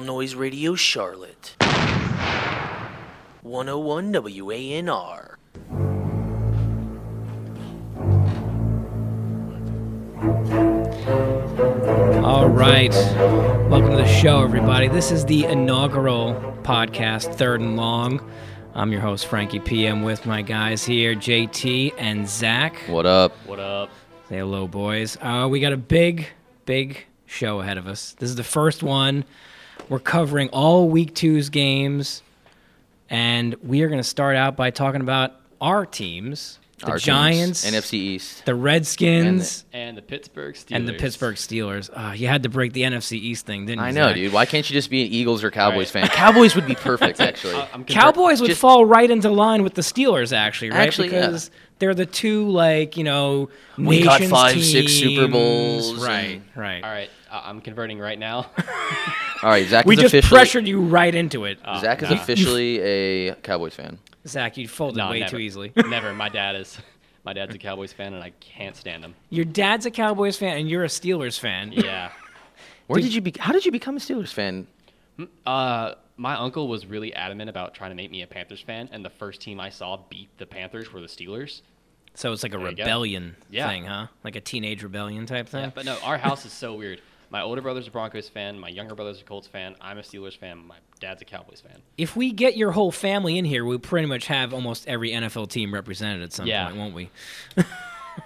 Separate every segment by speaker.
Speaker 1: Noise Radio Charlotte. 101 WANR.
Speaker 2: All right. Welcome to the show, everybody. This is the inaugural podcast, Third and Long. I'm your host, Frankie P. I'm with my guys here, JT and Zach.
Speaker 3: What up?
Speaker 4: What up?
Speaker 2: Say hello, boys. Uh, we got a big, big show ahead of us. This is the first one. We're covering all Week Two's games, and we are going to start out by talking about our teams, the
Speaker 3: Our teams,
Speaker 2: Giants,
Speaker 3: NFC East.
Speaker 2: the Redskins,
Speaker 4: And the Pittsburgh Steelers.
Speaker 2: and the, Pittsburgh Steelers. Uh, you had to break the NFC East thing, didn't you?
Speaker 3: I know,
Speaker 2: Zach?
Speaker 3: dude. Why can't you just be an Eagles or Cowboys
Speaker 4: Right.
Speaker 3: fan? Cowboys would be perfect, actually.
Speaker 2: Uh,
Speaker 4: I- I'm conver-
Speaker 2: Cowboys would
Speaker 3: Just-
Speaker 2: fall right into line with the Steelers, actually, right?
Speaker 3: Actually, yeah.
Speaker 2: because they're the two, like you know,
Speaker 3: We got
Speaker 2: nations
Speaker 3: five, six Super
Speaker 2: teams.
Speaker 3: Bowls
Speaker 2: right?
Speaker 3: and-
Speaker 2: Right.
Speaker 4: All right, uh, I'm converting right now.
Speaker 3: All right, Zach
Speaker 2: We
Speaker 3: is
Speaker 2: just
Speaker 3: officially
Speaker 2: pressured you right into it, Oh,
Speaker 4: Uh,
Speaker 3: Zach is
Speaker 4: nah.
Speaker 3: officially a Cowboys fan.
Speaker 2: Zach. You folded
Speaker 4: Nah,
Speaker 2: way
Speaker 4: never.
Speaker 2: too easily.
Speaker 4: never. My dad is. My dad's a Cowboys fan, and I can't stand him.
Speaker 2: Your dad's a Cowboys fan, and you're a Steelers fan.
Speaker 4: Yeah.
Speaker 3: Where did you be? How did you become a Steelers fan?
Speaker 4: Uh, my uncle was really adamant about trying to make me a Panthers fan, and the first team I saw beat the Panthers were the Steelers.
Speaker 2: So it's like a
Speaker 4: There you go.
Speaker 2: rebellion
Speaker 4: Yeah.
Speaker 2: thing, huh? Like a teenage rebellion type thing.
Speaker 4: Yeah, but no, our house is so weird. My older brother's a Broncos fan. My younger brother's a Colts fan. I'm a Steelers fan. My dad's a Cowboys fan.
Speaker 2: if we get your whole family in here, we pretty much have almost every NFL team represented at some
Speaker 4: Yeah.
Speaker 2: point, won't we?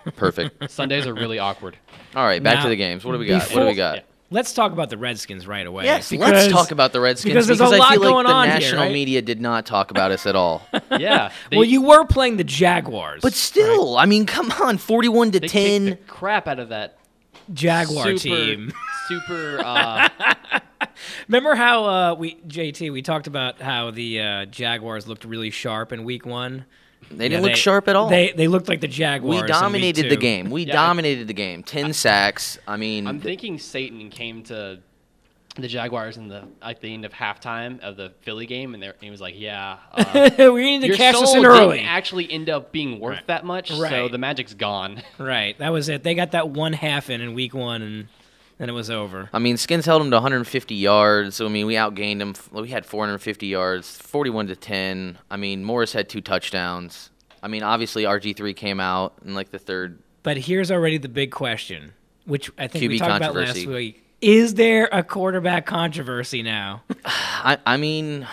Speaker 3: Perfect.
Speaker 4: Sundays are really awkward.
Speaker 3: All right, back
Speaker 2: Now,
Speaker 3: to the games. What do we got? what
Speaker 2: before-
Speaker 3: do we got?
Speaker 4: Yeah.
Speaker 2: Let's talk about the Redskins right away.
Speaker 3: Yes,
Speaker 2: because-
Speaker 3: let's talk about the Redskins
Speaker 2: because
Speaker 3: because,
Speaker 2: there's a
Speaker 3: I
Speaker 2: lot
Speaker 3: feel like
Speaker 2: going
Speaker 3: the
Speaker 2: on here,
Speaker 3: national
Speaker 2: right?
Speaker 3: media did not talk about us at all.
Speaker 4: Yeah. They,
Speaker 2: well, you were playing the Jaguars,
Speaker 3: But still, I mean, come on, forty-one to
Speaker 4: they kicked
Speaker 3: ten.
Speaker 4: the crap out of that
Speaker 2: Jaguar
Speaker 4: super,
Speaker 2: team.
Speaker 4: Super. Uh,
Speaker 2: Remember how uh, we JT we talked about how the uh, Jaguars looked really sharp in Week One.
Speaker 3: They didn't
Speaker 2: Yeah,
Speaker 3: look sharp at all.
Speaker 2: They they looked like the Jaguars.
Speaker 3: we
Speaker 2: in week
Speaker 3: dominated the
Speaker 2: two.
Speaker 3: game. We
Speaker 4: Yeah, I-
Speaker 3: dominated the game. Ten sacks. I mean,
Speaker 2: Mm-hmm.
Speaker 4: I'm thinking Satan came to the Jaguars in the at the end of halftime of the Philly game, and, there- and he was like, "Yeah, uh,
Speaker 2: we need to
Speaker 4: your
Speaker 2: cash this
Speaker 4: soul
Speaker 2: in
Speaker 4: didn't
Speaker 2: early.
Speaker 4: actually end up being worth
Speaker 2: Right.
Speaker 4: that much, so
Speaker 2: Right.
Speaker 4: the magic's gone."
Speaker 2: Right, that was it. They got that one half in in Week One, and then it was over.
Speaker 3: I mean, Skins held them to 150 yards. So, I mean, we outgained them. We had 450 yards, 41 to 10. I mean, Morris had two touchdowns. I mean, obviously RG3 came out in like the third.
Speaker 2: But here's already the big question, which I think we
Speaker 3: QB
Speaker 2: talked about last
Speaker 3: controversy.
Speaker 2: week. Is there a quarterback controversy now?
Speaker 3: I, I mean,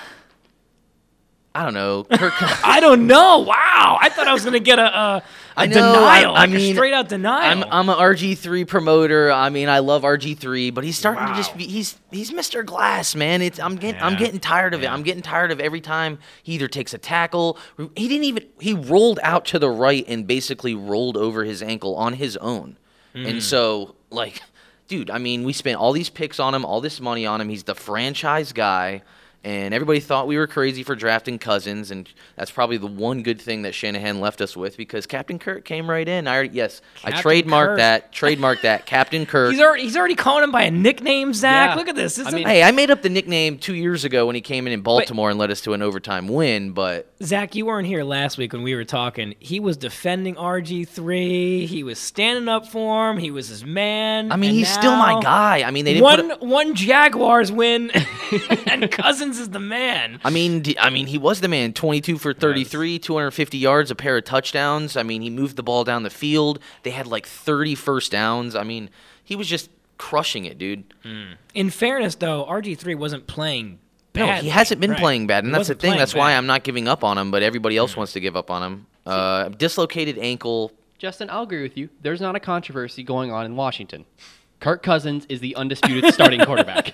Speaker 3: I don't know. Kirk,
Speaker 2: I don't know. Wow, I thought I was gonna get a, a, a
Speaker 3: I know,
Speaker 2: denial,
Speaker 3: I- I
Speaker 2: like a
Speaker 3: mean,
Speaker 2: straight out denial.
Speaker 3: I'm I'm a RG3 promoter. I mean, I love RG3, but he's starting
Speaker 2: Wow.
Speaker 3: to just be he's he's Mr. Glass, man. It's I'm getting I'm
Speaker 2: Yeah.
Speaker 3: getting tired of it. I'm getting tired of every time he either takes a tackle. He didn't even he rolled out to the right and basically rolled over his ankle on his own.
Speaker 2: Hmm.
Speaker 3: And so like dude, I mean, we spent all these picks on him, all this money on him. He's the franchise guy. And everybody thought we were crazy for drafting Cousins, and that's probably the one good thing that Shanahan left us with because Captain Kirk came right in. I already, yes, I
Speaker 2: Captain
Speaker 3: trademarked
Speaker 2: Kirk.
Speaker 3: that. Trademarked that. Captain Kirk.
Speaker 2: He's already he's already calling him by a nickname, Zach.
Speaker 4: Yeah.
Speaker 2: Look at this. This
Speaker 4: I
Speaker 2: is
Speaker 4: mean-
Speaker 3: hey, I made up the nickname two years ago when he came in in Baltimore and led us to an overtime win, but
Speaker 2: Zach, you weren't here last week when we were talking. He was defending RG3. He was standing up for him. He was his man.
Speaker 3: I mean,
Speaker 2: and
Speaker 3: he's still my
Speaker 2: now
Speaker 3: guy. I mean, they didn't. put
Speaker 2: One
Speaker 3: a-
Speaker 2: one Jaguars win, and Cousins is the man.
Speaker 3: I mean, d- I mean, he was the man. Twenty-two for thirty-three, two hundred fifty yards, a pair of touchdowns. I mean, he moved the ball down the field. They had like 30 first downs. I mean, he was just crushing it, dude.
Speaker 2: In fairness, though, RG3 wasn't playing.
Speaker 3: No,
Speaker 2: Badly.
Speaker 3: he hasn't been
Speaker 2: Right.
Speaker 3: playing bad,
Speaker 2: He
Speaker 3: and that's the
Speaker 2: wasn't
Speaker 3: thing.
Speaker 2: playing
Speaker 3: That's why
Speaker 2: bad.
Speaker 3: I'm not giving up on him, but everybody else wants to give up on him. Uh, dislocated ankle.
Speaker 4: Justin, I'll agree with you. There's not a controversy going on in Washington. Kirk Cousins is the undisputed starting quarterback.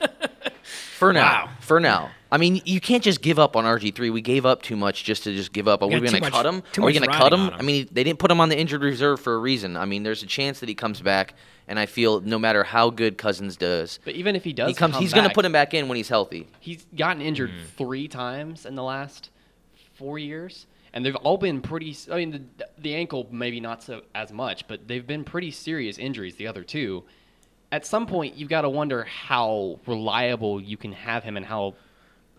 Speaker 3: For now.
Speaker 2: Wow.
Speaker 3: For now. I mean, you can't just give up on RG3. We gave up too much just to just give up. Are we
Speaker 2: got too
Speaker 3: going to
Speaker 2: much-
Speaker 3: cut him?
Speaker 2: too
Speaker 3: Are we
Speaker 2: much
Speaker 3: going to
Speaker 2: riding
Speaker 3: cut him?
Speaker 2: on him.
Speaker 3: I mean, they didn't put him on the injured reserve for a reason. I mean, there's a chance that he comes back, and I feel no matter how good Cousins does,
Speaker 4: But even if he does,
Speaker 3: he comes.
Speaker 4: come
Speaker 3: He's going to
Speaker 4: back,
Speaker 3: put him back in when he's healthy.
Speaker 4: He's gotten injured
Speaker 2: Mm.
Speaker 4: three times in the last four years, and they've all been pretty. s- I mean, the, the ankle maybe not so as much, but they've been pretty serious injuries. The other two. At some point, you've got to wonder how reliable you can have him and how.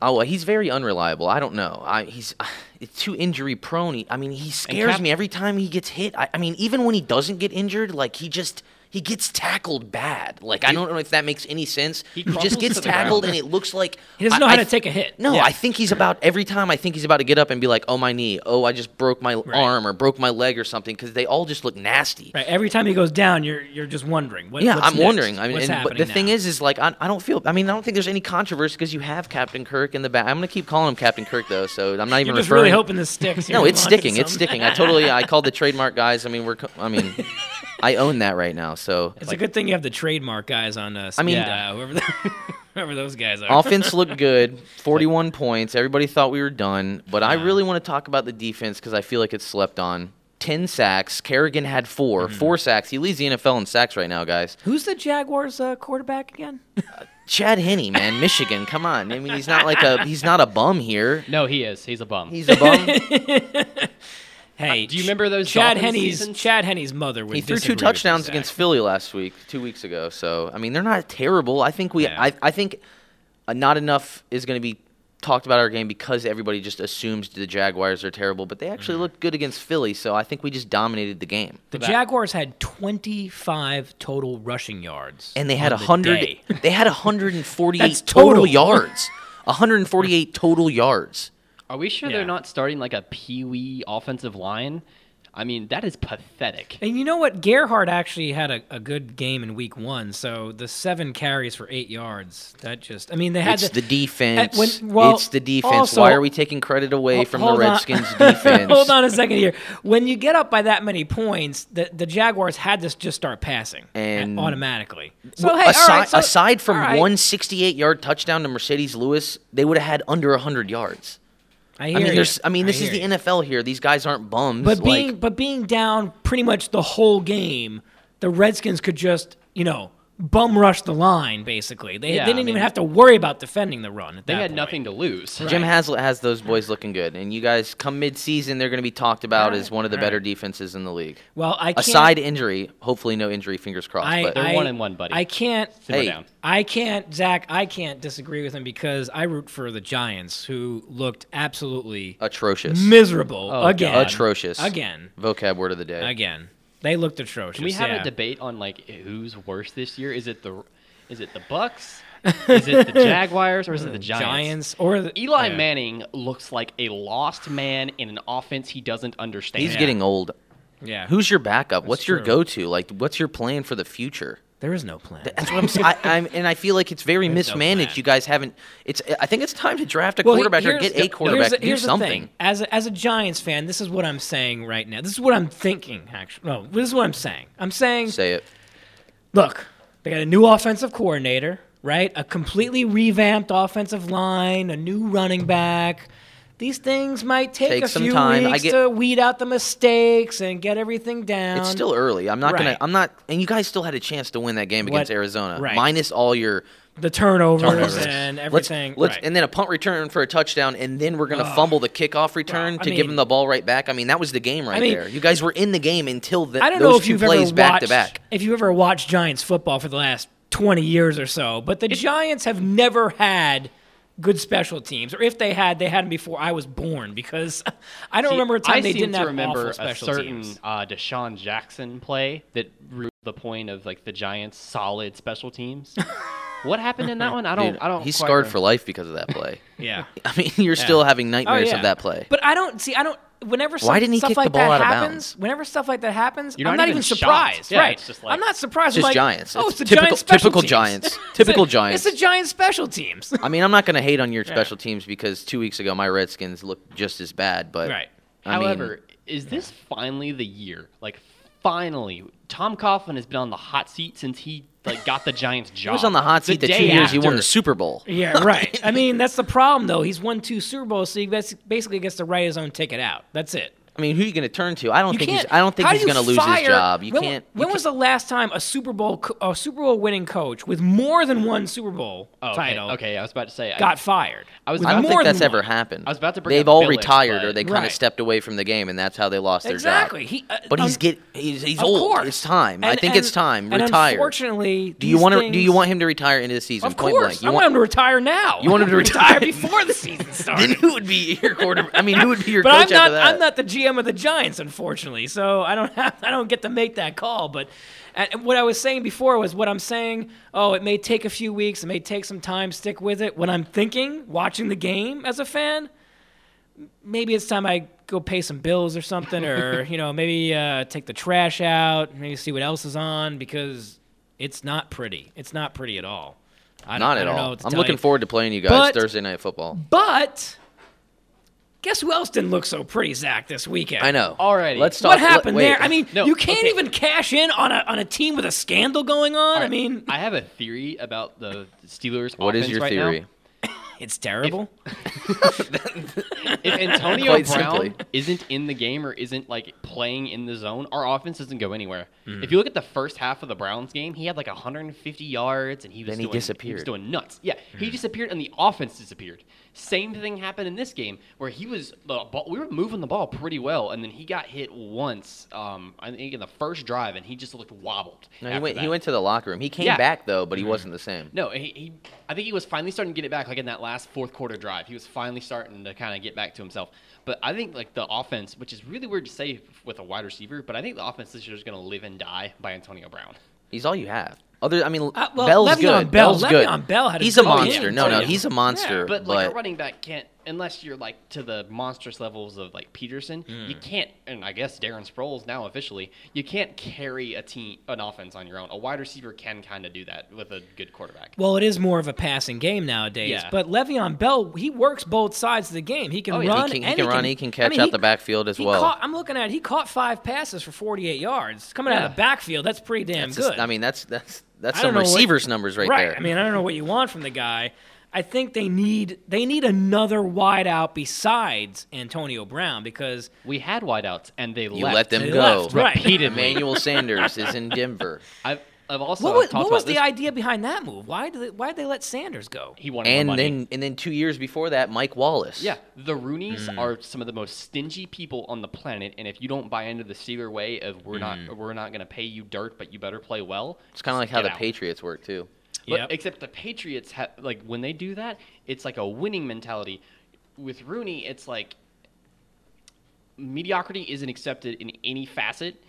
Speaker 3: Oh, well, he's very unreliable. I don't know. I, he's it's too injury prone. He- I mean, he scares
Speaker 4: Cap-
Speaker 3: me every time he gets hit. I, I mean, even when he doesn't get injured, like he just he He gets tackled bad. Like I don't know if that makes any sense. He,
Speaker 4: He
Speaker 3: just
Speaker 4: crumples
Speaker 3: gets
Speaker 4: to the
Speaker 3: tackled, and
Speaker 4: ground.
Speaker 3: it looks like
Speaker 2: He doesn't
Speaker 3: I-
Speaker 2: know how
Speaker 3: I
Speaker 2: to
Speaker 3: th-
Speaker 2: take a hit.
Speaker 3: No,
Speaker 2: Yeah.
Speaker 3: I think he's about every time. I think he's about to get up and be like, "Oh my knee! Oh, I just broke my arm or broke my leg or something," because they all just look nasty.
Speaker 2: Right. Every time he goes down, you're you're just wondering. What,
Speaker 3: Yeah,
Speaker 2: what's
Speaker 3: I'm
Speaker 2: next?
Speaker 3: wondering. I mean,
Speaker 2: what's
Speaker 3: and, but
Speaker 2: happening
Speaker 3: the thing
Speaker 2: now?
Speaker 3: is, is like I, I don't feel. I mean, I don't think there's any controversy because you have Captain Kirk in the back. I'm gonna keep calling him Captain Kirk though, so I'm not even
Speaker 2: you're just
Speaker 3: referring.
Speaker 2: really hoping this sticks.
Speaker 3: no,
Speaker 2: You're
Speaker 3: it's
Speaker 2: wanting
Speaker 3: sticking. It's
Speaker 2: something.
Speaker 3: sticking. I totally. I called the trademark guys. I mean, we're. co- I mean, I own that right now. So
Speaker 2: It's a good thing you have the trademark guys on us.
Speaker 3: I mean-
Speaker 2: uh, whoever, the, whoever those guys are.
Speaker 3: offense looked good. 41 points. Everybody thought we were done, but I
Speaker 2: Yeah.
Speaker 3: really want to talk about the defense because I feel like it's slept on. 10 sacks. Kerrigan had 4
Speaker 2: Mm-hmm.
Speaker 3: Four sacks. He leads the NFL in sacks right now, guys.
Speaker 2: Who's the Jaguars uh, quarterback again?
Speaker 3: Chad Henney, man, Michigan. Come on. I mean, he's not like a he's not a bum here.
Speaker 4: No, he is. He's a bum.
Speaker 3: He's a bum.
Speaker 2: Hey,
Speaker 4: do you
Speaker 2: Ch-
Speaker 4: remember those
Speaker 2: Chad
Speaker 4: Dolphins
Speaker 2: Henney's
Speaker 4: seasons?
Speaker 2: Chad Henney's mother? Would
Speaker 3: he threw
Speaker 2: disagree
Speaker 3: two
Speaker 2: with
Speaker 3: touchdowns
Speaker 2: this,
Speaker 3: against
Speaker 2: actually.
Speaker 3: Philly last week, two weeks ago. So I mean, they're not terrible. I think we,
Speaker 2: Yeah.
Speaker 3: I, I think, uh, not enough is going to be talked about our game because everybody just assumes the Jaguars are terrible, but they
Speaker 2: Mm-hmm.
Speaker 3: actually looked good against Philly. So I think we just dominated the game.
Speaker 2: The Jaguars had 25 total rushing yards,
Speaker 3: And they had a
Speaker 2: on the
Speaker 3: hundred.
Speaker 2: day.
Speaker 3: They had hundred and forty-eight
Speaker 2: That's
Speaker 3: total
Speaker 2: total.
Speaker 3: yards. hundred and forty-eight total yards.
Speaker 4: Are we sure
Speaker 2: Yeah.
Speaker 4: they're not starting like a pee-wee offensive line? I mean, that is pathetic.
Speaker 2: And you know what? Gerhardt actually had a, a good game in week one. So the seven carries for eight yards. That just, I mean, they had
Speaker 3: It's the
Speaker 2: the,
Speaker 3: defense.
Speaker 2: when- well,
Speaker 3: it's the defense.
Speaker 2: also-
Speaker 3: Why are we taking credit away
Speaker 2: Hol-
Speaker 3: from the
Speaker 2: hold on.
Speaker 3: Redskins' defense?
Speaker 2: Hold on a second here. When you get up by that many points, the, the Jaguars had to just start passing uh,
Speaker 3: And-
Speaker 2: automatically. So hey,
Speaker 3: aside,
Speaker 2: all right, so-
Speaker 3: aside from
Speaker 2: all right.
Speaker 3: one 68 yard touchdown to Mercedes Lewis, they would have had under 100 yards.
Speaker 2: I, hear
Speaker 3: I mean,
Speaker 2: ya.
Speaker 3: there's, I mean,
Speaker 2: I
Speaker 3: this is
Speaker 2: hear
Speaker 3: the
Speaker 2: ya.
Speaker 3: NFL here. These guys aren't bums.
Speaker 2: But being
Speaker 3: like,
Speaker 2: but being down pretty much the whole game, the Redskins could just you know bum rush the line basically. They,
Speaker 4: Yeah,
Speaker 2: they
Speaker 4: I
Speaker 2: didn't even
Speaker 4: mean-
Speaker 2: have to worry about defending the run. At
Speaker 4: They
Speaker 2: that
Speaker 4: had
Speaker 2: point.
Speaker 4: nothing to lose.
Speaker 3: Jim Haslett has those boys looking good, and you guys come midseason, they're going to be talked about as one of the
Speaker 2: All right.
Speaker 3: better defenses in the league.
Speaker 2: Well, I can't,
Speaker 3: Aside injury, hopefully no injury. Fingers crossed.
Speaker 2: I,
Speaker 3: but
Speaker 4: They're
Speaker 2: I-
Speaker 4: one and one, buddy.
Speaker 2: I can't.
Speaker 4: Simmer
Speaker 3: Hey.
Speaker 4: down.
Speaker 2: I can't, Zach. I can't disagree with him because I root for the Giants, who looked absolutely
Speaker 3: atrocious.
Speaker 2: miserable
Speaker 4: Oh,
Speaker 2: again.
Speaker 4: God.
Speaker 3: Atrocious.
Speaker 2: Again.
Speaker 3: Vocab word of the day.
Speaker 2: Again. They looked atrocious.
Speaker 4: Can we have
Speaker 2: yeah.
Speaker 4: a debate on like who's worse this year? Is it the is it the Bucks? is it the Jaguars or is it the Giants?
Speaker 2: Giants or the,
Speaker 4: Eli
Speaker 2: yeah.
Speaker 4: Manning looks like a lost man in an offense he doesn't understand.
Speaker 3: He's getting old.
Speaker 2: Yeah.
Speaker 3: Who's your backup? what's your
Speaker 2: true.
Speaker 3: go to? Like, what's your plan for the future?
Speaker 2: There is no plan.
Speaker 3: That's what I'm saying. I'm, and I feel like it's very
Speaker 2: There's no
Speaker 3: mismanaged.
Speaker 2: plan.
Speaker 3: you guys haven't. It's. I think it's time to draft a
Speaker 2: Well, he-
Speaker 3: quarterback or
Speaker 2: here's
Speaker 3: get
Speaker 2: the-
Speaker 3: a quarterback.
Speaker 2: Here's, the- here's
Speaker 3: do
Speaker 2: the
Speaker 3: something.
Speaker 2: thing. As a, as a Giants fan, this is what I'm saying right now. This is what I'm thinking. Actually, no, this is what I'm saying. I'm saying
Speaker 3: Say it.
Speaker 2: look, they got a new offensive coordinator, right? A completely revamped offensive line, a new running back. These things might take,
Speaker 3: Take
Speaker 2: a
Speaker 3: some
Speaker 2: few
Speaker 3: time. I
Speaker 2: weeks
Speaker 3: get-
Speaker 2: to weed out the mistakes and get everything down.
Speaker 3: It's still early. I'm not gonna.
Speaker 2: Um, Right.
Speaker 3: I'm not. And you guys still had a chance to win that game against
Speaker 2: What-
Speaker 3: Arizona,
Speaker 2: right.
Speaker 3: minus all your
Speaker 2: the turnovers,
Speaker 3: turnovers
Speaker 2: and
Speaker 3: Let's-
Speaker 2: everything.
Speaker 3: Let's,
Speaker 2: right.
Speaker 3: And then a punt return for a touchdown, and then we're gonna fumble the kickoff return
Speaker 2: Well, I
Speaker 3: to give
Speaker 2: mean-
Speaker 3: them the ball right back. I mean, that was the game right
Speaker 2: mean-
Speaker 3: there. You guys were in the game until the,
Speaker 2: I don't
Speaker 3: those
Speaker 2: know if
Speaker 3: two
Speaker 2: you've ever
Speaker 3: plays
Speaker 2: watched
Speaker 3: back to back.
Speaker 2: if you ever watched Giants football for the last 20 years or so, but the Giants have never had good special teams, or if they had, they had them before I was born because I don't
Speaker 4: See,
Speaker 2: remember a time
Speaker 4: I
Speaker 2: they
Speaker 4: seem
Speaker 2: didn't
Speaker 4: to
Speaker 2: have
Speaker 4: remember
Speaker 2: awful special
Speaker 4: a certain
Speaker 2: teams.
Speaker 4: Uh, Deshaun Jackson play that proved the point of like the Giants' solid special teams. what happened in that one? I don't.
Speaker 3: Dude,
Speaker 4: I don't.
Speaker 3: he's
Speaker 4: quite
Speaker 3: scarred
Speaker 4: remember.
Speaker 3: for life because of that play.
Speaker 2: Yeah. Oh,
Speaker 3: I mean, you're still having nightmares
Speaker 2: yeah.
Speaker 3: of that play.
Speaker 2: But I don't see. I don't. Whenever some,
Speaker 3: didn't he
Speaker 2: stuff
Speaker 3: kick the
Speaker 2: like
Speaker 3: ball
Speaker 2: that
Speaker 3: out of
Speaker 2: happens, whenever stuff like that happens,
Speaker 4: You're
Speaker 2: I'm
Speaker 4: not
Speaker 2: not even,
Speaker 4: even shocked.
Speaker 2: surprised.
Speaker 4: Yeah,
Speaker 2: right?
Speaker 4: it's just like-
Speaker 2: I'm not surprised.
Speaker 3: Just
Speaker 2: I'm like,
Speaker 3: Giants.
Speaker 2: Oh,
Speaker 3: It's
Speaker 2: it's the
Speaker 3: typical-
Speaker 2: Giants. special
Speaker 3: typical
Speaker 2: teams.
Speaker 3: Giants.
Speaker 2: It's a-
Speaker 3: Typical Giants.
Speaker 2: It's the Giants special teams.
Speaker 3: I mean, I'm not going to hate on your special teams because two weeks ago my Redskins looked just as bad. But
Speaker 2: Right.
Speaker 3: I mean,
Speaker 4: However, is this finally the year? Like, finally, Tom Coughlin has been on the hot seat since he like got the Giants' job.
Speaker 3: he was on the hot seat the, two
Speaker 4: day
Speaker 3: years he won
Speaker 4: after.
Speaker 3: the Super Bowl.
Speaker 2: Yeah, right. I mean, that's the problem, though. He's won two Super Bowls, so he bas- basically gets to write his own ticket out. That's it.
Speaker 3: I mean, who are you going to turn to? I don't
Speaker 2: You
Speaker 3: think he's.
Speaker 2: can't-
Speaker 3: I don't think
Speaker 2: how
Speaker 3: he's
Speaker 2: do you
Speaker 3: going to lose his
Speaker 2: fire-
Speaker 3: job. You
Speaker 2: when,
Speaker 3: can't. you
Speaker 2: When was the last time a Super Bowl, co- a Super Bowl winning coach with more than one Super Bowl
Speaker 4: Oh, okay,
Speaker 2: title
Speaker 4: Okay, I was about to say. I-
Speaker 2: got fired?
Speaker 4: I was-
Speaker 2: With
Speaker 3: I don't
Speaker 2: more
Speaker 3: think that's
Speaker 2: than
Speaker 3: ever
Speaker 2: one.
Speaker 3: happened.
Speaker 4: I was about to bring
Speaker 3: They've
Speaker 4: up
Speaker 3: all
Speaker 4: Billick,
Speaker 3: retired or
Speaker 4: but-
Speaker 3: they kind
Speaker 2: Right.
Speaker 3: of stepped away from the game, and that's how they lost
Speaker 2: Exactly.
Speaker 3: their job.
Speaker 2: He, uh,
Speaker 3: But he's
Speaker 2: un-
Speaker 3: get. He's, he's
Speaker 2: of
Speaker 3: old.
Speaker 2: course.
Speaker 3: It's time. I
Speaker 2: And-
Speaker 3: think
Speaker 2: and-
Speaker 3: it's time.
Speaker 2: and
Speaker 3: Retire.
Speaker 2: Unfortunately,
Speaker 3: Do you want to?
Speaker 2: want
Speaker 3: Do you want him to retire into the season?
Speaker 2: Of
Speaker 3: point
Speaker 2: course,
Speaker 3: blank. You
Speaker 2: I want him to retire now.
Speaker 3: You want him to
Speaker 2: retire
Speaker 3: retire-
Speaker 2: before the season starts.
Speaker 3: Then who would be your quarterback? I mean, who would be your
Speaker 2: but
Speaker 3: coach
Speaker 2: I'm not
Speaker 3: after that?
Speaker 2: I'm not the GM of the Giants, unfortunately. So I don't have I don't get to make that call. But And and what I was saying before was what I'm saying. Oh, it may take a few weeks. It may take some time. Stick with it. When I'm thinking, watching the game as a fan, m- maybe it's time I go pay some bills or something, or you know, maybe uh, take the trash out. Maybe see what else is on because it's not pretty. It's not pretty at all. I don't-
Speaker 3: Not
Speaker 2: I
Speaker 3: at
Speaker 2: don't know
Speaker 3: all.
Speaker 2: what to
Speaker 3: I'm
Speaker 2: tell
Speaker 3: looking
Speaker 2: you.
Speaker 3: forward to playing you guys
Speaker 2: But-
Speaker 3: Thursday night football.
Speaker 2: But guess who else didn't look so pretty, Zach, this weekend?
Speaker 3: I know.
Speaker 4: Alrighty.
Speaker 3: Let's talk.
Speaker 2: What happened
Speaker 3: wait.
Speaker 2: there? I mean,
Speaker 4: No,
Speaker 2: you can't
Speaker 4: okay.
Speaker 2: even cash in on a on a team with a scandal going on. I mean,
Speaker 4: I have a theory about the Steelers.
Speaker 3: what is
Speaker 4: offense
Speaker 3: your
Speaker 4: right now.
Speaker 3: theory?
Speaker 2: it's terrible.
Speaker 4: If Antonio
Speaker 3: Quite
Speaker 4: Brown
Speaker 3: simply.
Speaker 4: isn't in the game or isn't like playing in the zone, our offense doesn't go anywhere.
Speaker 3: Hmm.
Speaker 4: If you look at the first half of the Browns game, he had like 150 yards and he was
Speaker 3: Then he
Speaker 4: doing, was
Speaker 3: disappeared. Hmm.
Speaker 4: doing nuts. Yeah, he disappeared and the offense disappeared. Same thing happened in this game where he was the ball, we were moving the ball pretty well and then he got hit once. Um, I think in the first drive and he just looked wobbled.
Speaker 3: No, he
Speaker 4: after
Speaker 3: went. He
Speaker 4: that.
Speaker 3: went to the locker room. He came
Speaker 4: Yeah.
Speaker 3: back though,
Speaker 2: Mm-hmm.
Speaker 3: but he wasn't the same.
Speaker 4: No, he, he, I think he was finally starting to get it back, like in that last fourth quarter drive. He was finally starting to kind of get back to himself. But I think like the offense, which is really weird to say with a wide receiver, but I think the offense this year is going to live and die by Antonio Brown.
Speaker 3: He's all you have. Other, I mean,
Speaker 2: Uh, well,
Speaker 3: Bell's
Speaker 2: Le'Veon
Speaker 3: good.
Speaker 2: Bell-
Speaker 3: Bell's
Speaker 2: Le'Veon
Speaker 3: good.
Speaker 2: Bell had a
Speaker 3: he's a
Speaker 2: good
Speaker 3: monster.
Speaker 2: game,
Speaker 3: No, no,
Speaker 2: too.
Speaker 3: he's a monster.
Speaker 4: But
Speaker 3: but
Speaker 4: like a running back can't, unless you're like to the monstrous levels of like Peterson, you
Speaker 2: Mm.
Speaker 4: can't. And I guess Darren Sproles now officially, you can't carry a team, an offense on your own. A wide receiver can kind of do that with a good quarterback.
Speaker 2: Well, it is more of a passing game nowadays.
Speaker 4: Yeah.
Speaker 2: But Le'Veon Bell, he works both sides of the game. He can
Speaker 4: Oh, yeah. He
Speaker 2: run.
Speaker 3: can- he
Speaker 2: and
Speaker 3: can run, he can catch out the backfield as
Speaker 2: he
Speaker 3: well.
Speaker 2: Caught, I'm looking at. it, He caught five passes for 48 yards coming out
Speaker 4: Yeah.
Speaker 2: of the backfield. That's pretty damn
Speaker 3: that's
Speaker 2: good.
Speaker 3: just- I mean, that's that's that's
Speaker 2: I don't
Speaker 3: some
Speaker 2: know what-
Speaker 3: receivers numbers right, there.
Speaker 2: I mean, I don't know what you want from the guy. I think they need they need another wideout besides Antonio Brown because
Speaker 4: we had wideouts and they
Speaker 3: you
Speaker 4: left.
Speaker 3: let them
Speaker 2: They
Speaker 3: go.
Speaker 2: left, right.
Speaker 4: Repeatedly.
Speaker 3: Emmanuel Sanders is in Denver,
Speaker 4: I've, I've also
Speaker 2: what was,
Speaker 4: talked
Speaker 2: what was
Speaker 4: about
Speaker 2: the
Speaker 4: this.
Speaker 2: idea behind that move? Why did they, why did they let Sanders go?
Speaker 4: He wanted
Speaker 3: and
Speaker 4: the money.
Speaker 3: then and then two years before that, Mike Wallace.
Speaker 4: yeah, the Roonies
Speaker 3: Mm.
Speaker 4: are some of the most stingy people on the planet, and if you don't buy into the Steeler way of we're not we're not going to pay you dirt, but you better play well.
Speaker 3: Mm. it's kind of
Speaker 4: just
Speaker 3: like how
Speaker 4: get
Speaker 3: the
Speaker 4: out.
Speaker 3: Patriots work too.
Speaker 4: But-
Speaker 2: Yep.
Speaker 4: Except the Patriots have like when they do that, it's like a winning mentality. With Rooney, it's like mediocrity isn't accepted in any facet,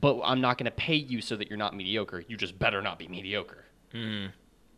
Speaker 4: but I'm not going to pay you so that you're not mediocre. You just better not be mediocre.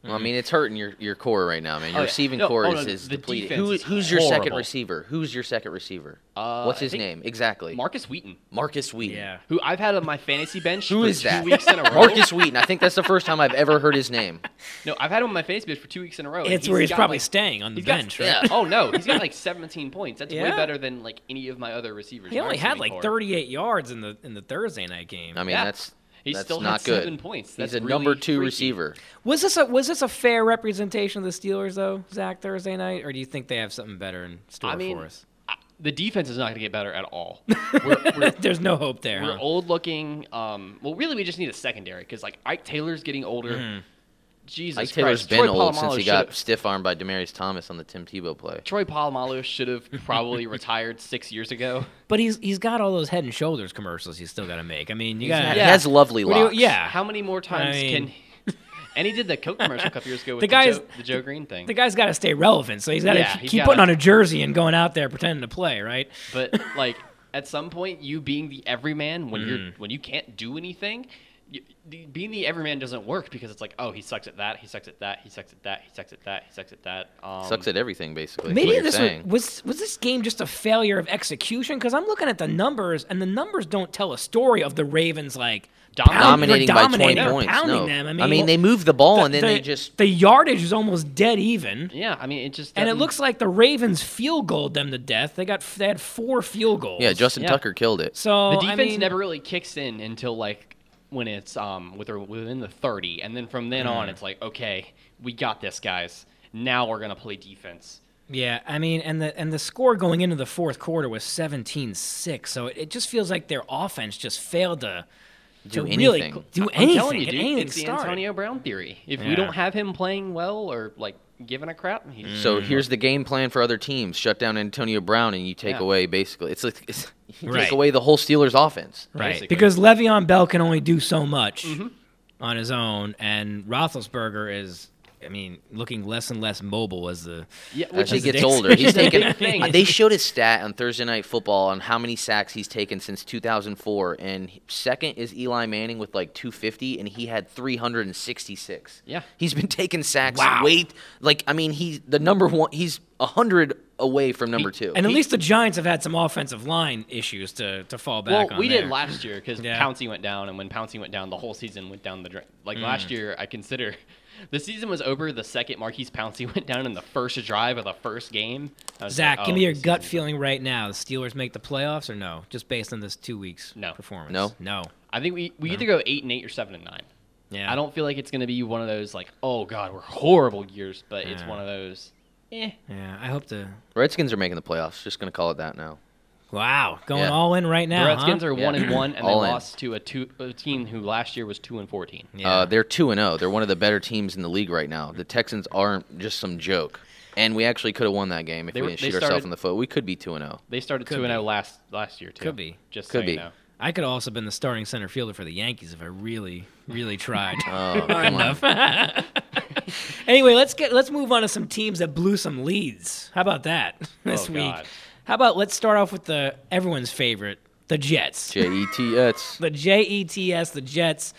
Speaker 3: Well, I mean, it's hurting your, your core right now, man. Your
Speaker 4: yeah.
Speaker 3: receiving
Speaker 4: No,
Speaker 3: core
Speaker 4: Mm-hmm. oh,
Speaker 3: is,
Speaker 4: no,
Speaker 3: is
Speaker 4: the
Speaker 3: depleted.
Speaker 4: defense
Speaker 3: Who,
Speaker 4: is
Speaker 3: who's your second
Speaker 4: horrible.
Speaker 3: receiver? Who's your second receiver?
Speaker 4: Uh,
Speaker 3: What's
Speaker 4: I
Speaker 3: his
Speaker 4: think
Speaker 3: name exactly?
Speaker 4: Marcus Wheaton,
Speaker 3: Marcus Wheaton.
Speaker 2: Yeah.
Speaker 4: who I've had on my fantasy bench
Speaker 3: Who
Speaker 4: for
Speaker 3: is
Speaker 4: two
Speaker 3: that?
Speaker 4: weeks in a row.
Speaker 3: Marcus Wheaton. I think that's the first time I've ever heard his name.
Speaker 4: No, I've had him on my Facebook for two weeks in a row. and
Speaker 2: It's where he's
Speaker 4: Oh, got,
Speaker 2: probably
Speaker 4: like-
Speaker 2: staying on the
Speaker 4: he's got-
Speaker 2: bench,
Speaker 3: yeah.
Speaker 2: right?
Speaker 4: Oh no, he's got like 17 points. That's way
Speaker 2: Yeah.
Speaker 4: better than like any of my other receivers.
Speaker 2: He only
Speaker 4: Marcus
Speaker 2: had
Speaker 4: Wheaton
Speaker 2: like
Speaker 4: scored.
Speaker 2: 38 yards in the in the Thursday night game.
Speaker 3: I mean,
Speaker 4: Yeah.
Speaker 3: that's
Speaker 4: He
Speaker 3: that's
Speaker 4: still had
Speaker 3: not good.
Speaker 4: seven points. That's
Speaker 3: He's a
Speaker 4: really
Speaker 3: number two
Speaker 4: freaky.
Speaker 3: receiver.
Speaker 2: was this a was this a fair representation of the Steelers though, Zach Thursday night, or do you think they have something better in store
Speaker 4: I mean,
Speaker 2: for us?
Speaker 4: I- the defense is not going to get better at all. We're, we're,
Speaker 2: There's no hope there.
Speaker 4: we're
Speaker 2: huh?
Speaker 4: old looking. Um, well, really, we just need a secondary because like Ike Taylor's getting older.
Speaker 2: Mm-hmm.
Speaker 4: Jesus
Speaker 3: Ike Taylor's
Speaker 4: Christ,
Speaker 3: been
Speaker 4: Troy
Speaker 3: old
Speaker 4: Polamalu
Speaker 3: since he
Speaker 4: should've-
Speaker 3: got stiff armed by Demarius Thomas on the Tim Tebow play.
Speaker 4: Troy Polamalu should have probably retired six years ago.
Speaker 2: But he's he's got all those head and shoulders commercials he's still got to make. I mean, you got
Speaker 3: He has lovely
Speaker 2: What do you-
Speaker 3: locks.
Speaker 2: yeah.
Speaker 4: How many more times
Speaker 2: mean-
Speaker 4: can? And he did the Coke commercial a couple years ago with
Speaker 2: The
Speaker 4: the,
Speaker 2: guy's-
Speaker 4: Joe, the Joe Green thing.
Speaker 2: the guy's got to stay relevant, so he's got to
Speaker 4: Yeah, he's
Speaker 2: keep
Speaker 4: gotta-
Speaker 2: putting on a jersey and going out there pretending to play, right?
Speaker 4: but like at some point you being the everyman when you're
Speaker 3: Mm.
Speaker 4: when you can't do anything you, the- being the everyman doesn't work because it's like oh he sucks at that he sucks at that he sucks at that he sucks at that he sucks at that um,
Speaker 3: Sucks at everything, basically. is what
Speaker 2: Maybe
Speaker 3: you're
Speaker 2: this was,
Speaker 3: saying.
Speaker 2: was was this game just a failure of execution? Because I'm looking at the numbers, and the numbers don't tell a story of the Ravens like
Speaker 4: Dominating.
Speaker 2: pound- they're
Speaker 3: dominating by 20
Speaker 2: dominating, they're
Speaker 3: points.
Speaker 2: Pounding
Speaker 3: no.
Speaker 2: them. I mean,
Speaker 3: they move the ball and then
Speaker 2: the-
Speaker 3: they just
Speaker 2: the yardage is almost dead even.
Speaker 4: yeah i mean it just
Speaker 2: And it
Speaker 4: doesn't-
Speaker 2: looks like the Ravens field goaled them to death. They got they had four field goals.
Speaker 3: yeah. Justin
Speaker 4: Yeah.
Speaker 3: Tucker killed it.
Speaker 2: So
Speaker 4: the
Speaker 2: I
Speaker 4: defense
Speaker 2: mean-
Speaker 4: never really kicks in until like when it's um with within the 30 and then from then on
Speaker 3: Mm.
Speaker 4: it's like okay we got this guys now we're gonna play defense
Speaker 2: Yeah, I mean, and the and the score going into the fourth quarter was 17-6, so it, it just feels like their offense just failed to
Speaker 3: Do
Speaker 2: to really
Speaker 3: anything.
Speaker 2: cl- do
Speaker 4: I'm
Speaker 2: anything.
Speaker 4: telling you,
Speaker 2: get
Speaker 4: dude,
Speaker 2: anything
Speaker 4: it's the
Speaker 2: started.
Speaker 4: Antonio Brown theory. If
Speaker 2: Yeah.
Speaker 4: we don't have him playing well or like giving a crap, he's
Speaker 3: So here's the game plan for other teams: shut down Antonio Brown, and you take
Speaker 4: Yeah.
Speaker 3: away basically. It's like it's, you
Speaker 2: Right.
Speaker 3: take away the whole Steelers offense.
Speaker 2: right?
Speaker 4: basically.
Speaker 2: Because
Speaker 4: Mm-hmm.
Speaker 2: Le'Veon Bell can only do so much on his own, and Roethlisberger is I mean, looking less and less mobile as the
Speaker 4: Yeah,
Speaker 3: As
Speaker 2: That's
Speaker 4: which
Speaker 3: he
Speaker 4: is
Speaker 2: a
Speaker 3: gets
Speaker 2: dick-
Speaker 3: older, he's
Speaker 4: the big
Speaker 3: taken.
Speaker 4: thing
Speaker 3: uh,
Speaker 4: is-
Speaker 3: They showed his stat on Thursday Night Football on how many sacks he's taken since 2004, and he- second is Eli Manning with like 250, and he had 366.
Speaker 4: Yeah.
Speaker 3: he's been taking sacks.
Speaker 2: Wow.
Speaker 3: Wait, like I mean, he's the number one. He's hundred away from number two.
Speaker 2: And at least the Giants have had some offensive line issues to, to fall back
Speaker 4: Well,
Speaker 2: on.
Speaker 4: we
Speaker 2: there.
Speaker 4: did last year because
Speaker 2: Yeah.
Speaker 4: Pouncey went down, and when Pouncey went down, the whole season went down the drain. Like
Speaker 2: Mm.
Speaker 4: last year, I consider the season was over the second Marquise Pouncey went down in the first drive of the first game. I was
Speaker 2: Zach,
Speaker 4: like,
Speaker 2: give
Speaker 4: oh,
Speaker 2: me your
Speaker 4: this
Speaker 2: gut
Speaker 4: season's-
Speaker 2: feeling right now. The Steelers make the playoffs or no? Just based on this two weeks
Speaker 4: No.
Speaker 2: performance.
Speaker 3: No.
Speaker 2: No.
Speaker 4: I think we, we either go eight and eight or seven and nine.
Speaker 2: Yeah.
Speaker 4: I don't feel like it's going to be one of those like, oh god, we're horrible years, but it's
Speaker 2: Yeah.
Speaker 4: one of those. Eh.
Speaker 2: Yeah. I hope to.
Speaker 3: Redskins are making the playoffs. Just gonna call it that now.
Speaker 2: Wow. Going
Speaker 3: Yeah.
Speaker 2: all in right now.
Speaker 4: the Redskins
Speaker 2: huh?
Speaker 4: are uh, one
Speaker 3: Yeah.
Speaker 4: and one, and they
Speaker 3: All in.
Speaker 4: lost to a two a team who last year was two and fourteen.
Speaker 2: Yeah.
Speaker 3: Uh, they're two and zero. They're one of the better teams in the league right now. The Texans aren't just some joke. And we actually could have won that game if
Speaker 4: They
Speaker 3: we
Speaker 4: were-
Speaker 3: didn't
Speaker 4: they
Speaker 3: shoot ourselves
Speaker 4: started-
Speaker 3: in the foot. We could be two and oh. zero.
Speaker 4: They started
Speaker 2: Could
Speaker 4: two and
Speaker 2: be.
Speaker 4: zero last last year too.
Speaker 2: Could be.
Speaker 4: Just
Speaker 3: Could
Speaker 4: so
Speaker 3: be.
Speaker 4: you know.
Speaker 2: I could have also been the starting center fielder for the Yankees if I really, really tried.
Speaker 3: Oh, come on.
Speaker 2: anyway, let's get let's move on to some teams that blew some leads. How about that this
Speaker 4: Oh,
Speaker 2: week?
Speaker 4: God.
Speaker 2: How about let's start off with the everyone's favorite, the Jets.
Speaker 3: J E T S.
Speaker 2: the J E T S, the Jets.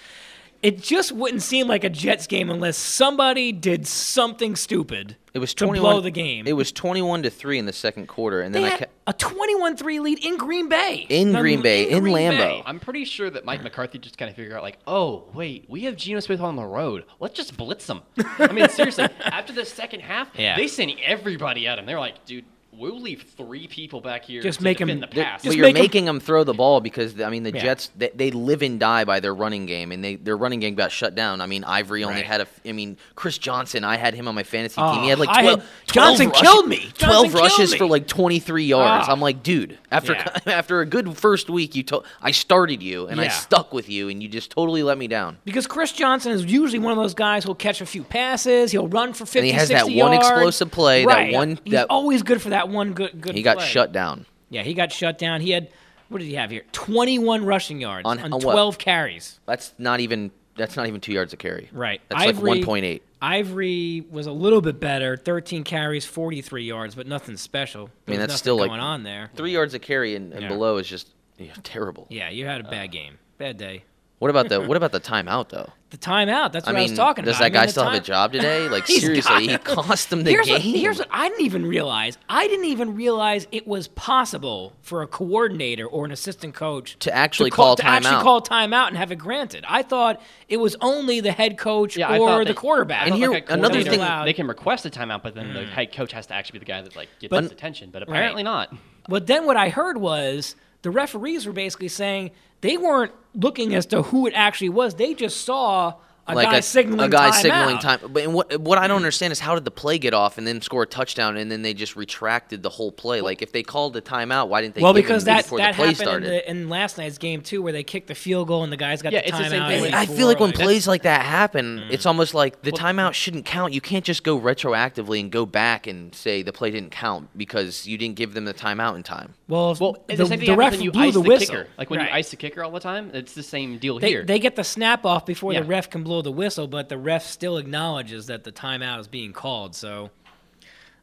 Speaker 2: It just wouldn't seem like a Jets game unless somebody did something stupid.
Speaker 3: It was
Speaker 2: to
Speaker 3: 21
Speaker 2: blow the game.
Speaker 3: It was 21 to 3 in the second quarter and
Speaker 2: they
Speaker 3: then I
Speaker 2: had
Speaker 3: kept
Speaker 2: a 21-3 lead in Green Bay.
Speaker 3: In Green Bay, in
Speaker 2: Green
Speaker 3: Lambeau.
Speaker 2: Bay.
Speaker 4: I'm pretty sure that Mike McCarthy just kind of figured out, like, oh, wait, we have Geno Smith on the road. Let's just blitz them. I mean, seriously, after the second half,
Speaker 2: Yeah.
Speaker 4: they sent everybody at him. They're like, dude, we'll leave three people back here
Speaker 2: Just
Speaker 4: to
Speaker 2: make 'em-
Speaker 4: defend the
Speaker 2: they're-
Speaker 4: pass.
Speaker 2: just
Speaker 3: but you're
Speaker 2: make 'em-
Speaker 3: making them throw the ball because I mean the
Speaker 2: Yeah.
Speaker 3: Jets they, they live and die by their running game and they their running game got shut down. I mean Ivory only
Speaker 2: Right.
Speaker 3: had a I mean Chris Johnson I had him on my fantasy
Speaker 2: Oh,
Speaker 3: team. He had like
Speaker 2: I
Speaker 3: 12,
Speaker 2: had-
Speaker 3: 12
Speaker 2: Johnson
Speaker 3: rushes,
Speaker 2: killed me.
Speaker 3: 12
Speaker 2: Johnson killed
Speaker 3: rushes
Speaker 2: me.
Speaker 3: for like 23 yards.
Speaker 2: Ah.
Speaker 3: I'm like, dude, after
Speaker 2: Yeah.
Speaker 3: after a good first week you to- I started you and I
Speaker 2: Yeah.
Speaker 3: stuck with you and you just totally let me down.
Speaker 2: Because Chris Johnson is usually one of those guys who'll catch a few passes, he'll run for 50,
Speaker 3: And he has
Speaker 2: 60
Speaker 3: that one
Speaker 2: yards.
Speaker 3: explosive play, that
Speaker 2: right.
Speaker 3: one-
Speaker 2: He's
Speaker 3: that-
Speaker 2: always good for that one good good
Speaker 3: He got
Speaker 2: play.
Speaker 3: shut down.
Speaker 2: Yeah, he got shut down. He had what did he have here? 21 rushing yards
Speaker 3: On-
Speaker 2: on,
Speaker 3: on what?
Speaker 2: 12 carries.
Speaker 3: That's not even that's not even 2 yards a carry.
Speaker 2: Right.
Speaker 3: That's like 1.8.
Speaker 2: Ivory was a little bit better, 13 carries, 43 yards, but nothing special.
Speaker 3: I mean,
Speaker 2: There was
Speaker 3: that's
Speaker 2: nothing
Speaker 3: still, like,
Speaker 2: going on there.
Speaker 3: three yards a carry and, and
Speaker 2: Yeah.
Speaker 3: below is just yeah, terrible.
Speaker 2: Yeah, you had a bad game, bad day.
Speaker 3: What about the what about the timeout though?
Speaker 2: The timeout. That's
Speaker 3: I
Speaker 2: what
Speaker 3: mean,
Speaker 2: I was talking
Speaker 3: does
Speaker 2: about. I
Speaker 3: that
Speaker 2: mean,
Speaker 3: guy
Speaker 2: the
Speaker 3: still have a
Speaker 2: time-
Speaker 3: job today? Like
Speaker 2: He's
Speaker 3: seriously,
Speaker 2: got
Speaker 3: he
Speaker 2: it.
Speaker 3: cost them the
Speaker 2: here's
Speaker 3: game.
Speaker 2: What, here's what I didn't even realize. I didn't even realize it was possible for a coordinator or an assistant coach
Speaker 3: To actually
Speaker 2: call,
Speaker 3: call
Speaker 2: to actually
Speaker 3: timeout.
Speaker 2: call timeout and have it granted. I thought it was only the head coach
Speaker 4: Yeah, I
Speaker 2: or
Speaker 4: thought
Speaker 2: the
Speaker 4: that-
Speaker 2: quarterback.
Speaker 3: And
Speaker 4: Not
Speaker 3: here-
Speaker 4: like a
Speaker 3: another
Speaker 4: coordinator.
Speaker 3: thing-
Speaker 2: Allowed.
Speaker 4: they can request a timeout, but then the head coach has to actually be the guy that like gets
Speaker 2: But-
Speaker 4: his attention. Mm. But apparently not.
Speaker 2: But then what I heard was the referees were basically saying they weren't looking as to who it actually was. They just saw a
Speaker 3: like
Speaker 2: guy
Speaker 3: a,
Speaker 2: signaling
Speaker 3: a guy
Speaker 2: timeout.
Speaker 3: signaling time. But and what what I don't understand is how did the play get off and then score a touchdown and then they just retracted the whole play? Like if they called the timeout, why didn't they?
Speaker 2: Well,
Speaker 3: give
Speaker 2: because
Speaker 3: them
Speaker 2: that
Speaker 3: before
Speaker 2: that
Speaker 3: the play
Speaker 2: happened in,
Speaker 3: started.
Speaker 2: the, in last night's game too, where they kicked the field goal and the guys got
Speaker 4: Yeah,
Speaker 2: the oh
Speaker 4: it's
Speaker 2: timeout.
Speaker 4: the same thing with-
Speaker 3: I
Speaker 2: before,
Speaker 3: feel like when
Speaker 2: like-
Speaker 3: plays like that happen,
Speaker 2: Mm-hmm.
Speaker 3: it's almost like the timeout shouldn't count. You can't just go retroactively and go back and say the play didn't count because you didn't give them the timeout in time.
Speaker 2: Well, if
Speaker 4: Well,
Speaker 2: the,
Speaker 4: the, same thing
Speaker 2: the
Speaker 4: happens
Speaker 2: ref
Speaker 4: when you
Speaker 2: blew
Speaker 4: ice
Speaker 2: the
Speaker 4: the,
Speaker 2: whistle.
Speaker 4: kicker. Like when
Speaker 2: Right.
Speaker 4: you ice the kicker all the time, it's the same deal
Speaker 2: they,
Speaker 4: here.
Speaker 2: they get the snap off before the
Speaker 4: Yeah.
Speaker 2: ref can blow the whistle, but the ref still acknowledges that the timeout is being called. So,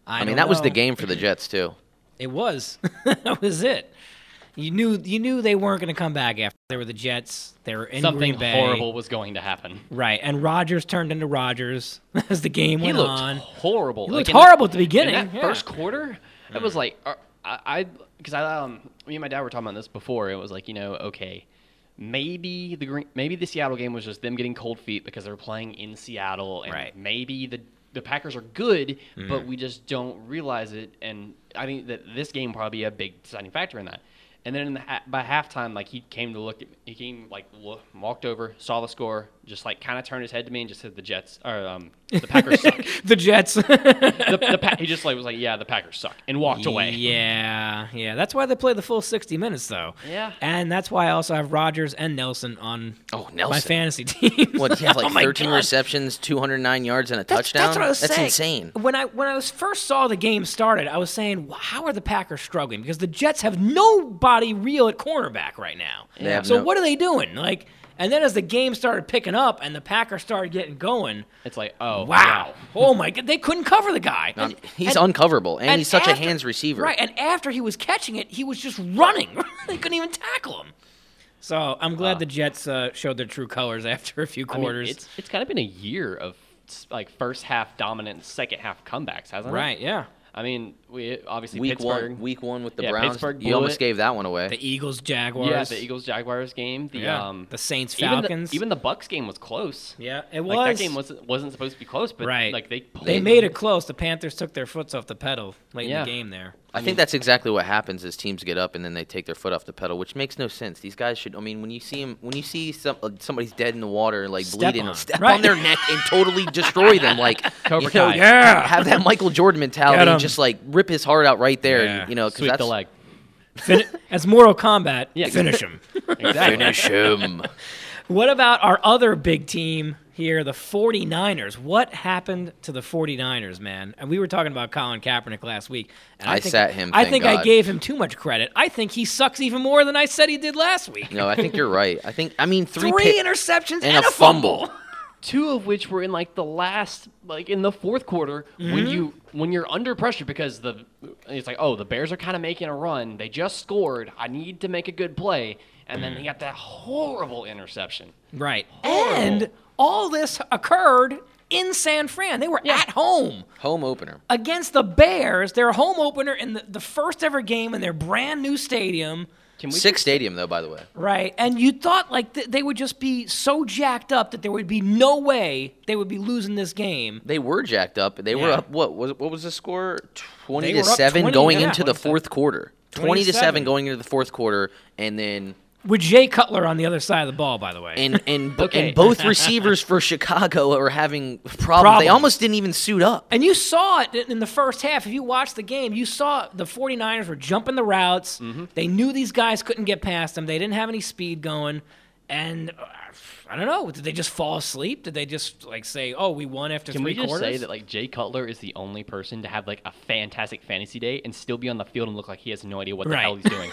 Speaker 2: I,
Speaker 3: I, mean,
Speaker 2: don't
Speaker 3: that was the
Speaker 2: know.
Speaker 3: game for the Jets too.
Speaker 2: It was. that was it. You knew you knew they weren't going to come back after they were the Jets. They were in
Speaker 4: Something
Speaker 2: Green Bay.
Speaker 4: horrible was going to happen.
Speaker 2: Right, and Rogers turned into Rogers as the game
Speaker 4: He
Speaker 2: went
Speaker 4: looked
Speaker 2: on.
Speaker 4: horrible.
Speaker 2: He looked
Speaker 4: in that-
Speaker 2: horrible at the beginning,
Speaker 4: In that
Speaker 2: yeah. Mm.
Speaker 4: first quarter, I was like, are- I, because I, um, me and my dad were talking about this before. It was like, you know, okay, maybe the green, maybe the Seattle game was just them getting cold feet because they were playing in Seattle, and
Speaker 2: Right. Mm.
Speaker 4: maybe the the Packers are good, but we just don't realize it. And I think that this game probably a big deciding factor in that. And then in the, ha- by halftime, like he came to look at he came like look, walked over, saw the score, just like kind of turned his head to me and just said the Jets or um, the Packers suck
Speaker 2: the Jets.
Speaker 4: the, the pa- he just like was like, yeah, the Packers suck, and walked away.
Speaker 2: Yeah, yeah. That's why they play the full sixty minutes, though.
Speaker 4: Yeah.
Speaker 2: and that's why I also have Rogers and Nelson on
Speaker 3: Oh, Nelson.
Speaker 2: my fantasy team.
Speaker 3: What did he have like
Speaker 2: Oh my
Speaker 3: 13
Speaker 2: God.
Speaker 3: receptions, 209 yards, and a touchdown?
Speaker 2: That's what I was saying.
Speaker 3: insane.
Speaker 2: When I when I was first saw the game started, I was saying, "Wh- how are the Packers struggling? Because the Jets have nobody real at cornerback right now.
Speaker 3: They have
Speaker 2: So
Speaker 3: no-
Speaker 2: what are they doing? Like, And then as the game started picking up and the Packers started getting going,
Speaker 4: It's like, oh
Speaker 2: wow, oh my god, they couldn't cover the guy.
Speaker 3: Um,
Speaker 2: And-
Speaker 3: he's
Speaker 2: and-
Speaker 3: uncoverable, and,
Speaker 2: and
Speaker 3: he's such a
Speaker 2: after-
Speaker 3: hands receiver.
Speaker 2: Right, and after he was catching it, he was just running. they couldn't even tackle him. So I'm glad the Jets uh, showed their true colors after a few
Speaker 4: I mean,
Speaker 2: quarters.
Speaker 4: it's it's kind of been a year of s- like first half dominant, second half comebacks, hasn't it?
Speaker 2: right, yeah.
Speaker 4: I mean, we obviously
Speaker 3: Week
Speaker 4: Pittsburgh.
Speaker 3: one, week one with the
Speaker 4: Yeah,
Speaker 3: Browns.
Speaker 4: Pittsburgh
Speaker 3: you
Speaker 4: blew
Speaker 3: almost
Speaker 4: it.
Speaker 3: gave that one away.
Speaker 2: The Eagles, Jaguars.
Speaker 4: yeah, the Eagles Jaguars game. The
Speaker 2: Yeah.
Speaker 4: um,
Speaker 2: The Saints,
Speaker 4: even the-
Speaker 2: Falcons.
Speaker 4: Even the, Bucks game was close.
Speaker 2: yeah, it was.
Speaker 4: Like that game wasn't wasn't supposed to be close, but
Speaker 2: right.
Speaker 4: like they pulled
Speaker 2: they made it close. The Panthers took their foots off the pedal late
Speaker 4: Yeah.
Speaker 2: in the game there.
Speaker 3: I think that's exactly what happens is teams get up and then they take their foot off the pedal, which makes no sense. These guys should. I mean, when you see 'em- when you see some, uh, somebody's dead in the water, like
Speaker 2: Step
Speaker 3: bleeding,
Speaker 2: on 'em.
Speaker 3: step
Speaker 2: Right.
Speaker 3: on their neck and totally destroy them. Like
Speaker 4: Cobra
Speaker 3: you know,
Speaker 4: Kai.
Speaker 2: Yeah.
Speaker 3: have that Michael Jordan
Speaker 2: Get
Speaker 3: mentality,
Speaker 2: 'em.
Speaker 3: and just like rip his heart out right there.
Speaker 2: Yeah.
Speaker 3: You know, because
Speaker 4: sweep
Speaker 3: that's
Speaker 4: the leg.
Speaker 2: Fin- as Mortal Kombat,
Speaker 4: Yeah.
Speaker 2: finish him.
Speaker 4: Exactly.
Speaker 3: finish him.
Speaker 2: what about our other big team here, the 49ers? What happened to the 49ers, man? And we were talking about Colin Kaepernick last week. And
Speaker 3: I sat him,
Speaker 2: I
Speaker 3: thank
Speaker 2: think I
Speaker 3: God.
Speaker 2: gave him too much credit. I think he sucks even more than I said he did last week.
Speaker 3: no, I think you're right. I think I mean three,
Speaker 2: Three,
Speaker 3: pick-
Speaker 2: interceptions and,
Speaker 3: and a fumble.
Speaker 4: two of which were in like the last like in the fourth quarter when you when you're under pressure because the it's like oh the bears are kind of making a run they just scored i need to make a good play and then he got that horrible interception
Speaker 2: Right.
Speaker 4: Horrible.
Speaker 2: And all this occurred in San Fran. They were at home.
Speaker 3: home opener.
Speaker 2: against the Bears, their home opener in the, the first ever game in their brand new stadium,
Speaker 4: can we
Speaker 3: Six stadium though, by the way.
Speaker 2: right? And you thought like th- they would just be so jacked up that there would be no way they would be losing this game.
Speaker 3: They were jacked up. They were
Speaker 2: Yeah.
Speaker 3: up. What was what was the score? Twenty
Speaker 2: They
Speaker 3: to
Speaker 2: were up
Speaker 3: seven
Speaker 2: 20,
Speaker 3: going
Speaker 2: yeah,
Speaker 3: into the
Speaker 2: 27.
Speaker 3: fourth quarter. Twenty to
Speaker 2: 27.
Speaker 3: seven going into the fourth quarter, and then
Speaker 2: With Jay Cutler on the other side of the ball, by the way.
Speaker 3: and and bo-
Speaker 4: Okay.
Speaker 3: and both receivers for Chicago are having problems. They
Speaker 2: Problems.
Speaker 3: almost didn't even suit up.
Speaker 2: And you saw it in the first half. If you watched the game, you saw the 49ers were jumping the routes.
Speaker 4: Mm-hmm.
Speaker 2: They knew these guys couldn't get past them. They didn't have any speed going. And uh, I don't know. Did they just fall asleep? Did they just like say, "Oh, we won after
Speaker 4: can
Speaker 2: three
Speaker 4: we just
Speaker 2: quarters"?
Speaker 4: say that like jay cutler is the only person to have like a fantastic fantasy day and still be on the field and look like he has no idea what the
Speaker 2: Right.
Speaker 4: hell he's doing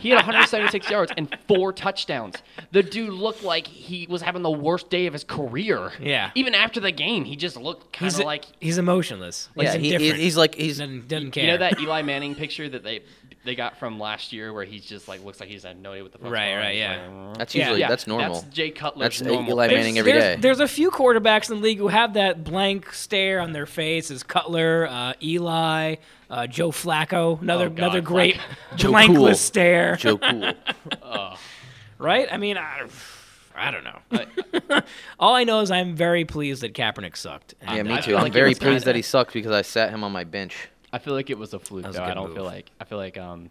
Speaker 4: he had 176 yards and four touchdowns. The dude looked like he was having the worst day of his career.
Speaker 2: Yeah.
Speaker 4: Even after the game, he just looked kind
Speaker 2: he's
Speaker 4: of
Speaker 2: a-
Speaker 4: like
Speaker 2: he's emotionless. Like,
Speaker 3: yeah,
Speaker 2: he's
Speaker 3: he- he,
Speaker 2: indifferent.
Speaker 3: he's like he's
Speaker 2: doesn't, doesn't care.
Speaker 4: You know that Eli Manning picture that they they got from last year, where he's just like looks like he's had no idea what the fuck.
Speaker 2: Right, right, yeah.
Speaker 3: that's
Speaker 2: Yeah.
Speaker 3: usually
Speaker 2: Yeah,
Speaker 3: that's normal.
Speaker 4: That's Jay Cutler's
Speaker 3: That's
Speaker 4: normal.
Speaker 3: Eli
Speaker 4: thing.
Speaker 3: Manning every
Speaker 2: there's,
Speaker 3: day.
Speaker 2: there's a few quarterbacks in the league who have that blank stare on their face. Is Cutler, uh, Eli, uh, Joe Flacco, another
Speaker 4: God,
Speaker 2: another great
Speaker 3: Oh, Joe
Speaker 2: blankless
Speaker 3: Cool.
Speaker 2: stare,
Speaker 3: Joe Cool.
Speaker 2: right? I mean, I, I don't know. All I know is I'm very pleased that Kaepernick sucked. And
Speaker 3: Yeah, me
Speaker 4: I
Speaker 3: too.
Speaker 4: feel
Speaker 3: I'm
Speaker 4: like it
Speaker 3: very
Speaker 4: was
Speaker 3: pleased
Speaker 4: kinda-
Speaker 3: that he sucked because I sat him on my bench.
Speaker 4: I feel like it was a fluke.
Speaker 2: was a
Speaker 4: though. I
Speaker 2: good
Speaker 4: don't
Speaker 2: move.
Speaker 4: feel like I feel like um,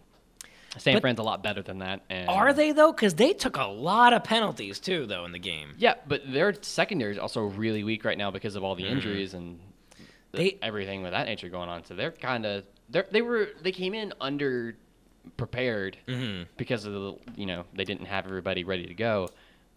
Speaker 4: San
Speaker 2: But-
Speaker 4: Fran's a lot better than that. And
Speaker 2: Are they though? Because they took a lot of penalties too, though, in the game.
Speaker 4: Yeah, but their secondary is also really weak right now because of all the
Speaker 2: Mm-hmm.
Speaker 4: injuries and the-
Speaker 2: They-
Speaker 4: everything with that nature going on. So they're kind of they they were they came in under prepared
Speaker 2: Mm-hmm.
Speaker 4: because of the you know they didn't have everybody ready to go.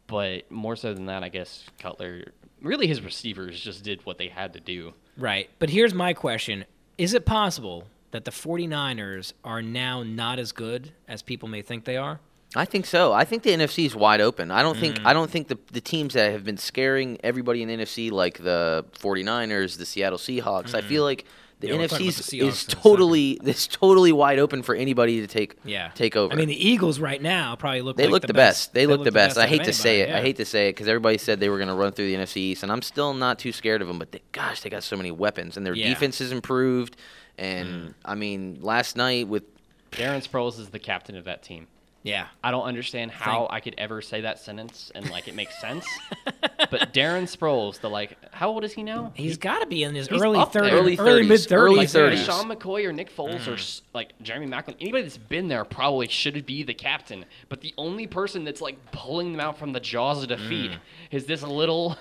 Speaker 4: But more so than that, I guess Cutler really his receivers just did what they had to do.
Speaker 2: Right. But here's my question Is it possible that the 49ers are now not as good as people may think they are?
Speaker 3: I think so. I think the NFC is wide open. I don't
Speaker 2: Mm.
Speaker 3: think I don't think the the teams that have been scaring everybody in the NFC like the 49ers, the Seattle Seahawks. I feel like the
Speaker 2: Mm-hmm. Yeah, we'll talk
Speaker 3: NFC
Speaker 2: about
Speaker 3: is
Speaker 2: the Seahawks in a
Speaker 3: is
Speaker 2: second.
Speaker 3: totally is totally wide open for anybody to take
Speaker 2: Yeah.
Speaker 3: take over.
Speaker 2: I mean, the Eagles right now probably look
Speaker 3: they
Speaker 2: like
Speaker 3: look
Speaker 2: the,
Speaker 3: the, best. They, look,
Speaker 2: look
Speaker 3: the best. I
Speaker 2: out of
Speaker 3: hate to say it.
Speaker 2: anybody,
Speaker 3: I
Speaker 2: yeah.
Speaker 3: hate to say it because everybody said they were going to run through the NFC East, and I'm still not too scared of them. But they, gosh, they got so many weapons, and their
Speaker 2: Yeah. Mm.
Speaker 3: defense has improved. And I mean, last night with
Speaker 4: Darren Sproles is the captain of that team.
Speaker 2: Yeah.
Speaker 4: I don't understand how I could ever say that sentence and like it makes sense. but Darren Sproles, the like, how old is he now?
Speaker 2: He's got to be in his
Speaker 4: He's
Speaker 2: early
Speaker 4: up there.
Speaker 2: 30s,
Speaker 3: Early
Speaker 2: early
Speaker 3: 30s,
Speaker 2: mid 30s.
Speaker 3: early
Speaker 4: like, like
Speaker 3: 30s.
Speaker 4: Sean McCoy or Nick Foles or s or like Jeremy Macklin, anybody that's been there probably should be the captain. But the only person that's like pulling them out from the jaws of defeat is this little,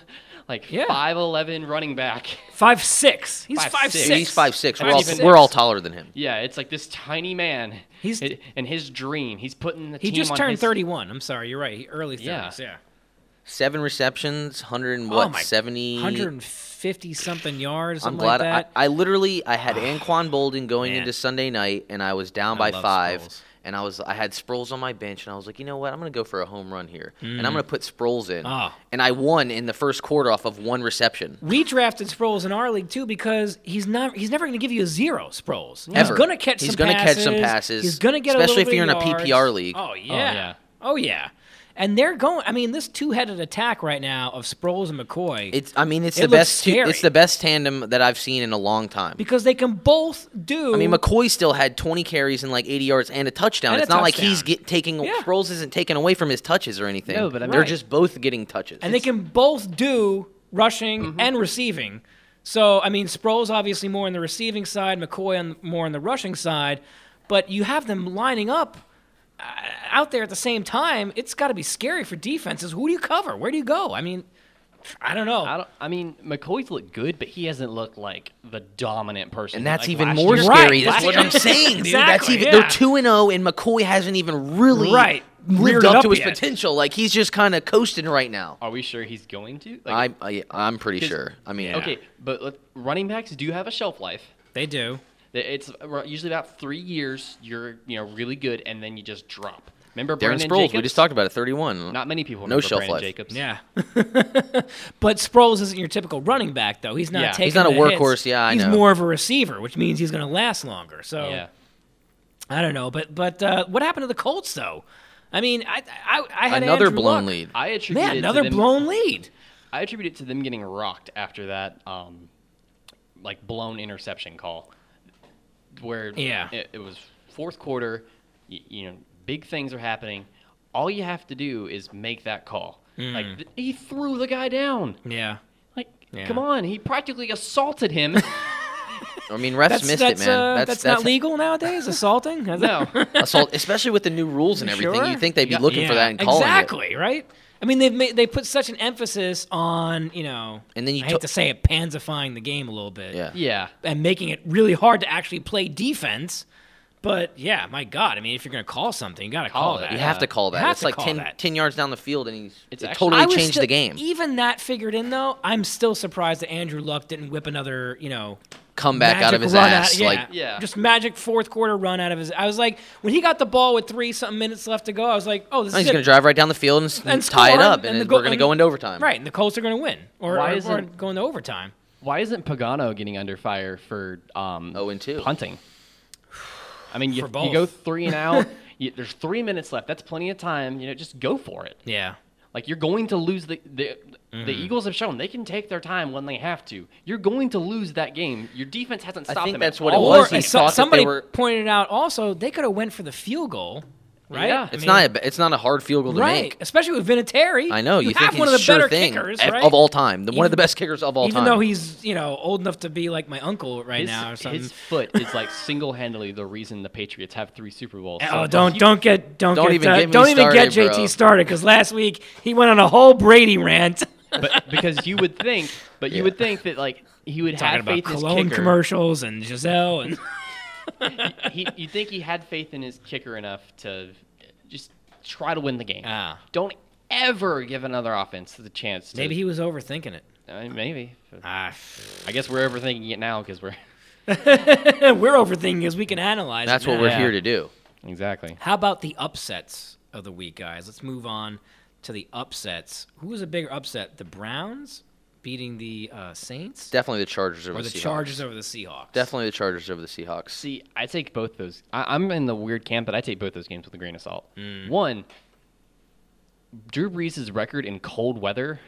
Speaker 4: like
Speaker 2: Mm. Yeah.
Speaker 4: five eleven running back.
Speaker 2: Five six. He's
Speaker 4: Five,
Speaker 2: five,
Speaker 4: six.
Speaker 2: six.
Speaker 4: Yeah,
Speaker 3: he's five six, we're
Speaker 4: Not
Speaker 3: all
Speaker 4: even-
Speaker 3: we're all taller than him.
Speaker 4: Yeah, it's like this tiny man.
Speaker 2: He's-
Speaker 4: i- and his dream. He's putting the
Speaker 2: He
Speaker 4: team
Speaker 2: just
Speaker 4: on
Speaker 2: turned
Speaker 4: his-
Speaker 2: 31. I'm sorry, you're right. He early 30s.
Speaker 4: Yeah.
Speaker 2: Yeah. yeah.
Speaker 3: Seven receptions, hundred and
Speaker 2: Oh
Speaker 3: what
Speaker 2: my-
Speaker 3: seventy.
Speaker 2: 150 something yards.
Speaker 3: I'm
Speaker 2: Something Like
Speaker 3: glad
Speaker 2: that.
Speaker 3: I, I literally I had Anquan Bolden going
Speaker 2: Man.
Speaker 3: into Sunday night, and I was down
Speaker 2: I
Speaker 3: by
Speaker 2: love
Speaker 3: five,
Speaker 2: Sproles.
Speaker 3: and and I was I had Sproles on my bench, and I was like, you know what, I'm gonna go for a home run here, and I'm gonna put Sproles in,
Speaker 2: Mm. Ah.
Speaker 3: and I won in the first quarter off of one reception.
Speaker 2: We drafted Sproles in our league too because he's not he's never going to give you a zero. Sproles, he's
Speaker 3: Ever.
Speaker 2: going to catch.
Speaker 3: He's
Speaker 2: some
Speaker 3: gonna
Speaker 2: passes.
Speaker 3: catch some passes,
Speaker 2: He's going to get
Speaker 3: especially
Speaker 2: a
Speaker 3: if
Speaker 2: little
Speaker 3: you're
Speaker 2: bit of
Speaker 3: in a
Speaker 2: yards.
Speaker 3: PPR league.
Speaker 2: Oh yeah.
Speaker 4: yeah.
Speaker 2: oh yeah, and they're going. I mean, this two-headed attack right now of Sproles and McCoy.
Speaker 3: It's I mean it's
Speaker 2: It
Speaker 3: the
Speaker 2: looks
Speaker 3: best two-
Speaker 2: scary.
Speaker 3: it's the best tandem that I've seen in a long time.
Speaker 2: because they can both do.
Speaker 3: I mean, McCoy still had 20 carries and like 80 yards and a touchdown.
Speaker 2: And a
Speaker 3: it's not like he's
Speaker 2: touchdown.
Speaker 3: get, taking
Speaker 2: Yeah.
Speaker 3: Sproles isn't taking away from his touches or anything.
Speaker 4: No, but I mean-
Speaker 3: they're
Speaker 2: Right.
Speaker 3: just both getting touches.
Speaker 2: and they can both do rushing
Speaker 3: Mm-hmm.
Speaker 2: and receiving. So I mean, Sproles obviously more on the receiving side, McCoy on more on the rushing side, but you have them lining up uh, out there at the same time. It's got to be scary for defenses. Who do you cover? Where do you go? I mean, I don't know.
Speaker 4: I don't. I mean, McCoy's looked good, but he hasn't looked like the dominant person.
Speaker 3: And that's
Speaker 4: like
Speaker 3: even
Speaker 4: last
Speaker 3: more
Speaker 4: year.
Speaker 2: Right.
Speaker 3: scary.
Speaker 2: last
Speaker 3: That's what
Speaker 2: year.
Speaker 3: I'm saying, dude. That's
Speaker 2: Exactly,
Speaker 3: even
Speaker 2: yeah.
Speaker 3: they're two and zero, and McCoy hasn't even really
Speaker 2: Right. Reared
Speaker 3: lived
Speaker 2: it
Speaker 3: up,
Speaker 2: up
Speaker 3: to his
Speaker 2: yet.
Speaker 3: potential. Like he's just kind of coasting right now.
Speaker 4: Are we sure he's going to?
Speaker 3: I'm I, I'm pretty
Speaker 4: 'cause-
Speaker 3: sure. I mean,
Speaker 4: Okay, but let, running backs do have a shelf life.
Speaker 2: they do.
Speaker 4: They- It's ar- usually about three years. You're you know really good, and then you just drop. Remember
Speaker 3: Darren
Speaker 4: Brandon
Speaker 3: Sproles.
Speaker 4: Jacobs?
Speaker 3: We just talked about it. 31.
Speaker 4: Not many people
Speaker 3: No
Speaker 4: remember
Speaker 3: shelf
Speaker 4: Brandon
Speaker 3: life.
Speaker 4: Jacobs.
Speaker 2: Yeah, but Sproles isn't your typical running back, though. He's not.
Speaker 4: Yeah. He's
Speaker 2: Taking
Speaker 3: not a
Speaker 2: the hits.
Speaker 3: workhorse, yeah, I
Speaker 2: he's
Speaker 3: know.
Speaker 2: more of a receiver, which means he's going to last longer. So
Speaker 4: Yeah.
Speaker 2: I don't know, but but uh, what happened to the Colts though? I mean, I I, I had
Speaker 3: Another
Speaker 2: Andrew
Speaker 3: blown
Speaker 2: Luck.
Speaker 3: lead.
Speaker 4: I attribute
Speaker 2: Man,
Speaker 4: it
Speaker 2: another
Speaker 4: to them,
Speaker 2: blown lead.
Speaker 4: I attribute it to them getting rocked after that, um, like blown interception call, where
Speaker 2: Yeah.
Speaker 4: it, it was fourth quarter. You, you know, big things are happening. All you have to do is make that call. Like
Speaker 2: Mm.
Speaker 4: th- he threw the guy down.
Speaker 2: Yeah,
Speaker 4: Like,
Speaker 2: Yeah.
Speaker 4: come on, he practically assaulted him.
Speaker 3: I mean, refs
Speaker 2: that's
Speaker 3: missed
Speaker 2: that's,
Speaker 3: it, man.
Speaker 2: uh,
Speaker 3: that's,
Speaker 2: that's, not legal nowadays. Assaulting? Is
Speaker 4: no,
Speaker 2: that-
Speaker 3: assault, especially with the new rules and everything.
Speaker 2: Sure.
Speaker 3: You think they'd be
Speaker 4: Yeah.
Speaker 3: looking for
Speaker 2: Yeah,
Speaker 3: that and calling it.
Speaker 2: exactly right. I mean, they've made, they put such an emphasis on you know,
Speaker 3: And then you
Speaker 2: I hate
Speaker 3: took-
Speaker 2: to say it, pansifying the game a little bit.
Speaker 3: Yeah.
Speaker 4: yeah,
Speaker 2: and making it really hard to actually play defense. But yeah, my God, I mean, if you're going to call something, you got to call,
Speaker 4: Call it,
Speaker 2: that.
Speaker 3: You have to call that.
Speaker 2: have
Speaker 3: It's
Speaker 2: to
Speaker 3: like
Speaker 2: call
Speaker 3: 10,
Speaker 2: that.
Speaker 3: 10 yards down the field, and he's
Speaker 4: It's
Speaker 3: it
Speaker 4: actually-
Speaker 3: totally
Speaker 2: I was
Speaker 3: changed
Speaker 2: still-
Speaker 3: the game.
Speaker 2: Even that figured in though, I'm still surprised that Andrew Luck didn't whip another, you know,
Speaker 3: Come back out of
Speaker 2: magic
Speaker 3: his
Speaker 2: run
Speaker 3: ass.
Speaker 2: yeah,
Speaker 3: like
Speaker 4: Yeah.
Speaker 2: just magic fourth quarter run out of his. I was like, when he got the ball with three something minutes left to go, I was like, oh, this
Speaker 3: he's
Speaker 2: is
Speaker 3: going to
Speaker 2: it.
Speaker 3: drive right down the field and, s-
Speaker 2: And
Speaker 3: tie it
Speaker 2: score,
Speaker 3: up, and,
Speaker 2: and the
Speaker 3: then
Speaker 2: go-
Speaker 3: we're going to
Speaker 2: and-
Speaker 3: go into overtime.
Speaker 2: Right, and the Colts are going to win, or,
Speaker 4: Why
Speaker 2: or- or
Speaker 4: isn't-
Speaker 2: going to overtime.
Speaker 4: why isn't Pagano getting under fire for um,
Speaker 3: Oh, and two.
Speaker 4: punting? I mean, you,
Speaker 2: For
Speaker 4: you go
Speaker 2: both.
Speaker 4: three and out. you, there's three minutes left. That's plenty of time. You know, just go for it.
Speaker 2: Yeah,
Speaker 4: Like you're going to lose the the,
Speaker 2: Mm-hmm.
Speaker 4: the Eagles have shown they can take their time when they have to. You're going to lose that game. Your defense hasn't
Speaker 3: I
Speaker 4: stopped
Speaker 3: think
Speaker 4: them.
Speaker 3: that's
Speaker 4: at
Speaker 3: what it
Speaker 4: all.
Speaker 2: or
Speaker 3: was. He
Speaker 2: and so-
Speaker 3: thought that they
Speaker 2: somebody
Speaker 3: were-
Speaker 2: pointed out also they could have went for the field goal, right?
Speaker 4: Yeah.
Speaker 2: I
Speaker 3: It's
Speaker 2: mean,
Speaker 3: not. A, ba- it's not a hard field goal to
Speaker 2: right,
Speaker 3: make.
Speaker 2: especially with Vinatieri.
Speaker 3: I know. You
Speaker 2: who
Speaker 3: think
Speaker 2: have
Speaker 3: he's
Speaker 2: one of the
Speaker 3: sure
Speaker 2: better
Speaker 3: thing
Speaker 2: kickers
Speaker 3: ev-
Speaker 2: right?
Speaker 3: of all time, the, one of the
Speaker 2: Even-
Speaker 3: best kickers of all
Speaker 2: Even
Speaker 3: time.
Speaker 2: though he's you know old enough to be like my uncle right
Speaker 4: His,
Speaker 2: now or something.
Speaker 4: his foot is like single-handedly the reason the Patriots have three Super Bowls.
Speaker 2: Oh,
Speaker 4: So
Speaker 2: don't
Speaker 4: you-
Speaker 2: don't get don't,
Speaker 3: Don't
Speaker 2: get
Speaker 3: even
Speaker 2: uh,
Speaker 3: get me
Speaker 2: don't even get
Speaker 3: started,
Speaker 2: JT
Speaker 3: bro.
Speaker 2: started because last week he went on a whole Brady rant
Speaker 4: But because you would think, but you would think that like he would
Speaker 2: talking
Speaker 4: have
Speaker 2: about
Speaker 4: faith in his
Speaker 2: cologne
Speaker 4: kicker.
Speaker 2: commercials and Giselle and
Speaker 4: He, you think he had faith in his kicker enough to just try to win the game.
Speaker 2: Ah.
Speaker 4: Don't ever give another offense the chance. To,
Speaker 2: maybe he was overthinking it.
Speaker 4: I mean, maybe.
Speaker 2: Ah,
Speaker 4: I guess we're overthinking it now because we're
Speaker 2: we're overthinking as we can analyze. it
Speaker 3: that's what
Speaker 2: now.
Speaker 3: we're
Speaker 4: Yeah.
Speaker 3: here to do.
Speaker 4: exactly.
Speaker 2: How about the upsets of the week, guys? Let's move on to the upsets. Who was a bigger upset? The Browns beating the uh, Saints
Speaker 3: Definitely the Chargers over
Speaker 2: or the
Speaker 3: Seahawks.
Speaker 2: Chargers over the Seahawks?
Speaker 3: Definitely the Chargers over the Seahawks.
Speaker 4: See, I take both those. I, I'm in the weird camp that I take both those games with a grain of salt.
Speaker 2: Mm.
Speaker 4: One, Drew Brees' record in cold weather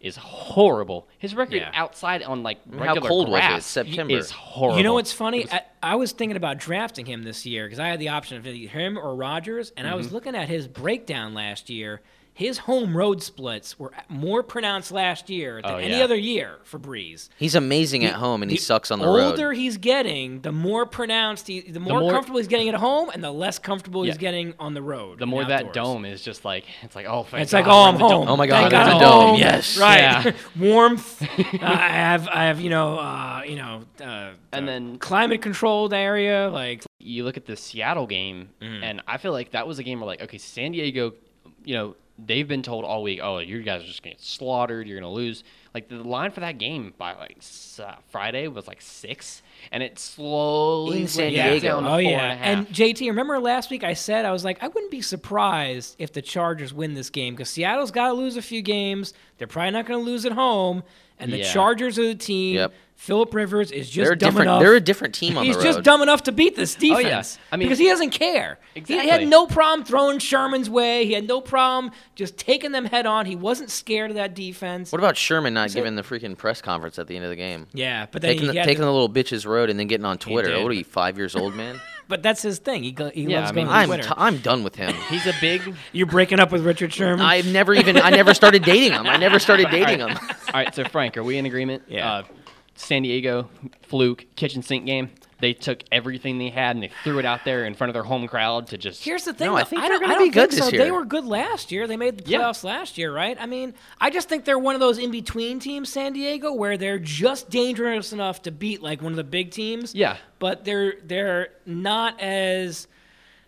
Speaker 4: is horrible. His record
Speaker 2: Mm-hmm. Yeah.
Speaker 4: outside on like
Speaker 3: how
Speaker 4: regular
Speaker 3: cold was it?
Speaker 4: grass
Speaker 3: September.
Speaker 4: is horrible.
Speaker 2: You know what's funny? I, I was thinking about drafting him this year because I had the option of either him or Rodgers, and I was
Speaker 4: Mm-hmm.
Speaker 2: looking at his breakdown last year. His home road splits were more pronounced last year than
Speaker 4: Oh,
Speaker 2: any
Speaker 4: yeah.
Speaker 2: other year for Breeze.
Speaker 3: He's amazing at home, and he
Speaker 2: The
Speaker 3: sucks on the
Speaker 2: older
Speaker 3: road.
Speaker 2: he's getting, the more pronounced he, the more,
Speaker 4: more-
Speaker 2: comfortable he's getting at home, and the less comfortable he's
Speaker 4: Yeah.
Speaker 2: getting on the road.
Speaker 4: The
Speaker 2: and
Speaker 4: more that
Speaker 2: outdoors.
Speaker 4: dome is just like it's like oh, thank
Speaker 2: It's like,
Speaker 4: God,
Speaker 2: oh,
Speaker 4: we're
Speaker 2: I'm
Speaker 4: in the
Speaker 2: home.
Speaker 4: dome.
Speaker 3: Oh my God,
Speaker 2: Thank
Speaker 3: we're in
Speaker 2: I'm
Speaker 3: the dome.
Speaker 2: home.
Speaker 3: Yes.
Speaker 2: right.
Speaker 4: Yeah.
Speaker 2: Warmth. Uh, I have, I have, you know, uh, you know, uh,
Speaker 4: And
Speaker 2: uh,
Speaker 4: then-
Speaker 2: climate controlled area, like
Speaker 4: you look at the Seattle game,
Speaker 2: Mm-hmm.
Speaker 4: and I feel like that was a game where, like, okay, San Diego, you know, they've been told all week, oh, you guys are just going to get slaughtered. You're going to lose. Like the line for that game by like s- uh, Friday was like six, and it slowly
Speaker 3: In
Speaker 4: went
Speaker 3: San
Speaker 4: back
Speaker 3: Diego.
Speaker 4: down to
Speaker 2: Oh
Speaker 4: four
Speaker 2: yeah.
Speaker 4: and a half.
Speaker 2: and JT, remember last week I said I was like I wouldn't be surprised if the Chargers win this game because Seattle's got to lose a few games. They're probably not going to lose at home, and the
Speaker 4: Yeah.
Speaker 2: Chargers are the team.
Speaker 3: Yep.
Speaker 2: Philip Rivers is just
Speaker 3: They're a
Speaker 2: dumb
Speaker 3: different.
Speaker 2: enough.
Speaker 3: They're a different team on
Speaker 2: He's
Speaker 3: the road.
Speaker 2: just dumb enough to beat this
Speaker 4: Oh, yeah.
Speaker 2: defense.
Speaker 4: I mean-
Speaker 2: because he doesn't care. He- He had
Speaker 4: Exactly.
Speaker 2: no problem throwing Sherman's way. He had no problem just taking them head on. He wasn't scared of that defense.
Speaker 3: What about Sherman not giving the freaking press conference at the end of the game?
Speaker 2: yeah, but then
Speaker 3: Taking,
Speaker 2: he
Speaker 3: the,
Speaker 2: had
Speaker 3: taking
Speaker 2: to-
Speaker 3: the little bitch's road and then getting on Twitter.
Speaker 2: did.
Speaker 3: What are you, five years old, man?
Speaker 2: but that's his thing. He, go, he
Speaker 4: Yeah,
Speaker 2: loves
Speaker 4: I mean,
Speaker 2: going
Speaker 3: I'm
Speaker 2: to Twitter.
Speaker 3: t- I'm done with him.
Speaker 4: He's a big.
Speaker 2: You're breaking up with Richard Sherman.
Speaker 3: I've never even I never started dating him. I never started dating him.
Speaker 4: All right, so Frank, are we in agreement?
Speaker 2: Yeah.
Speaker 4: Uh, San Diego fluke kitchen sink game. They took everything they had and they threw it out there in front of their home crowd to just.
Speaker 2: Here's the thing.
Speaker 3: No, I
Speaker 2: though, I
Speaker 3: think they're
Speaker 2: don't,
Speaker 3: gonna
Speaker 2: I don't
Speaker 3: be good
Speaker 2: think so.
Speaker 3: this
Speaker 2: They
Speaker 3: year.
Speaker 2: were good last year. They made the
Speaker 4: Yeah.
Speaker 2: playoffs last year, right? I mean, I just think they're one of those in between teams, San Diego, where they're just dangerous enough to beat like one of the big teams.
Speaker 4: Yeah.
Speaker 2: But they're they're not as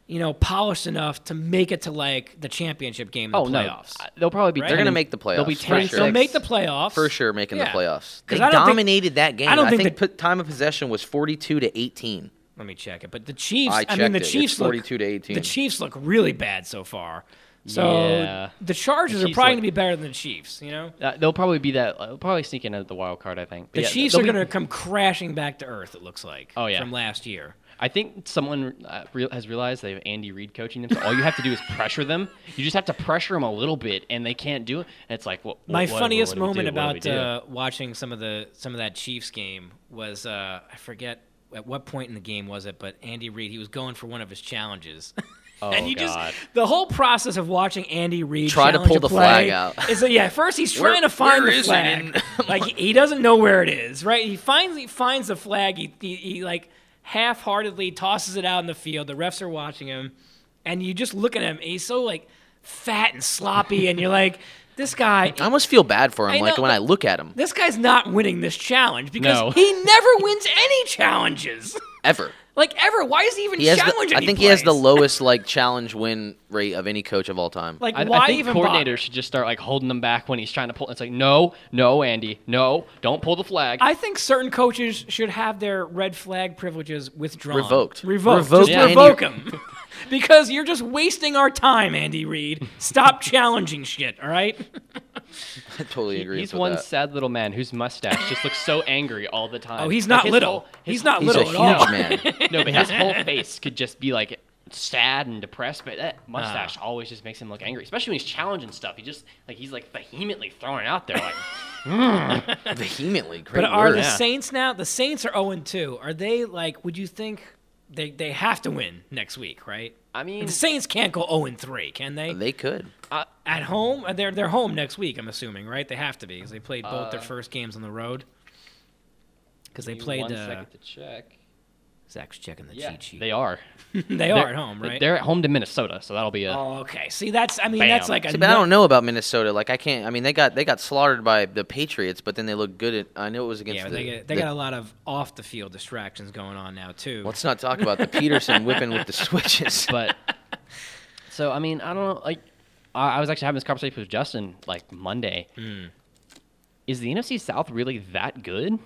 Speaker 2: you know polished enough to make it to like the championship game. In
Speaker 4: oh
Speaker 2: the
Speaker 4: no,
Speaker 2: playoffs.
Speaker 4: Uh, they'll probably be.
Speaker 2: Right?
Speaker 4: 10
Speaker 3: They're gonna
Speaker 4: and-
Speaker 3: make the
Speaker 4: They'll be
Speaker 3: playoffs,
Speaker 4: ten.
Speaker 3: for
Speaker 4: and
Speaker 3: sure.
Speaker 2: They'll
Speaker 4: six.
Speaker 2: make the playoffs
Speaker 3: For sure, making
Speaker 2: Yeah.
Speaker 3: the playoffs.
Speaker 2: 'Cause
Speaker 3: They
Speaker 2: I don't think-
Speaker 3: dominated that game.
Speaker 2: I
Speaker 3: I,
Speaker 2: don't think
Speaker 3: think
Speaker 2: they-
Speaker 3: p- time of possession was 42 to 18.
Speaker 2: Let me check it. But the Chiefs.
Speaker 3: I
Speaker 2: I, mean,
Speaker 3: checked
Speaker 2: the
Speaker 3: it. It's
Speaker 2: Chiefs look
Speaker 3: 42 to 18.
Speaker 2: The Chiefs look really bad so far. So
Speaker 4: Yeah.
Speaker 2: the Chargers
Speaker 4: The
Speaker 2: are
Speaker 4: Chiefs
Speaker 2: probably
Speaker 4: look-
Speaker 2: going to be better than the Chiefs. You know.
Speaker 4: Uh, they'll probably be that. Uh, they'll probably sneak in at the wild card. I think. But
Speaker 2: The
Speaker 4: yeah,
Speaker 2: Chiefs
Speaker 4: they'll
Speaker 2: are
Speaker 4: be-
Speaker 2: going to come crashing back to earth. It looks like.
Speaker 4: Oh, yeah.
Speaker 2: From last year.
Speaker 4: I think someone uh, real has realized they have Andy Reid coaching them. So all you have to do is pressure them. You just have to pressure them a little bit, and they can't do it. And it's like, well,
Speaker 2: My
Speaker 4: what- what-
Speaker 2: funniest
Speaker 4: what do we
Speaker 2: moment
Speaker 4: do? What do we
Speaker 2: about
Speaker 4: do?
Speaker 2: uh, watching some of the some of that Chiefs game was uh, I forget at what point in the game was it, but Andy Reid he was going for one of his challenges.
Speaker 4: Oh,
Speaker 2: and you
Speaker 4: God.
Speaker 2: just the whole process of watching Andy Reid
Speaker 3: Try to
Speaker 2: challenge
Speaker 3: pull
Speaker 2: a
Speaker 3: the
Speaker 2: play
Speaker 3: flag out.
Speaker 2: Is that, yeah, first he's
Speaker 3: Where-
Speaker 2: trying to find
Speaker 3: where
Speaker 2: the
Speaker 3: is it
Speaker 2: flag.
Speaker 3: in-
Speaker 2: like he, he doesn't know where it is, right? He finally finds the flag. He he, he like half-heartedly tosses it out in the field. The refs are watching him, and you just look at him. And he's so like fat and sloppy, and you're like, this guy.
Speaker 3: I almost feel bad for him.
Speaker 2: I
Speaker 3: like
Speaker 2: know,
Speaker 3: when I
Speaker 2: but-
Speaker 3: look at him,
Speaker 2: This guy's not winning this challenge because
Speaker 4: No.
Speaker 2: he never wins any challenges.
Speaker 3: ever.
Speaker 2: Like ever. Why is he even
Speaker 3: He has.
Speaker 2: challenging?
Speaker 3: The, I think he has the lowest like challenge win rate of any coach of all time.
Speaker 2: Like
Speaker 4: I,
Speaker 2: why
Speaker 4: I think
Speaker 2: even bother?
Speaker 4: coordinators should just start like holding them back when he's trying to pull. It's like, no, no, Andy, no, don't pull the flag.
Speaker 2: I think certain coaches should have their red flag privileges withdrawn.
Speaker 3: Revoked.
Speaker 2: Revoked.
Speaker 3: Revoked,
Speaker 2: Just
Speaker 3: Andy.
Speaker 2: revoke them. because you're just wasting our time, Andy Reid. Stop challenging shit, all right?
Speaker 3: I totally agree.
Speaker 4: he's
Speaker 3: with
Speaker 4: one
Speaker 3: that.
Speaker 4: sad little man whose mustache just looks so angry all the time.
Speaker 2: Oh, he's
Speaker 4: Like,
Speaker 2: not
Speaker 4: his
Speaker 2: little.
Speaker 4: whole- his-
Speaker 2: he's not
Speaker 3: He's a
Speaker 2: little
Speaker 3: huge
Speaker 2: at all.
Speaker 3: man.
Speaker 4: no, but his whole face could just be like sad and depressed. But that
Speaker 2: Ah.
Speaker 4: mustache always just makes him look angry, especially when he's challenging stuff. He just like he's like vehemently throwing it out there. Like,
Speaker 3: Vehemently, great
Speaker 2: But are
Speaker 3: word.
Speaker 2: the
Speaker 4: Yeah.
Speaker 2: Saints now? The Saints are 0 2. Are they like, would you think they, they have to win next week, right?
Speaker 4: I mean,
Speaker 2: The Saints can't go 0 3, can they?
Speaker 3: They could.
Speaker 2: At home? Uh, They're, they're home next week, I'm assuming, right? They have to be because they played both their first games on the road. Because they
Speaker 4: Uh, give me
Speaker 2: played.
Speaker 4: one
Speaker 2: uh,
Speaker 4: second to check.
Speaker 2: Zach's checking the
Speaker 4: Yeah,
Speaker 2: cheat sheet.
Speaker 4: they are.
Speaker 2: They
Speaker 4: They're-
Speaker 2: are at home, right?
Speaker 4: They're at home to Minnesota, so that'll be a.
Speaker 2: oh, okay. See, that's I mean,
Speaker 4: Bam.
Speaker 2: that's like a
Speaker 3: See, but I
Speaker 2: no-
Speaker 3: don't know about Minnesota. Like I can't. I mean, they got they got slaughtered by the Patriots, but then they look good. At, I know it was against.
Speaker 2: Yeah, but
Speaker 3: the,
Speaker 2: they, get, they
Speaker 3: the-
Speaker 2: got a lot of off the field distractions going on now too.
Speaker 3: Let's not talk about the Peterson whipping with the switches.
Speaker 4: but so I mean, I don't know. Like, I, I was actually having this conversation with Justin like Monday.
Speaker 2: Hmm.
Speaker 4: Is the NFC South really that good?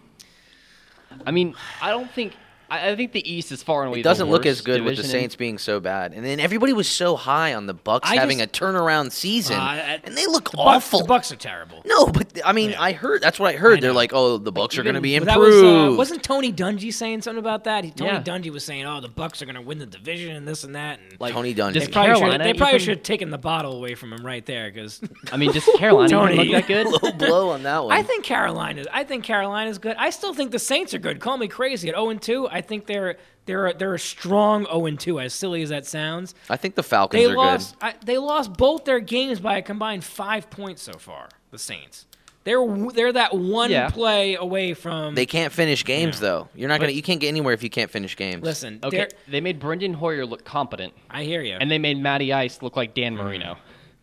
Speaker 4: I mean, I don't think. I, I think the East is far and away.
Speaker 3: It doesn't
Speaker 4: the
Speaker 3: look as
Speaker 4: worst
Speaker 3: good with the
Speaker 4: division in-
Speaker 3: Saints being so bad. And then everybody was so high on the Bucks
Speaker 2: I
Speaker 3: having
Speaker 2: just-
Speaker 3: a turnaround season,
Speaker 2: Uh, I-
Speaker 3: and they look
Speaker 2: the Bucks,
Speaker 3: awful.
Speaker 2: the Bucks are terrible.
Speaker 3: No, but th- I mean,
Speaker 2: Yeah.
Speaker 3: I heard that's what I heard.
Speaker 2: I
Speaker 3: They're
Speaker 2: know.
Speaker 3: like, oh, the Bucks are going to
Speaker 2: Even-
Speaker 3: be
Speaker 2: but that was, uh,
Speaker 3: improved.
Speaker 2: wasn't Tony Dungy saying something about that? He, Tony
Speaker 4: Yeah.
Speaker 2: Dungy was saying, "Oh, the Bucks are going to win the division and this and that." And
Speaker 3: like, Tony
Speaker 2: they
Speaker 3: Dungy.
Speaker 4: just
Speaker 2: probably, should,
Speaker 4: Carolina,
Speaker 2: they
Speaker 4: you
Speaker 2: probably
Speaker 4: can-
Speaker 2: should have taken the bottle away from him right there because
Speaker 4: I mean, does Carolina even
Speaker 2: Tony.
Speaker 4: look that good?
Speaker 3: Low blow on that one.
Speaker 2: I think Carolina. I think Carolina's good. I still think the Saints are good. Call me crazy at 0 2. I think they're they're they're a strong 0 2. As silly as that sounds,
Speaker 3: I think the Falcons
Speaker 2: they
Speaker 3: are
Speaker 2: lost. I, they lost both their games by a combined five points so far. The Saints. They're w- they're that one
Speaker 4: Yeah.
Speaker 2: play away from.
Speaker 3: good. They can't finish games
Speaker 2: Yeah.
Speaker 3: though. You're not gonna. You can't get anywhere if you can't finish games.
Speaker 2: listen.
Speaker 4: Okay,
Speaker 2: they're-
Speaker 4: they made Brendan Hoyer look competent,
Speaker 2: I hear you.
Speaker 4: and they made Matty Ice look like
Speaker 2: Mm.
Speaker 4: Dan Marino.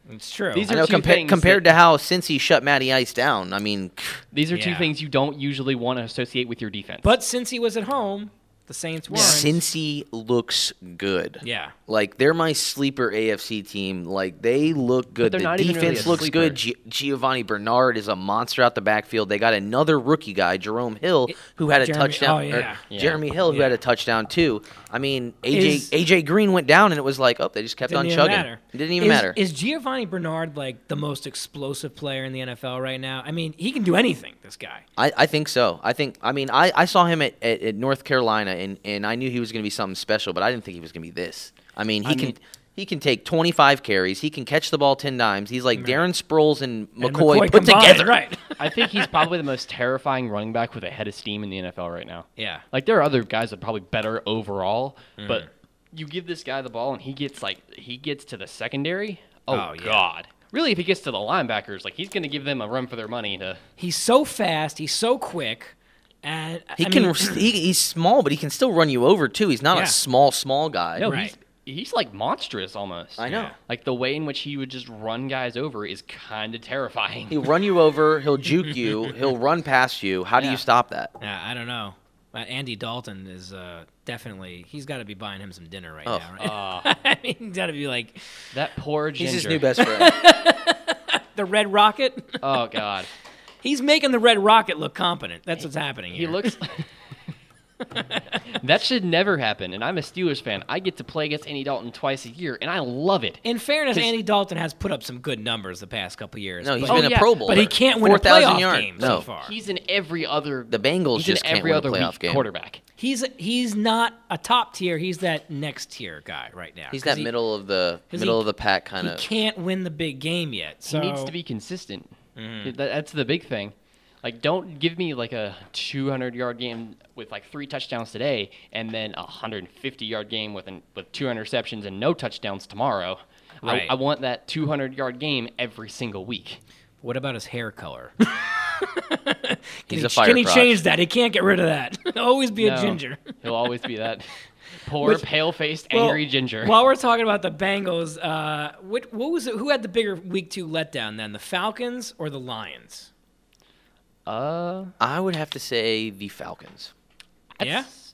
Speaker 2: it's true.
Speaker 4: these
Speaker 3: I
Speaker 4: are
Speaker 3: know
Speaker 4: two
Speaker 3: compa-
Speaker 4: things
Speaker 3: compared
Speaker 4: that-
Speaker 3: to how since he shut Matty Ice down, I mean,
Speaker 4: These are two
Speaker 2: Yeah.
Speaker 4: things you don't usually want to associate with your defense.
Speaker 2: but since he was at home, the Saints were.
Speaker 3: Cincy looks good.
Speaker 2: Yeah.
Speaker 3: Like they're my sleeper AFC team. Like they look good.
Speaker 4: they're
Speaker 3: The
Speaker 4: not even
Speaker 3: defense
Speaker 4: really a
Speaker 3: looks
Speaker 4: sleeper.
Speaker 3: good. G- Giovanni Bernard is a monster out the backfield. They got another rookie guy, Jerome Hill, who had a
Speaker 2: Jeremy-
Speaker 3: touchdown.
Speaker 2: oh,
Speaker 3: or
Speaker 2: yeah.
Speaker 4: Yeah.
Speaker 3: Jeremy Hill, who had
Speaker 2: Yeah.
Speaker 3: a touchdown too. I mean, AJ
Speaker 2: Is-
Speaker 3: AJ Green went down, and it was like, oh, they just kept
Speaker 2: Didn't
Speaker 3: on
Speaker 2: even
Speaker 3: chugging.
Speaker 2: matter.
Speaker 3: It didn't even
Speaker 2: is,
Speaker 3: matter.
Speaker 2: Is Giovanni Bernard like the most explosive player in the NFL right now? I mean, he can do anything. This guy.
Speaker 3: I, I think so. I think I mean I, I saw him at, at, at North Carolina and, and I knew he was gonna be something special, but I didn't think he was gonna be this. I mean he
Speaker 2: I
Speaker 3: can
Speaker 2: mean-
Speaker 3: he can take twenty five carries, he can catch the ball ten times. He's like Darren Sproles and McCoy,
Speaker 2: And
Speaker 3: put
Speaker 2: combined,
Speaker 3: together.
Speaker 2: right?
Speaker 4: I think he's probably the most terrifying running back with a head of steam in the NFL right now.
Speaker 2: Yeah.
Speaker 4: Like there are other guys that are probably better overall,
Speaker 2: Mm.
Speaker 4: but you give this guy the ball and he gets like he gets to the secondary. Oh,
Speaker 2: Oh, yeah.
Speaker 4: god. Really if he gets to the linebackers, like he's going to give them a run for their money to
Speaker 2: He's so fast. He's so quick, and
Speaker 3: He
Speaker 2: I
Speaker 3: can
Speaker 2: mean,
Speaker 3: he, he's small, but he can still run you over too. He's not
Speaker 2: Yeah.
Speaker 3: a small, small guy.
Speaker 4: No,
Speaker 2: Right.
Speaker 4: he's he's like monstrous almost.
Speaker 3: I know. Yeah.
Speaker 4: Like the way in which he would just run guys over is kind of terrifying.
Speaker 3: He'll run you over, he'll juke you, he'll run past you. How do
Speaker 4: Yeah.
Speaker 3: you stop that?
Speaker 2: Yeah, I don't know. Uh, Andy Dalton is uh, definitely he's got to be buying him some dinner right
Speaker 3: Oh.
Speaker 2: now. Right?
Speaker 4: Uh,
Speaker 2: I mean, he's got to be like
Speaker 4: that poor ginger.
Speaker 3: He's his new best friend.
Speaker 2: the Red Rocket.
Speaker 4: Oh god.
Speaker 2: he's making the Red Rocket look competent. That's what's happening
Speaker 4: He
Speaker 2: here.
Speaker 4: looks. that should never happen. And I'm a Steelers fan. I get to play against Andy Dalton twice a year, and I love it.
Speaker 2: In fairness,
Speaker 4: 'Cause-
Speaker 2: Andy Dalton has put up some good numbers the past couple years.
Speaker 3: No, he's
Speaker 2: but-
Speaker 3: been
Speaker 4: Oh, yeah,
Speaker 3: a Pro Bowl.
Speaker 2: but he can't win a
Speaker 3: 4,000
Speaker 2: playoff
Speaker 3: yard.
Speaker 2: game
Speaker 3: no.
Speaker 2: so far.
Speaker 4: He's in every other.
Speaker 3: The Bengals
Speaker 4: he's
Speaker 3: just
Speaker 4: in
Speaker 3: can't
Speaker 4: every
Speaker 3: win a
Speaker 4: other
Speaker 3: playoff
Speaker 4: week
Speaker 3: game.
Speaker 4: quarterback.
Speaker 2: He's he's not a top tier. He's that next tier guy right now.
Speaker 3: He's
Speaker 2: 'Cause
Speaker 3: that
Speaker 2: he-
Speaker 3: middle of the
Speaker 2: 'cause
Speaker 3: middle
Speaker 2: he-
Speaker 3: of the pack kind
Speaker 2: He
Speaker 3: of
Speaker 2: can't win the big game yet. So Mm-hmm.
Speaker 4: He needs to be consistent. That- that's the big thing. Like, don't give me like a 200 yard game with like three touchdowns today, and then a 150 yard game with an, with two interceptions and no touchdowns tomorrow. I-
Speaker 2: Right.
Speaker 4: I want that 200 yard game every single week.
Speaker 2: What about his hair color?
Speaker 3: He's
Speaker 2: can he,
Speaker 3: a
Speaker 2: Can he
Speaker 3: firecrotch.
Speaker 2: change that? He can't get rid of that. He'll Always be a
Speaker 4: No,
Speaker 2: ginger.
Speaker 4: He'll always be that poor,
Speaker 2: Which-
Speaker 4: pale-faced,
Speaker 2: Well,
Speaker 4: angry ginger.
Speaker 2: While we're talking about the Bengals, uh, what, what was it? Who had the bigger Week Two letdown then, the Falcons or the Lions?
Speaker 4: uh,
Speaker 3: I would have to say the Falcons.
Speaker 2: Yeah.
Speaker 4: that's-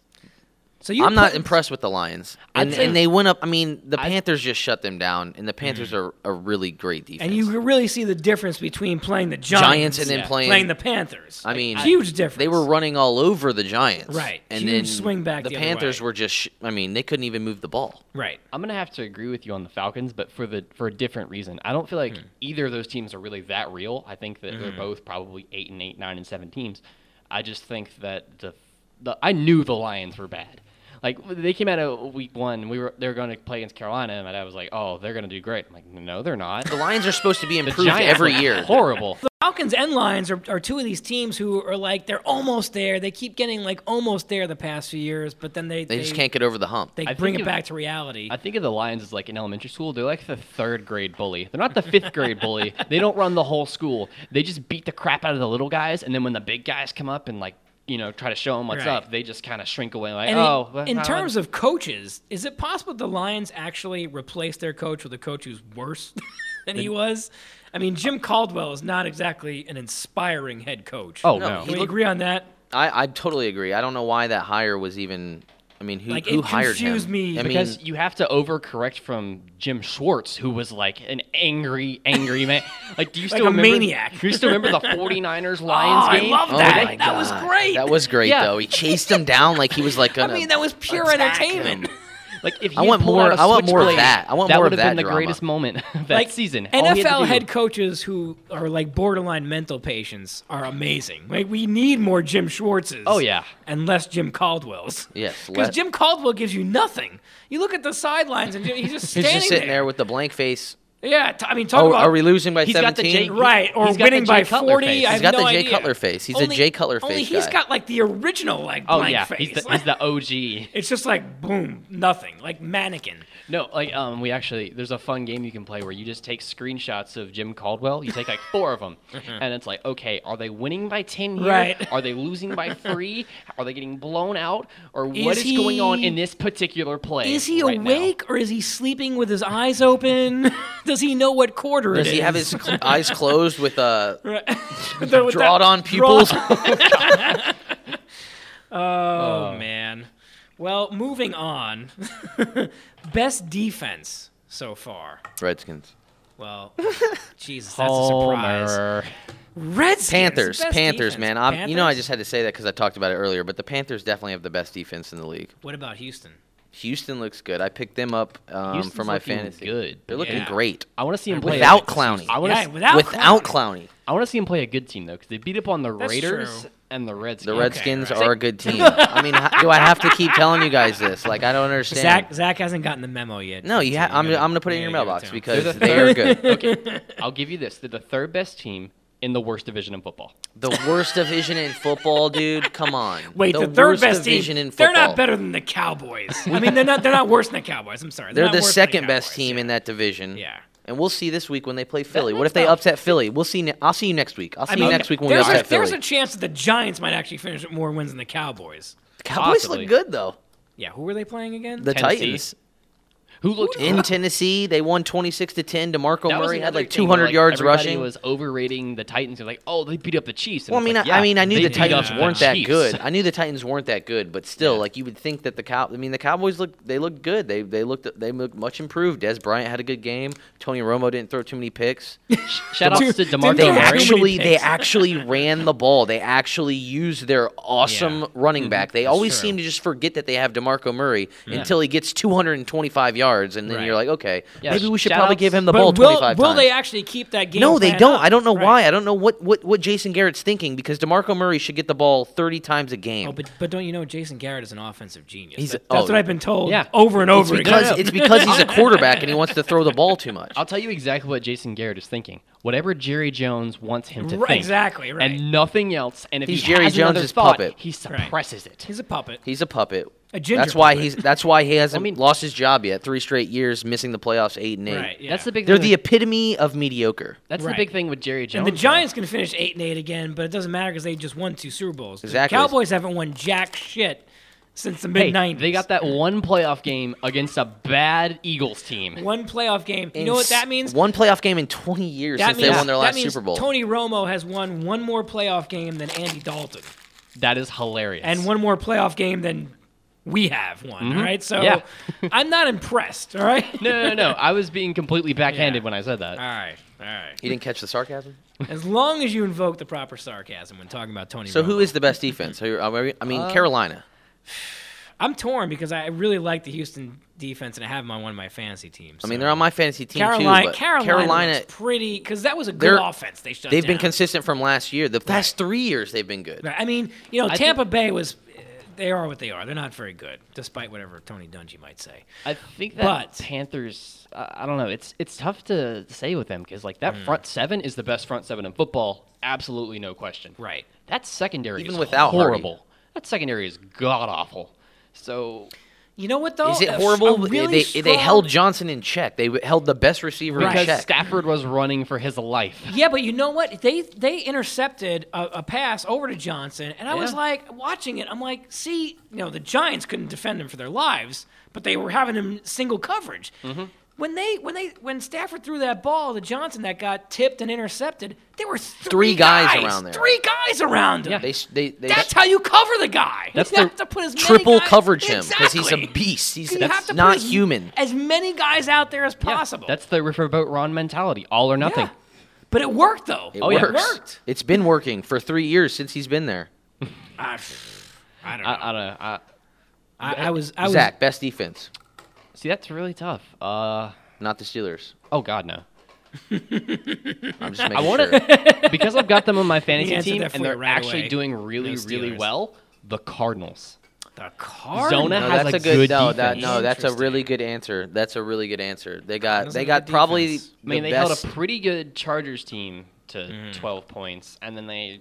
Speaker 2: So you
Speaker 3: I'm not
Speaker 2: put-
Speaker 3: impressed with the Lions.
Speaker 4: I'd
Speaker 3: And,
Speaker 4: say-
Speaker 3: and they went up. I mean, the
Speaker 4: I'd-
Speaker 3: Panthers just shut them down, and the Panthers are a really great defense.
Speaker 2: Mm-hmm. And you can really see the difference between playing the Giants,
Speaker 3: Giants and then
Speaker 2: yeah,
Speaker 3: playing-
Speaker 2: the Panthers.
Speaker 3: I mean,
Speaker 2: huge difference.
Speaker 3: they were running all over the Giants,
Speaker 2: Right.
Speaker 3: And
Speaker 2: Huge
Speaker 3: then
Speaker 2: swing back the other
Speaker 3: Panthers
Speaker 2: way.
Speaker 3: were just. Sh- I mean, they couldn't even move the ball.
Speaker 2: right.
Speaker 4: I'm gonna have to agree with you on the Falcons, but for the for a different reason. I don't feel like
Speaker 3: Hmm.
Speaker 4: either of those teams are really that real. I think that they're both probably eight and eight, nine and seven teams. I just think that the, the I knew the Lions were bad. Like they came out of week one, we were they were going to play against Carolina, and I was like, oh, they're going to do great. I'm like, no, they're not.
Speaker 3: The Lions are supposed to be
Speaker 4: The
Speaker 3: improved
Speaker 4: Giants
Speaker 3: every
Speaker 4: look
Speaker 3: year.
Speaker 4: Horrible.
Speaker 2: The Falcons and Lions are, are two of these teams who are like they're almost there. They keep getting like almost there the past few years, but then they
Speaker 3: They just can't get over the hump.
Speaker 2: They
Speaker 4: I
Speaker 2: bring
Speaker 4: think
Speaker 2: it
Speaker 4: of-
Speaker 2: back to reality.
Speaker 4: I think of the Lions as like in elementary school. They're like the third grade bully. They're not the fifth grade bully. They don't run the whole school. They just beat the crap out of the little guys, and then when the big guys come up and like you know try to show them what's
Speaker 2: Right.
Speaker 4: up, they just kind of shrink away. Like
Speaker 2: and in-
Speaker 4: oh,
Speaker 2: in, terms of coaches, is it possible the Lions actually replaced their coach with a coach who's worse than he was? I mean, Jim Caldwell is not exactly an inspiring head coach.
Speaker 4: oh
Speaker 3: No,
Speaker 4: no,
Speaker 2: Can
Speaker 3: he
Speaker 2: we
Speaker 3: looked-
Speaker 2: agree on that?
Speaker 3: I, I totally agree. I don't know why that hire was even. I mean, who
Speaker 2: Like,
Speaker 3: who
Speaker 2: it
Speaker 3: hired him?
Speaker 2: confused me
Speaker 3: I mean,
Speaker 4: because you have to overcorrect from Jim Schwartz, who was like an angry, angry man. Like do you still
Speaker 2: a
Speaker 4: remember,
Speaker 2: maniac.
Speaker 4: Do you still remember the 49ers Lions
Speaker 2: Oh, I
Speaker 4: game?
Speaker 2: love
Speaker 3: oh
Speaker 2: that.
Speaker 3: my
Speaker 2: That was
Speaker 3: God.
Speaker 2: great.
Speaker 3: That was great
Speaker 4: Yeah.
Speaker 3: though. He chased him down like he was like
Speaker 2: I
Speaker 3: gonna.
Speaker 2: mean, that was pure
Speaker 3: attack
Speaker 2: entertainment.
Speaker 3: him.
Speaker 4: Like if he
Speaker 3: I
Speaker 4: had
Speaker 3: want
Speaker 4: pulled
Speaker 3: more-
Speaker 4: out a
Speaker 3: I want more of
Speaker 4: switchblade,
Speaker 3: that. I want more of
Speaker 4: would've been
Speaker 3: that
Speaker 4: the
Speaker 3: drama.
Speaker 4: greatest moment of that season. All he had to
Speaker 2: NFL
Speaker 4: do-
Speaker 2: head coaches who are like borderline mental patients are amazing. Like we need more Jim Schwartzes.
Speaker 4: Oh, yeah.
Speaker 2: and less Jim Caldwells.
Speaker 3: Yes,
Speaker 2: because
Speaker 3: let-
Speaker 2: Jim Caldwell gives you nothing. You look at the sidelines and he's just
Speaker 3: He's
Speaker 2: standing
Speaker 3: just sitting there. with the blank face.
Speaker 2: Yeah, t- I mean, talk
Speaker 3: Oh,
Speaker 2: about
Speaker 3: are we losing by
Speaker 4: He's got the
Speaker 3: seventeen?
Speaker 4: Jake-
Speaker 2: right or
Speaker 4: He's got the
Speaker 2: winning
Speaker 4: Jay
Speaker 2: by
Speaker 4: Cutler
Speaker 2: forty?
Speaker 4: face.
Speaker 2: I have
Speaker 4: He's
Speaker 3: got
Speaker 2: no
Speaker 3: the Jay
Speaker 2: idea.
Speaker 3: Cutler face. He's a
Speaker 2: Only-
Speaker 3: Jay Cutler
Speaker 2: Only
Speaker 3: face
Speaker 2: he's
Speaker 3: guy.
Speaker 2: got like the original like
Speaker 4: Oh
Speaker 2: blank
Speaker 4: yeah,
Speaker 2: face.
Speaker 4: he's the, he's the OG.
Speaker 2: it's just like boom, nothing, like mannequin.
Speaker 4: No, like um, we actually there's a fun game you can play where you just take screenshots of Jim Caldwell. You take like four of them, and it's like, okay, are they winning by ten here?
Speaker 2: Mm-hmm. Right.
Speaker 4: Are they losing by three? Are they getting blown out? Or what
Speaker 2: Is
Speaker 4: is going on
Speaker 2: he-
Speaker 4: in this particular play?
Speaker 2: Is he
Speaker 4: right now?
Speaker 2: awake or is he sleeping with his eyes open? Does he know what quarter
Speaker 3: Does
Speaker 2: it
Speaker 3: he have
Speaker 2: is?
Speaker 3: his cl- eyes closed with uh,
Speaker 2: Right. With the- with that
Speaker 3: drawed on
Speaker 2: draw-
Speaker 3: pupils?
Speaker 2: Oh man. Well, moving on. Best defense so far.
Speaker 3: Redskins.
Speaker 2: Well, Jesus, that's a
Speaker 3: Oh,
Speaker 2: surprise. Redskins.
Speaker 3: Panthers,
Speaker 2: best
Speaker 3: Panthers,
Speaker 2: defense.
Speaker 3: man. Ob- You know, I
Speaker 2: Panthers?
Speaker 3: just had to say that because I talked about it earlier, but the Panthers definitely have the best defense in the league.
Speaker 2: What about Houston?
Speaker 3: Houston looks good. I picked them up um,
Speaker 4: Houston's
Speaker 3: for my
Speaker 4: looking
Speaker 3: fantasy.
Speaker 4: good.
Speaker 3: They're looking
Speaker 2: Yeah.
Speaker 3: great
Speaker 4: I want to see him play
Speaker 3: without
Speaker 4: a,
Speaker 3: Clowney.
Speaker 4: I wanna
Speaker 2: Yeah,
Speaker 4: s-
Speaker 2: without
Speaker 3: without
Speaker 2: Clowney.
Speaker 3: Clowney.
Speaker 4: I want to see him play a good team though, because they beat up on the
Speaker 2: That's
Speaker 4: Raiders
Speaker 2: true.
Speaker 4: and the Redskins.
Speaker 3: The Redskins
Speaker 2: right.
Speaker 3: are a good team. I mean, h- do I have to keep telling you guys this? Like, I don't understand.
Speaker 2: Zach, Zach hasn't gotten the memo yet.
Speaker 3: No, you ha-
Speaker 2: So
Speaker 3: I'm,
Speaker 2: gotta-
Speaker 3: I'm gonna put it in
Speaker 2: yeah,
Speaker 3: your
Speaker 2: give
Speaker 3: mailbox
Speaker 2: to him.
Speaker 3: because
Speaker 4: They're the
Speaker 3: they are good.
Speaker 4: okay, I'll give you this. They're the third best team in the worst division in football.
Speaker 3: the worst division in football, dude. Come on.
Speaker 2: Wait, the, third
Speaker 3: worst
Speaker 2: best
Speaker 3: division
Speaker 2: team.
Speaker 3: in
Speaker 2: they're
Speaker 3: football.
Speaker 2: not better than the Cowboys. I mean, they're not. They're not worse than the Cowboys. I'm sorry.
Speaker 3: They're
Speaker 2: not
Speaker 3: the
Speaker 2: worse than
Speaker 3: second best
Speaker 2: Cowboys,
Speaker 3: team
Speaker 2: yeah.
Speaker 3: in that division.
Speaker 2: Yeah.
Speaker 3: And we'll see this week when they play Philly. What
Speaker 4: that's
Speaker 3: if they
Speaker 4: about-
Speaker 3: upset Philly? We'll see. Ne- I'll see you next week. I'll see
Speaker 2: I mean,
Speaker 3: you next week when we
Speaker 2: there's,
Speaker 3: upset
Speaker 2: a, there's
Speaker 3: Philly.
Speaker 2: a chance that the Giants might actually finish with more wins than the Cowboys.
Speaker 3: Cowboys look
Speaker 4: Possibly.
Speaker 3: good though.
Speaker 2: Yeah, who were they playing again?
Speaker 3: The
Speaker 4: Tennessee.
Speaker 3: Titans
Speaker 4: Who looked
Speaker 3: in Tennessee, they won twenty six to ten. Demarco
Speaker 4: That was
Speaker 3: Murray had
Speaker 4: another
Speaker 3: like
Speaker 4: thing
Speaker 3: two
Speaker 4: where,
Speaker 3: hundred
Speaker 4: like,
Speaker 3: yards
Speaker 4: everybody
Speaker 3: rushing.
Speaker 4: was overrating the Titans. They're like, oh, they beat up the Chiefs. And
Speaker 3: Well, I
Speaker 4: it's
Speaker 3: mean,
Speaker 4: like,
Speaker 3: I,
Speaker 4: yeah,
Speaker 3: I mean, I knew
Speaker 4: they
Speaker 3: the
Speaker 4: beat
Speaker 3: Titans
Speaker 4: up the
Speaker 3: weren't that
Speaker 4: Chiefs.
Speaker 3: good. I knew the Titans weren't that good, but still, like you would think that the cow. I mean, the Cowboys looked. They looked good. They they looked. They looked much improved. Des Bryant had a good game. Tony Romo didn't throw too many picks.
Speaker 4: Shout out to
Speaker 2: Dude, didn't
Speaker 3: They
Speaker 4: Demarco
Speaker 2: Too many
Speaker 4: Murray.
Speaker 3: actually they
Speaker 2: picks.
Speaker 3: actually ran the ball. They actually used their awesome
Speaker 2: Yeah.
Speaker 4: Mm-hmm.
Speaker 3: running back. They
Speaker 2: That's
Speaker 3: always
Speaker 2: true.
Speaker 3: seem to just forget that they have Demarco Murray until he gets 225 yards, and then
Speaker 2: Right.
Speaker 3: you're like, okay,
Speaker 4: Yeah,
Speaker 3: maybe we should
Speaker 4: shout
Speaker 3: probably
Speaker 4: outs-
Speaker 3: give him the
Speaker 2: but
Speaker 3: ball
Speaker 2: will,
Speaker 3: 25
Speaker 2: will
Speaker 3: times.
Speaker 2: they actually keep that game?
Speaker 3: No, they
Speaker 2: plan
Speaker 3: don't.
Speaker 2: up?
Speaker 3: I don't know
Speaker 2: Right.
Speaker 3: why. I don't know what, what, what Jason Garrett's thinking because DeMarco Murray should get the ball 30 times a game.
Speaker 2: Oh, but but don't you know Jason Garrett is an offensive genius?
Speaker 3: He's-
Speaker 2: That- that's
Speaker 3: oh.
Speaker 2: what I've been told
Speaker 4: Yeah.
Speaker 2: over and over
Speaker 3: because
Speaker 2: again.
Speaker 3: it's because he's a quarterback and he wants to throw the ball too much.
Speaker 4: I'll tell you exactly what Jason Garrett is thinking. Whatever Jerry Jones wants him to
Speaker 2: Right,
Speaker 4: think.
Speaker 2: exactly, right.
Speaker 4: And nothing else. And if
Speaker 3: He's
Speaker 4: he
Speaker 3: Jerry
Speaker 4: has another
Speaker 3: Jones's
Speaker 4: thought,
Speaker 3: puppet.
Speaker 4: he
Speaker 2: Right.
Speaker 4: suppresses it.
Speaker 2: He's a puppet.
Speaker 3: He's a puppet.
Speaker 2: A ginger
Speaker 3: that's why
Speaker 2: puppet.
Speaker 3: he's that's why he hasn't
Speaker 4: I mean-
Speaker 3: lost his job yet. Three straight years missing the playoffs 8 and 8.
Speaker 2: Right. Yeah.
Speaker 4: That's the big
Speaker 3: They're
Speaker 4: thing.
Speaker 3: the epitome of mediocre.
Speaker 4: that's
Speaker 2: Right.
Speaker 4: the big thing with Jerry Jones.
Speaker 2: And the
Speaker 4: though.
Speaker 2: Giants can finish eight and eight again, but it doesn't matter because they just won two Super Bowls. The
Speaker 3: Exactly.
Speaker 2: Cowboys haven't won jack shit since the
Speaker 4: Hey,
Speaker 2: mid nineties.
Speaker 4: they got that one playoff game against a bad Eagles team.
Speaker 2: one playoff game. You
Speaker 3: In
Speaker 2: know what that
Speaker 3: s-
Speaker 2: means?
Speaker 3: One playoff game in 20 years
Speaker 2: that
Speaker 3: since
Speaker 2: means,
Speaker 3: they won their
Speaker 2: that
Speaker 3: last
Speaker 2: means
Speaker 3: Super Bowl.
Speaker 2: Tony Romo has won one more playoff game than Andy Dalton,
Speaker 4: That is hilarious.
Speaker 2: and one more playoff game than we have won.
Speaker 3: Mm-hmm.
Speaker 2: all right, so
Speaker 4: Yeah.
Speaker 2: I'm not impressed. All right.
Speaker 4: no, no, no, no. I was being completely backhanded when I said that.
Speaker 2: All right, all right.
Speaker 3: you didn't catch the sarcasm?
Speaker 2: As long as you invoke the proper sarcasm when talking about Tony.
Speaker 3: So who
Speaker 2: Romo.
Speaker 3: is the best defense? Are you- are we- I mean,
Speaker 2: Uh,
Speaker 3: Carolina.
Speaker 2: I'm torn because I really like the Houston defense, and I have them on one of my fantasy teams.
Speaker 3: I mean,
Speaker 2: so-
Speaker 3: they're on my fantasy team
Speaker 2: Carolina,
Speaker 3: too. but
Speaker 2: Carolina,
Speaker 3: Carolina
Speaker 2: looks pretty because that was a good
Speaker 3: They're-
Speaker 2: offense. They shut
Speaker 3: They've been
Speaker 2: down.
Speaker 3: consistent from last year. The past three years, they've been good.
Speaker 2: I mean, you know,
Speaker 4: I think-
Speaker 2: Tampa Bay was. They are what they are. They're not very good, despite whatever Tony Dungy might say.
Speaker 4: I think that
Speaker 2: But-
Speaker 4: Panthers. I I don't know. It's it's tough to say with them because like
Speaker 2: Mm.
Speaker 4: that front seven is the best front seven in football. Absolutely no question.
Speaker 2: Right.
Speaker 4: That secondary
Speaker 3: Even
Speaker 4: is
Speaker 3: without Hardy.
Speaker 4: horrible. That secondary is god awful. So
Speaker 2: You know what though?
Speaker 3: Is it
Speaker 2: A- a
Speaker 3: horrible?
Speaker 2: really
Speaker 3: they, they held
Speaker 2: strong-
Speaker 3: Johnson in check. They w- held the best receiver in
Speaker 4: because
Speaker 3: check.
Speaker 4: Stafford was running for his life.
Speaker 2: Yeah, but you know what? They they intercepted a, a pass over to Johnson, and I was
Speaker 4: Yeah.
Speaker 2: like watching it. I'm like, see, you know, the Giants couldn't defend him for their lives, but they were having him single coverage.
Speaker 3: Mm-hmm.
Speaker 2: When they when they when Stafford threw that ball to Johnson that got tipped and intercepted, there were three,
Speaker 3: Three guys around there.
Speaker 2: Three guys around him.
Speaker 3: they s- they, they
Speaker 2: that's
Speaker 3: s-
Speaker 2: how you cover the guy.
Speaker 4: That's
Speaker 2: you have to
Speaker 4: the
Speaker 2: put as many
Speaker 3: triple
Speaker 2: guys-
Speaker 3: coverage him because he's
Speaker 2: Exactly.
Speaker 3: a beast. He's
Speaker 2: You have to
Speaker 3: that's
Speaker 2: put
Speaker 3: not
Speaker 2: as-
Speaker 3: human.
Speaker 2: As many guys out there as
Speaker 4: Yeah,
Speaker 2: possible.
Speaker 4: that's the riverboat Ron mentality. All or nothing.
Speaker 2: Yeah. But it worked though.
Speaker 3: It
Speaker 4: Oh, yeah.
Speaker 3: works.
Speaker 2: it worked.
Speaker 3: It's been working for three years since he's been there.
Speaker 2: I, I don't know.
Speaker 4: I, I don't know. I,
Speaker 2: I, I was. I was.
Speaker 3: Zach, best defense,
Speaker 4: see, that's really tough. Uh,
Speaker 3: not the Steelers.
Speaker 4: oh God, no.
Speaker 3: I'm just making
Speaker 4: I want
Speaker 3: sure.
Speaker 4: to because I've got them on my fantasy
Speaker 2: answered
Speaker 4: team
Speaker 2: that
Speaker 4: and
Speaker 2: for you
Speaker 4: they're
Speaker 2: right
Speaker 4: actually
Speaker 2: away.
Speaker 4: doing really,
Speaker 2: No
Speaker 4: really
Speaker 2: Steelers.
Speaker 4: well. The Cardinals.
Speaker 2: The car.
Speaker 4: Zona
Speaker 3: No,
Speaker 4: has
Speaker 3: that's
Speaker 4: a
Speaker 3: a good,
Speaker 4: good
Speaker 3: no, that,
Speaker 4: defense.
Speaker 3: no, that's a really
Speaker 2: Interesting.
Speaker 3: good answer. That's a really good answer. They got
Speaker 2: Those
Speaker 3: they
Speaker 2: are
Speaker 3: got
Speaker 2: good
Speaker 3: probably
Speaker 2: defense.
Speaker 4: I mean,
Speaker 3: the
Speaker 4: they
Speaker 3: best-
Speaker 4: held a pretty good Chargers team to
Speaker 2: Mm-hmm.
Speaker 4: 12 points, and then they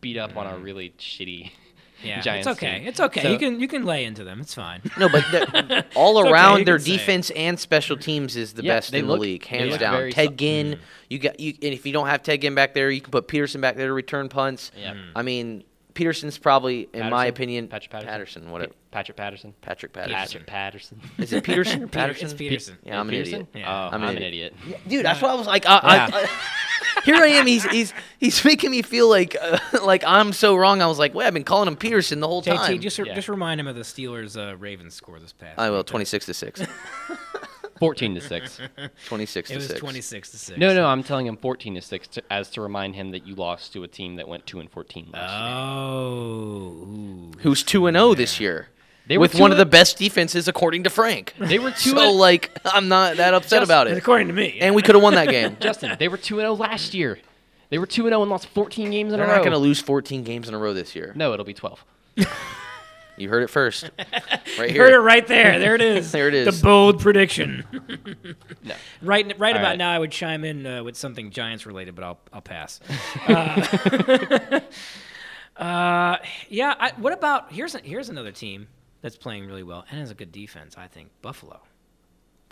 Speaker 4: beat up on a
Speaker 2: Mm.
Speaker 4: really shitty
Speaker 2: Yeah,
Speaker 4: Giants.
Speaker 2: it's okay.
Speaker 4: team.
Speaker 2: It's okay.
Speaker 4: So-
Speaker 2: you can you can lay into them. It's fine.
Speaker 3: No, but the, all
Speaker 2: okay,
Speaker 3: around
Speaker 2: you
Speaker 3: their
Speaker 2: can say it.
Speaker 3: defense and special teams is the
Speaker 4: Yeah,
Speaker 3: best
Speaker 4: they
Speaker 3: in
Speaker 4: look-
Speaker 3: the league,
Speaker 4: they
Speaker 3: hands
Speaker 4: look
Speaker 3: down.
Speaker 4: very
Speaker 3: Ted
Speaker 4: sol-
Speaker 3: Ginn, you got you, and if you don't have Ted Ginn back there, you can put Peterson back there to return punts.
Speaker 4: Yeah. Mm.
Speaker 3: I mean, Peterson's probably, in my
Speaker 4: Patterson?
Speaker 3: opinion,
Speaker 4: Patrick Patterson?
Speaker 3: whatever,
Speaker 4: Patrick Patterson.
Speaker 3: Patrick Patterson.
Speaker 4: Patrick Patterson.
Speaker 3: Is it Peterson or
Speaker 2: Peter- it's
Speaker 3: Patterson?
Speaker 2: Peterson.
Speaker 3: Yeah, I'm an
Speaker 4: Peterson?
Speaker 3: idiot.
Speaker 2: Yeah.
Speaker 4: Oh,
Speaker 3: I'm
Speaker 4: I'm,
Speaker 3: an
Speaker 4: an idiot.
Speaker 3: Dude, that's why I was like, I, I-
Speaker 2: Yeah.
Speaker 3: I- here I am. He's he's he's making me feel like uh, like I'm so wrong. I was like, wait, I've been calling him Peterson the whole time.
Speaker 2: JT, just re-
Speaker 4: Yeah.
Speaker 2: just remind him of the Steelers uh, Ravens score this past.
Speaker 3: I will
Speaker 2: week.
Speaker 3: 26 to 6.
Speaker 4: 14 to 6.
Speaker 3: 26
Speaker 2: It
Speaker 3: to
Speaker 2: was
Speaker 3: 6.
Speaker 2: twenty six to six.
Speaker 4: No, no, I'm telling him 14 to 6 to, as to remind him that you lost to a team that went 2 and 14 last year.
Speaker 2: Oh. ooh.
Speaker 3: Who's 2 and 0 this year?
Speaker 4: They were
Speaker 3: with
Speaker 4: two
Speaker 3: one of the
Speaker 4: and-
Speaker 3: best defenses according to Frank.
Speaker 4: They were 2
Speaker 3: so
Speaker 4: and
Speaker 3: like I'm not that upset about it.
Speaker 2: According to me.
Speaker 3: And we could have won that game.
Speaker 4: Justin, they were 2 and 0 last year. They were 2 and 0 and lost 14 games in
Speaker 3: They're
Speaker 4: a row.
Speaker 3: not going to lose 14 games in a row this year.
Speaker 4: No, it'll be 12.
Speaker 3: You heard it first.
Speaker 2: heard
Speaker 3: Right
Speaker 2: it
Speaker 3: here.
Speaker 2: right there. There it is.
Speaker 3: There it is.
Speaker 2: The bold prediction. Right, right about
Speaker 4: right.
Speaker 2: now, I would chime in uh, with something Giants related, but I'll I'll pass. Uh, uh, yeah. I, what about here's a- here's another team that's playing really well and has a good defense. I think Buffalo.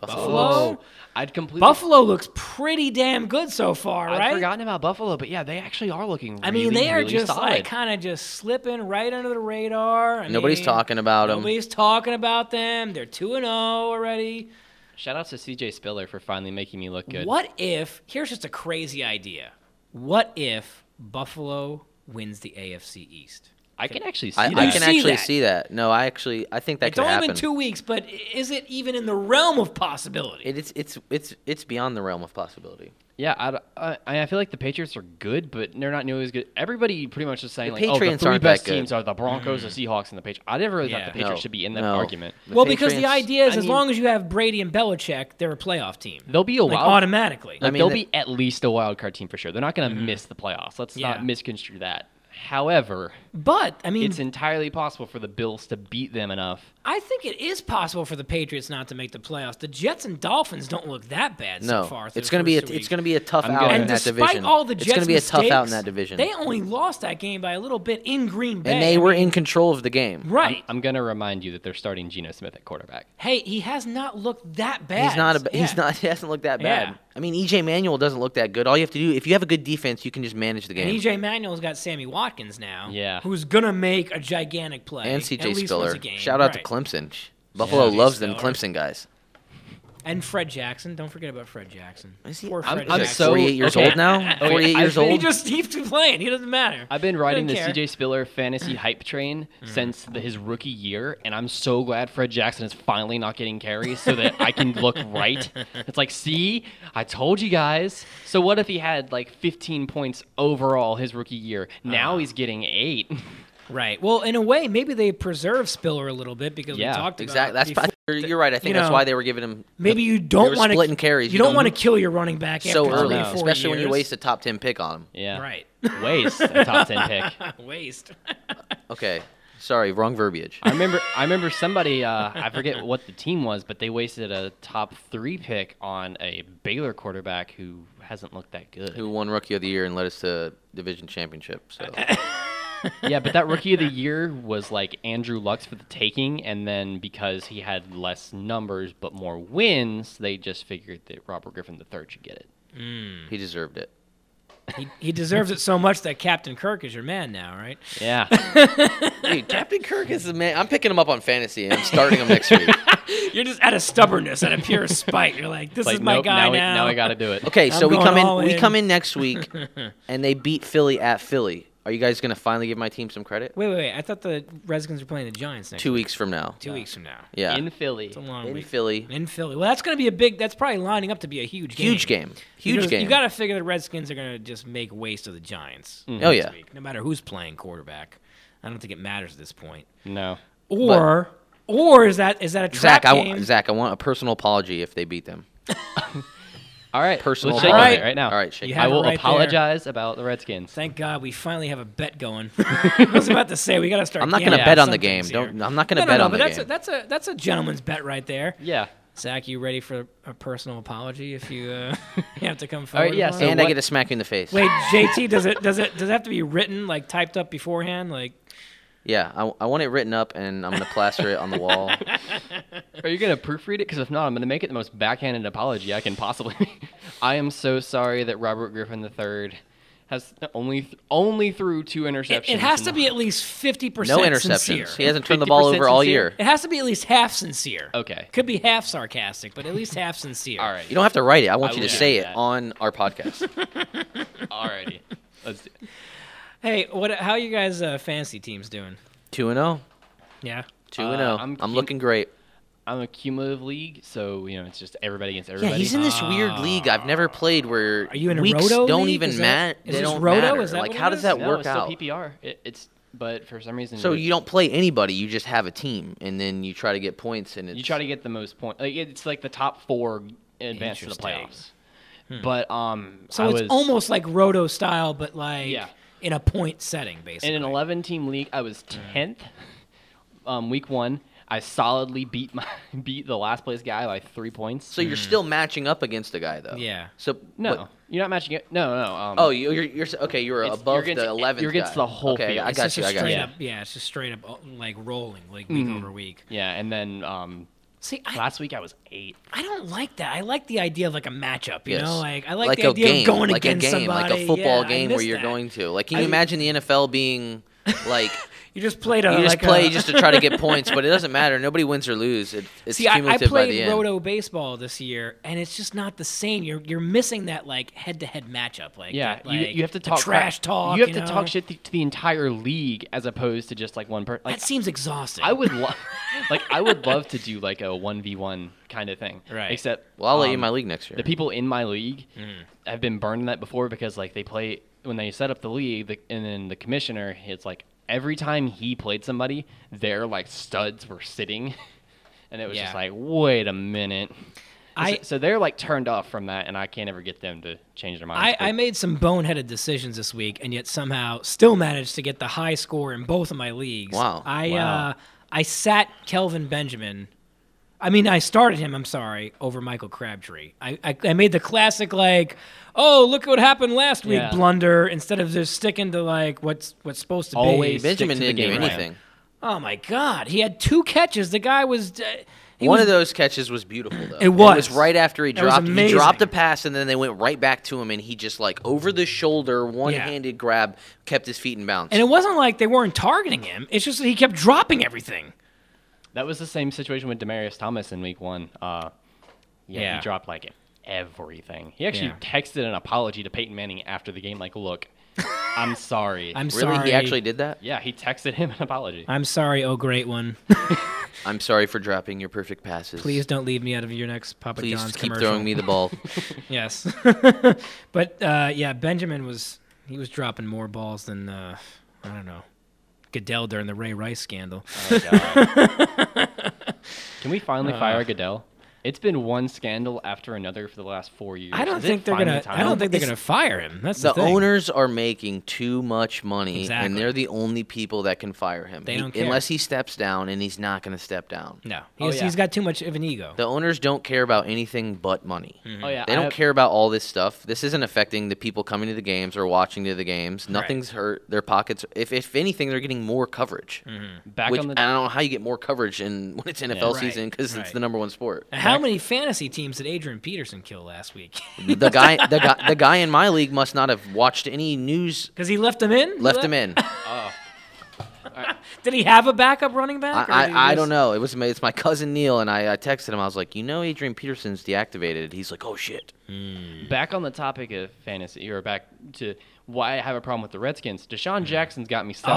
Speaker 2: Buffalo?
Speaker 4: Whoa. I'd completely
Speaker 2: Buffalo looks pretty damn good so far,
Speaker 4: I'd
Speaker 2: right?
Speaker 4: forgotten about Buffalo, but yeah, they actually are looking really,
Speaker 2: I mean, they are
Speaker 4: really
Speaker 2: just
Speaker 4: solid.
Speaker 2: like kind of just slipping right under the radar. I
Speaker 3: Nobody's
Speaker 2: mean,
Speaker 3: talking about 'em.
Speaker 2: Nobody's talking about them. They're two and zero already.
Speaker 4: Shout out to CJ Spiller for finally making me look good.
Speaker 2: What if? Here's just a crazy idea. What if Buffalo wins the AFC East?
Speaker 4: I can actually see
Speaker 3: I,
Speaker 4: that.
Speaker 3: I can
Speaker 2: see
Speaker 3: actually
Speaker 2: that.
Speaker 3: see that. No, I actually I think that
Speaker 2: It's
Speaker 3: could
Speaker 2: only
Speaker 3: happen.
Speaker 2: been two weeks, but i- is it even in the realm of possibility?
Speaker 3: It- it's it's it's it's beyond the realm of possibility.
Speaker 4: Yeah, I, d- I, I feel like the Patriots are good, but they're not nearly as good. Everybody pretty much is saying
Speaker 3: The
Speaker 4: like, oh, the
Speaker 3: Patriots
Speaker 4: three
Speaker 3: aren't that
Speaker 4: best
Speaker 3: good.
Speaker 4: teams are the Broncos, the Seahawks, and the Patriots. I never really
Speaker 2: Mm. Yeah.
Speaker 4: thought the Patriots
Speaker 3: No,
Speaker 4: should be in that
Speaker 3: no.
Speaker 4: argument.
Speaker 2: well, because the
Speaker 3: Patriots-
Speaker 2: idea is,
Speaker 4: I
Speaker 2: as
Speaker 4: mean-
Speaker 2: long as you have Brady and Belichick, they're a playoff team.
Speaker 4: They'll be a
Speaker 2: like,
Speaker 4: wild.
Speaker 2: automatically.
Speaker 4: like,
Speaker 3: mean,
Speaker 4: they'll
Speaker 3: the-
Speaker 4: be at least a wild card team for sure. They're not going to miss the playoffs. Let's
Speaker 2: Mm-hmm. Yeah. Mm.
Speaker 4: not misconstrue that. However,
Speaker 2: but I mean,
Speaker 4: it's entirely possible for the Bills to beat them enough.
Speaker 2: I think it is possible for the Patriots not to make the playoffs. The Jets and Dolphins don't look that bad
Speaker 3: No,
Speaker 2: so far. through
Speaker 3: it's
Speaker 2: the
Speaker 3: going to be a,
Speaker 2: first
Speaker 3: it's
Speaker 2: week.
Speaker 3: going to be a tough
Speaker 4: I'm
Speaker 3: out
Speaker 4: going-
Speaker 2: and
Speaker 3: in that
Speaker 2: despite
Speaker 3: division.
Speaker 2: all the
Speaker 3: it's
Speaker 2: Jets
Speaker 3: going to be a tough out in
Speaker 2: mistakes,
Speaker 3: that division.
Speaker 2: They only lost that game by a little bit in Green Bay.
Speaker 3: and they were in control of the game.
Speaker 2: right.
Speaker 4: I'm going to remind you that they're starting Geno Smith at quarterback.
Speaker 2: hey, he has not looked that bad.
Speaker 3: He's not a, ba- he's
Speaker 2: Yeah.
Speaker 3: not he hasn't looked that bad.
Speaker 2: Yeah.
Speaker 3: I mean, EJ Manuel doesn't look that good. All you have to do if you have a good defense, you can just manage the
Speaker 2: And
Speaker 3: game.
Speaker 2: EJ Manuel's got Sammy Watkins now.
Speaker 4: Yeah.
Speaker 2: Who's gonna make a gigantic play
Speaker 3: and
Speaker 2: at least
Speaker 3: CJ
Speaker 2: once
Speaker 3: Spiller.
Speaker 2: a game.
Speaker 3: Shout out
Speaker 2: Right.
Speaker 3: to Clemson. Sh- Buffalo
Speaker 2: CJ
Speaker 3: loves them
Speaker 2: Spiller.
Speaker 3: Clemson guys.
Speaker 2: and Fred Jackson. Don't forget about Fred Jackson.
Speaker 3: Is he-
Speaker 2: Poor
Speaker 4: I'm-
Speaker 2: Fred
Speaker 4: I'm
Speaker 2: Jackson.
Speaker 4: so-
Speaker 3: 48 years
Speaker 4: okay.
Speaker 3: old now.
Speaker 4: Okay,
Speaker 3: 48
Speaker 4: I
Speaker 3: years
Speaker 4: think-
Speaker 2: He
Speaker 3: old.
Speaker 2: just keeps playing. He doesn't matter.
Speaker 4: I've been riding the
Speaker 2: Doesn't care. Mm.
Speaker 4: CJ Spiller fantasy hype train since the, his rookie year, and I'm so glad Fred Jackson is finally not getting carries so that I can look right. It's like, see, I told you guys. So what if he had like 15 points overall his rookie year?
Speaker 2: Ah.
Speaker 4: Now he's getting eight.
Speaker 2: Right. Well, in a way, maybe they preserve Spiller a little bit because
Speaker 4: Yeah,
Speaker 2: we talked
Speaker 3: Exactly.
Speaker 2: about
Speaker 3: That's
Speaker 2: it
Speaker 3: pro-
Speaker 2: before.
Speaker 3: you're, you're right. I think
Speaker 2: you
Speaker 3: that's
Speaker 2: know,
Speaker 3: why they were giving him
Speaker 2: Maybe you
Speaker 3: they
Speaker 2: don't
Speaker 3: were
Speaker 2: want to
Speaker 3: splitting carries.
Speaker 2: You,
Speaker 3: You
Speaker 2: don't
Speaker 3: know?
Speaker 2: want to kill your running back
Speaker 3: so
Speaker 2: after
Speaker 3: early,
Speaker 2: three, four
Speaker 3: especially when you
Speaker 2: years.
Speaker 3: waste a top 10 pick on him.
Speaker 4: Yeah,
Speaker 2: Right.
Speaker 4: Waste a top 10 pick.
Speaker 2: waste.
Speaker 3: Okay. Sorry, wrong verbiage.
Speaker 4: I remember, I remember somebody. Uh, I forget what the team was, but they wasted a top three pick on a Baylor quarterback who hasn't looked that good.
Speaker 3: Who won Rookie of the Year and led us to division championship? So
Speaker 4: yeah, but that rookie of the year was like Andrew Lux for the taking, and then because he had less numbers but more wins, they just figured that Robert Griffin III should get it.
Speaker 3: he deserved it.
Speaker 2: he, he deserves it so much that Captain Kirk is your man now, right?
Speaker 4: Yeah,
Speaker 3: Dude, Captain Kirk is the man. I'm picking him up on fantasy and I'm starting him next week.
Speaker 2: You're just out of stubbornness, out of pure spite. You're like, this is
Speaker 4: like
Speaker 2: my
Speaker 4: nope,
Speaker 2: guy
Speaker 4: now,
Speaker 2: now.
Speaker 4: We, now I got to do it.
Speaker 3: Okay,
Speaker 2: I'm
Speaker 3: so we
Speaker 2: going
Speaker 3: come in,
Speaker 2: all
Speaker 3: We
Speaker 2: in.
Speaker 3: come in next week, and they beat Philly at Philly. Are you guys gonna finally give my team some credit?
Speaker 2: Wait, wait, wait. I thought the Redskins were playing the Giants next
Speaker 3: Two
Speaker 2: week.
Speaker 3: weeks from now.
Speaker 2: two weeks from now.
Speaker 3: Yeah.
Speaker 4: in Philly.
Speaker 2: It's a long
Speaker 3: In
Speaker 2: week.
Speaker 3: Philly.
Speaker 2: In Philly. Well, that's going to be a big. That's probably lining up to be a huge game.
Speaker 3: Huge game. Huge
Speaker 2: Because
Speaker 3: game.
Speaker 2: You got to figure the Redskins are going to just make waste of the Giants.
Speaker 3: Oh yeah.
Speaker 2: this week, no matter who's playing quarterback. I don't think it matters at this point.
Speaker 4: No,
Speaker 2: Or or is that is that a trap
Speaker 3: Zach, I
Speaker 2: game?
Speaker 3: want Zach, I want a personal apology if they beat them.
Speaker 4: all right,
Speaker 3: Personal
Speaker 4: let's shake
Speaker 2: ball.
Speaker 4: on
Speaker 2: All
Speaker 4: it
Speaker 2: right.
Speaker 4: right now.
Speaker 3: All right, shake.
Speaker 2: You
Speaker 3: it.
Speaker 2: have
Speaker 4: I will
Speaker 2: it right there.
Speaker 4: apologize about the Redskins.
Speaker 2: Thank God we finally have a bet going. I was about to say we got to start.
Speaker 3: I'm not
Speaker 2: gambling
Speaker 3: gonna bet on the
Speaker 2: some
Speaker 3: game.
Speaker 2: things
Speaker 3: Don't.
Speaker 2: here.
Speaker 3: I'm not gonna
Speaker 2: No, no,
Speaker 3: bet
Speaker 2: no,
Speaker 3: on
Speaker 2: but
Speaker 3: the
Speaker 2: that's
Speaker 3: game.
Speaker 2: A, that's a that's a gentleman's bet right there.
Speaker 4: Yeah.
Speaker 2: Zach, you ready for a personal apology if you uh, have to come
Speaker 4: right,
Speaker 2: forward?
Speaker 4: yeah,
Speaker 2: with
Speaker 4: so
Speaker 2: one?
Speaker 3: and I
Speaker 4: what-
Speaker 3: get to smack you in the face.
Speaker 2: Wait, JT, does it does it does it have to be written like typed up beforehand? Like
Speaker 3: Yeah, I, I want it written up, and I'm gonna plaster it on the wall.
Speaker 4: Are you gonna proofread it? Because if not, I'm gonna make it the most backhanded apology I can possibly. I am so sorry that Robert Griffin III has only th- only threw two
Speaker 2: It,
Speaker 4: interceptions.
Speaker 2: it has
Speaker 4: in
Speaker 2: to
Speaker 4: the-
Speaker 2: be at least fifty percent
Speaker 3: No interceptions.
Speaker 2: sincere.
Speaker 3: He hasn't turned the ball
Speaker 4: 50%
Speaker 3: over all
Speaker 4: sincere.
Speaker 3: year.
Speaker 2: It has to be at least half sincere.
Speaker 4: Okay.
Speaker 2: Could be half sarcastic, but at least half sincere.
Speaker 4: All right.
Speaker 3: You don't have to write it. I want
Speaker 4: I
Speaker 3: you
Speaker 4: will
Speaker 3: to say
Speaker 4: do
Speaker 3: it
Speaker 4: that.
Speaker 3: on our podcast.
Speaker 4: All righty. Let's do-
Speaker 2: Hey, what? How you guys uh, fantasy teams doing?
Speaker 3: Two and zero.
Speaker 2: Yeah.
Speaker 3: Two and
Speaker 4: Uh,
Speaker 3: zero.
Speaker 4: I'm
Speaker 3: Uh, I'm,
Speaker 4: keen-
Speaker 3: looking great.
Speaker 4: I'm a cumulative league, so you know it's just everybody against
Speaker 3: Yeah,
Speaker 4: everybody.
Speaker 3: he's in this weird league I've never played where
Speaker 2: Ah. Are you in a
Speaker 3: weeks
Speaker 2: roto
Speaker 3: don't
Speaker 2: league? Is
Speaker 3: even
Speaker 2: that-
Speaker 3: matter.
Speaker 2: is
Speaker 3: They
Speaker 2: this
Speaker 3: don't
Speaker 2: roto?
Speaker 3: matter.
Speaker 2: Is that
Speaker 3: like
Speaker 2: what
Speaker 3: how
Speaker 2: it
Speaker 3: does
Speaker 2: is?
Speaker 3: that
Speaker 4: no,
Speaker 3: work
Speaker 4: it's
Speaker 3: out?
Speaker 4: Still PPR. It, it's but for some reason.
Speaker 3: So
Speaker 4: it-
Speaker 3: you don't play anybody. You just have a team, and then you try to get points. And it's
Speaker 4: you try to get the most points. Like it's like the top four advance to the
Speaker 2: Interesting. Hmm.
Speaker 4: playoffs. But um,
Speaker 2: So
Speaker 4: I
Speaker 2: it's
Speaker 4: was-
Speaker 2: almost like roto style, but like
Speaker 4: Yeah.
Speaker 2: in a point setting, basically.
Speaker 4: in an 11 team league. I was 10th, um, week one. I solidly beat my beat the last place guy by three points.
Speaker 3: So you're still matching up against the guy though.
Speaker 2: Hmm. Yeah.
Speaker 3: So
Speaker 4: no,
Speaker 3: what-
Speaker 4: you're not matching it. No, no. Um,
Speaker 3: Oh, you- you're you're s- okay. You're
Speaker 4: It's-
Speaker 3: above
Speaker 4: you're against-
Speaker 3: the 11th.
Speaker 4: you're against
Speaker 3: guy.
Speaker 4: the whole
Speaker 3: Okay,
Speaker 4: field.
Speaker 3: I
Speaker 4: It's
Speaker 3: got
Speaker 2: it's
Speaker 3: you.
Speaker 2: just
Speaker 3: I Mm-hmm.
Speaker 2: a
Speaker 3: got
Speaker 2: straight
Speaker 3: you.
Speaker 2: up. Yeah, it's just straight up uh, like rolling, like week over week.
Speaker 4: yeah, and then um,
Speaker 2: See, I,
Speaker 4: last week I was eight.
Speaker 2: I don't like that. I like the idea of like a matchup. You
Speaker 3: Yes.
Speaker 2: know, like I like,
Speaker 3: like
Speaker 2: the
Speaker 3: a
Speaker 2: idea
Speaker 3: game,
Speaker 2: of going
Speaker 3: like
Speaker 2: against
Speaker 3: a game,
Speaker 2: somebody.
Speaker 3: like a football
Speaker 2: Yeah, I
Speaker 3: game where
Speaker 2: miss
Speaker 3: you're
Speaker 2: that.
Speaker 3: going to. Like, can
Speaker 2: I-
Speaker 3: you imagine the NFL being like
Speaker 2: You just played a.
Speaker 3: you just
Speaker 2: like
Speaker 3: play
Speaker 2: a-
Speaker 3: just to try to get points, but it doesn't matter. Nobody wins or lose. It, it's
Speaker 2: See, I, I
Speaker 3: cumulative by the
Speaker 2: played
Speaker 3: end.
Speaker 2: roto baseball this year, and it's just not the same. You're you're missing that like head to head matchup. Like
Speaker 4: Yeah,
Speaker 2: that,
Speaker 4: you,
Speaker 2: like,
Speaker 4: you have to
Speaker 2: the
Speaker 4: talk crap-
Speaker 2: trash talk.
Speaker 4: You have to
Speaker 2: know?
Speaker 4: talk shit th- to the entire league as opposed to just like one person. Like
Speaker 2: that seems exhausting.
Speaker 4: I would love, like I would love to do like a one v one kind of thing.
Speaker 2: Right.
Speaker 4: Except
Speaker 3: Well, I'll let you in
Speaker 4: um,
Speaker 3: my league next year.
Speaker 4: The people in my league have been burning that before because like they play when they set up the league, the, and then the commissioner, it's like every time he played somebody, their like studs were sitting, and it was just
Speaker 2: Yeah.
Speaker 4: like, wait a minute.
Speaker 2: I-
Speaker 4: so, so they're like turned off from that, and I can't ever get them to change their minds.
Speaker 2: I, I made some boneheaded decisions this week, and yet somehow still managed to get the high score in both of my leagues.
Speaker 3: Wow.
Speaker 2: I
Speaker 4: Wow.
Speaker 2: Uh, I sat Kelvin Benjamin. I mean, I started him. I'm sorry, over Michael Crabtree. I, I, I made the classic like, oh look what happened last week
Speaker 4: Yeah.
Speaker 2: blunder instead of just sticking to like what's what's supposed to
Speaker 4: Always
Speaker 2: be.
Speaker 4: stick
Speaker 3: Benjamin
Speaker 4: to the
Speaker 3: didn't do
Speaker 4: game plan.
Speaker 3: anything.
Speaker 2: Oh my God, he had two catches. The guy was. Uh, he
Speaker 3: One
Speaker 2: was-
Speaker 3: of those catches was beautiful though.
Speaker 2: It was.
Speaker 3: right after he
Speaker 2: That was
Speaker 3: dropped. He
Speaker 2: amazing.
Speaker 3: dropped a pass and then they went right back to him and he just like over the shoulder, one-handed grab, kept his feet in bounds.
Speaker 2: and it wasn't like they weren't targeting him. It's just that he kept dropping everything.
Speaker 4: That was the same situation with Demarius Thomas in week one. Uh, yeah,
Speaker 2: Yeah.
Speaker 4: he dropped like everything. He actually
Speaker 2: Yeah.
Speaker 4: texted an apology to Peyton Manning after the game, like, look, I'm sorry.
Speaker 2: I'm
Speaker 3: really,
Speaker 2: sorry.
Speaker 3: he actually did that.
Speaker 4: yeah, he texted him an apology.
Speaker 2: I'm sorry, oh great one.
Speaker 3: I'm sorry for dropping your perfect passes.
Speaker 2: Please don't leave me out of your next Papa
Speaker 3: Please
Speaker 2: John's
Speaker 3: keep
Speaker 2: commercial.
Speaker 3: throwing me the ball.
Speaker 2: Yes. but uh, yeah, Benjamin was he was dropping more balls than uh, I don't know Goodell during the Ray Rice scandal.
Speaker 4: Can we finally fire Goodell? It's been one scandal after another for the last four years.
Speaker 2: I don't
Speaker 4: Is it
Speaker 2: think they're
Speaker 4: finally
Speaker 2: gonna. I don't
Speaker 4: time?
Speaker 2: think they're
Speaker 3: It's-
Speaker 2: gonna fire him. That's the,
Speaker 3: the
Speaker 2: thing.
Speaker 3: owners are making too much money,
Speaker 2: Exactly.
Speaker 3: and they're the only people that can fire him.
Speaker 2: They
Speaker 3: He-
Speaker 2: don't care.
Speaker 3: Unless he steps down, and he's not going to step down.
Speaker 2: No,
Speaker 4: Oh,
Speaker 2: he's,
Speaker 4: yeah.
Speaker 2: he's got too much of an ego.
Speaker 3: The owners don't care about anything but money.
Speaker 2: Mm.
Speaker 4: Oh yeah,
Speaker 3: They
Speaker 4: I
Speaker 3: don't
Speaker 4: have-
Speaker 3: care about all this stuff. This isn't affecting the people coming to the games or watching to the games. Nothing's hurt. Their pockets, if, if anything, they're getting more coverage.
Speaker 2: Mm.
Speaker 4: Back
Speaker 3: Which
Speaker 4: on
Speaker 3: I
Speaker 4: the
Speaker 3: don't know how you get more coverage in when it's NFL
Speaker 2: Right,
Speaker 3: season because
Speaker 2: right.
Speaker 3: it's the number one sport.
Speaker 2: How many fantasy teams did Adrian Peterson kill last week?
Speaker 3: the guy, the guy, the guy in my league must not have watched any news.
Speaker 2: Because he left him in. He
Speaker 3: Left him in.
Speaker 2: Did he have a backup running back? or
Speaker 3: I,
Speaker 2: did he
Speaker 3: I, I
Speaker 2: just-
Speaker 3: don't know. It was my, it's my cousin Neil, and I, I texted him. I was like, you know, Adrian Peterson's deactivated. He's like, oh shit.
Speaker 4: back on the topic of fantasy, or back to why I have a problem with the Redskins. Deshaun Jackson's got me
Speaker 2: Oh,
Speaker 4: seven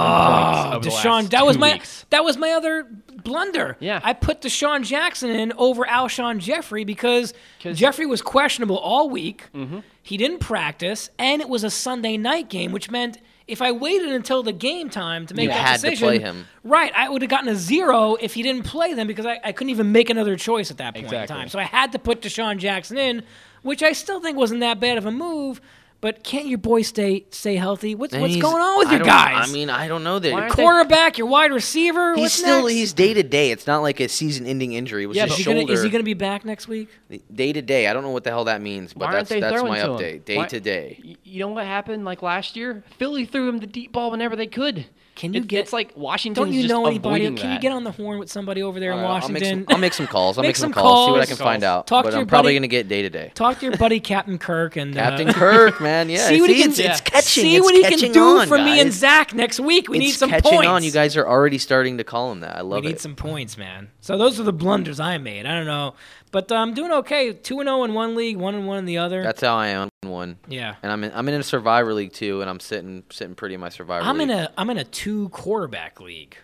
Speaker 4: points. Over the
Speaker 2: Deshaun,
Speaker 4: last
Speaker 2: that was
Speaker 4: two
Speaker 2: my
Speaker 4: weeks.
Speaker 2: that was my other blunder.
Speaker 4: Yeah.
Speaker 2: I put Deshaun Jackson in over Alshon Jeffrey because
Speaker 4: 'Cause-
Speaker 2: Jeffrey was questionable all week.
Speaker 3: Mm-hmm.
Speaker 2: He didn't practice, and it was a Sunday night game, which meant if I waited until the game time to make
Speaker 3: You
Speaker 2: that
Speaker 3: had to
Speaker 2: decision,
Speaker 3: play him.
Speaker 2: right, I would have gotten a zero if he didn't play them because I, I couldn't even make another choice at that point
Speaker 4: Exactly.
Speaker 2: in time. So I had to put Deshaun Jackson in, which I still think wasn't that bad of a move. But can't your boy stay stay healthy? What's,
Speaker 3: And
Speaker 2: what's
Speaker 3: he's-
Speaker 2: going on with
Speaker 3: I
Speaker 2: your
Speaker 3: don't-
Speaker 2: guys?
Speaker 3: I mean, I don't know that.
Speaker 4: Why aren't they-
Speaker 2: quarterback, your wide receiver.
Speaker 3: He's
Speaker 2: what's
Speaker 3: still
Speaker 2: next?
Speaker 3: he's day to day. It's not like a season ending injury. It was
Speaker 4: Yeah,
Speaker 3: his
Speaker 2: Is he,
Speaker 3: shoulder.
Speaker 2: gonna, is he gonna be back next week?
Speaker 3: Day to day. I don't know what the hell that means, but
Speaker 4: Why aren't
Speaker 3: that's
Speaker 4: they
Speaker 3: that's
Speaker 4: throwing
Speaker 3: my
Speaker 4: to him?
Speaker 3: update. Day
Speaker 4: Why-
Speaker 3: to day.
Speaker 4: Y- You know what happened like last year? Philly threw him the deep ball whenever they could.
Speaker 2: Can you
Speaker 4: It,
Speaker 2: get
Speaker 4: it's like Washington's
Speaker 2: Don't you
Speaker 4: just
Speaker 2: know anybody?
Speaker 4: avoiding
Speaker 2: Can you
Speaker 4: that.
Speaker 2: get on the horn with somebody over there in
Speaker 3: I'll make,
Speaker 2: Washington?
Speaker 3: some, I'll make some calls. I'll
Speaker 2: Make
Speaker 3: make, some,
Speaker 2: some
Speaker 3: calls, See what I
Speaker 2: calls.
Speaker 3: can find out.
Speaker 2: Talk
Speaker 3: but
Speaker 2: to
Speaker 3: I'm
Speaker 2: your
Speaker 3: probably
Speaker 2: buddy-
Speaker 3: going to get day to day.
Speaker 2: Talk to your buddy Captain Kirk and uh,
Speaker 3: Captain Kirk, man. Yeah.
Speaker 2: see what he
Speaker 3: see,
Speaker 2: can
Speaker 3: it's,
Speaker 2: do.
Speaker 3: it's catching.
Speaker 2: See
Speaker 3: it's
Speaker 2: what he
Speaker 3: catching
Speaker 2: can do
Speaker 3: on,
Speaker 2: for me and
Speaker 3: guys.
Speaker 2: Zach next week. We
Speaker 3: it's
Speaker 2: need some
Speaker 3: catching
Speaker 2: points.
Speaker 3: on. You guys are already starting to call him that. I
Speaker 2: we
Speaker 3: love
Speaker 2: need
Speaker 3: it.
Speaker 2: some points, man. So those are the blunders I made. I don't know, but I'm um, doing okay. Two and zero in one league, one and one in the other.
Speaker 3: That's how I am in one.
Speaker 2: yeah.
Speaker 3: And I'm in, I'm in a Survivor League too, and I'm sitting sitting pretty in my Survivor
Speaker 2: I'm
Speaker 3: League.
Speaker 2: in a I'm in a two quarterback league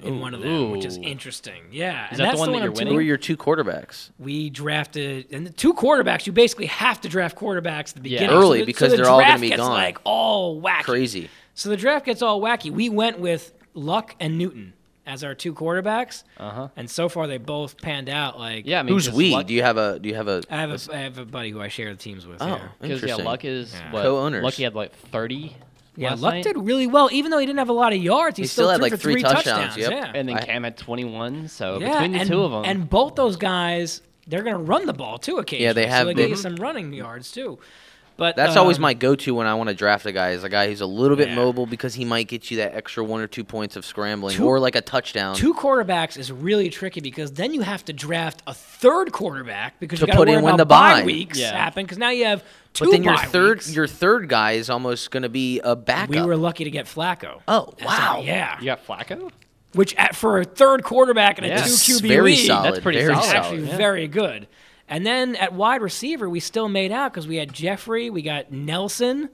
Speaker 2: in one of them, which is
Speaker 4: Ooh.
Speaker 2: interesting. Yeah, and
Speaker 4: that the
Speaker 2: that's
Speaker 4: one that
Speaker 2: I'm
Speaker 4: you're
Speaker 2: doing.
Speaker 3: Who are your two quarterbacks?
Speaker 2: we drafted and the two quarterbacks. You basically have to draft quarterbacks at the beginning
Speaker 3: Early,
Speaker 2: so the,
Speaker 3: because
Speaker 2: so the
Speaker 3: they're all gonna
Speaker 2: draft
Speaker 3: be
Speaker 2: gets,
Speaker 3: gone.
Speaker 2: Like all wacky,
Speaker 3: Crazy.
Speaker 2: So the draft gets all wacky. We went with Luck and Newton as our two quarterbacks,
Speaker 4: Uh-huh.
Speaker 2: and so far they both panned out. Like
Speaker 4: Yeah, I mean,
Speaker 3: Who's
Speaker 4: 'cause
Speaker 3: we?
Speaker 4: Luck-
Speaker 3: Do you have a Do you have a?
Speaker 2: I have a I have a buddy who I share the teams with.
Speaker 3: oh,
Speaker 2: yeah.
Speaker 4: Because yeah,
Speaker 3: interesting.
Speaker 4: Luck is
Speaker 2: Yeah.
Speaker 4: what
Speaker 3: Co-owners.
Speaker 4: Lucky had like thirty.
Speaker 2: Yeah,
Speaker 4: last
Speaker 2: Luck
Speaker 4: night,
Speaker 2: did really well, even though he didn't have a lot of yards. He,
Speaker 3: He still had,
Speaker 2: threw
Speaker 3: like,
Speaker 2: for
Speaker 3: three touchdowns, yep.
Speaker 2: Yeah,
Speaker 4: and then
Speaker 3: I-
Speaker 4: Cam had twenty-one. So
Speaker 2: yeah,
Speaker 4: between the
Speaker 2: and,
Speaker 4: two of them,
Speaker 2: and both those guys, they're going to run the ball too occasionally.
Speaker 3: Yeah, they have
Speaker 2: So they
Speaker 3: been-
Speaker 2: gave you some running yards too. But
Speaker 3: That's always
Speaker 2: um,
Speaker 3: my go-to when I want to draft a guy. Is a guy who's a little bit
Speaker 2: Yeah.
Speaker 3: mobile because he might get you that extra one or two points of scrambling
Speaker 2: Two-
Speaker 3: or like a touchdown.
Speaker 2: two quarterbacks is really tricky because then you have to draft a third quarterback because
Speaker 3: To
Speaker 2: you got
Speaker 3: put
Speaker 2: worry
Speaker 3: in when
Speaker 2: about
Speaker 3: the
Speaker 2: bye
Speaker 3: bye.
Speaker 2: weeks
Speaker 4: Yeah.
Speaker 2: happen because now you have two.
Speaker 3: but then your
Speaker 2: bye
Speaker 3: third
Speaker 2: weeks.
Speaker 3: your third guy is almost going to be a backup.
Speaker 2: we were lucky to get Flacco.
Speaker 3: oh
Speaker 2: That's
Speaker 3: wow,
Speaker 2: all- yeah.
Speaker 4: you got Flacco.
Speaker 2: Which at, for a third quarterback in
Speaker 4: Yeah.
Speaker 2: a two
Speaker 3: That's
Speaker 2: QB
Speaker 3: very
Speaker 2: league,
Speaker 3: solid.
Speaker 4: That's pretty
Speaker 3: very
Speaker 4: solid.
Speaker 2: actually
Speaker 4: yeah.
Speaker 2: very good. And then at wide receiver, we still made out because we had Jeffrey, we got Nelson,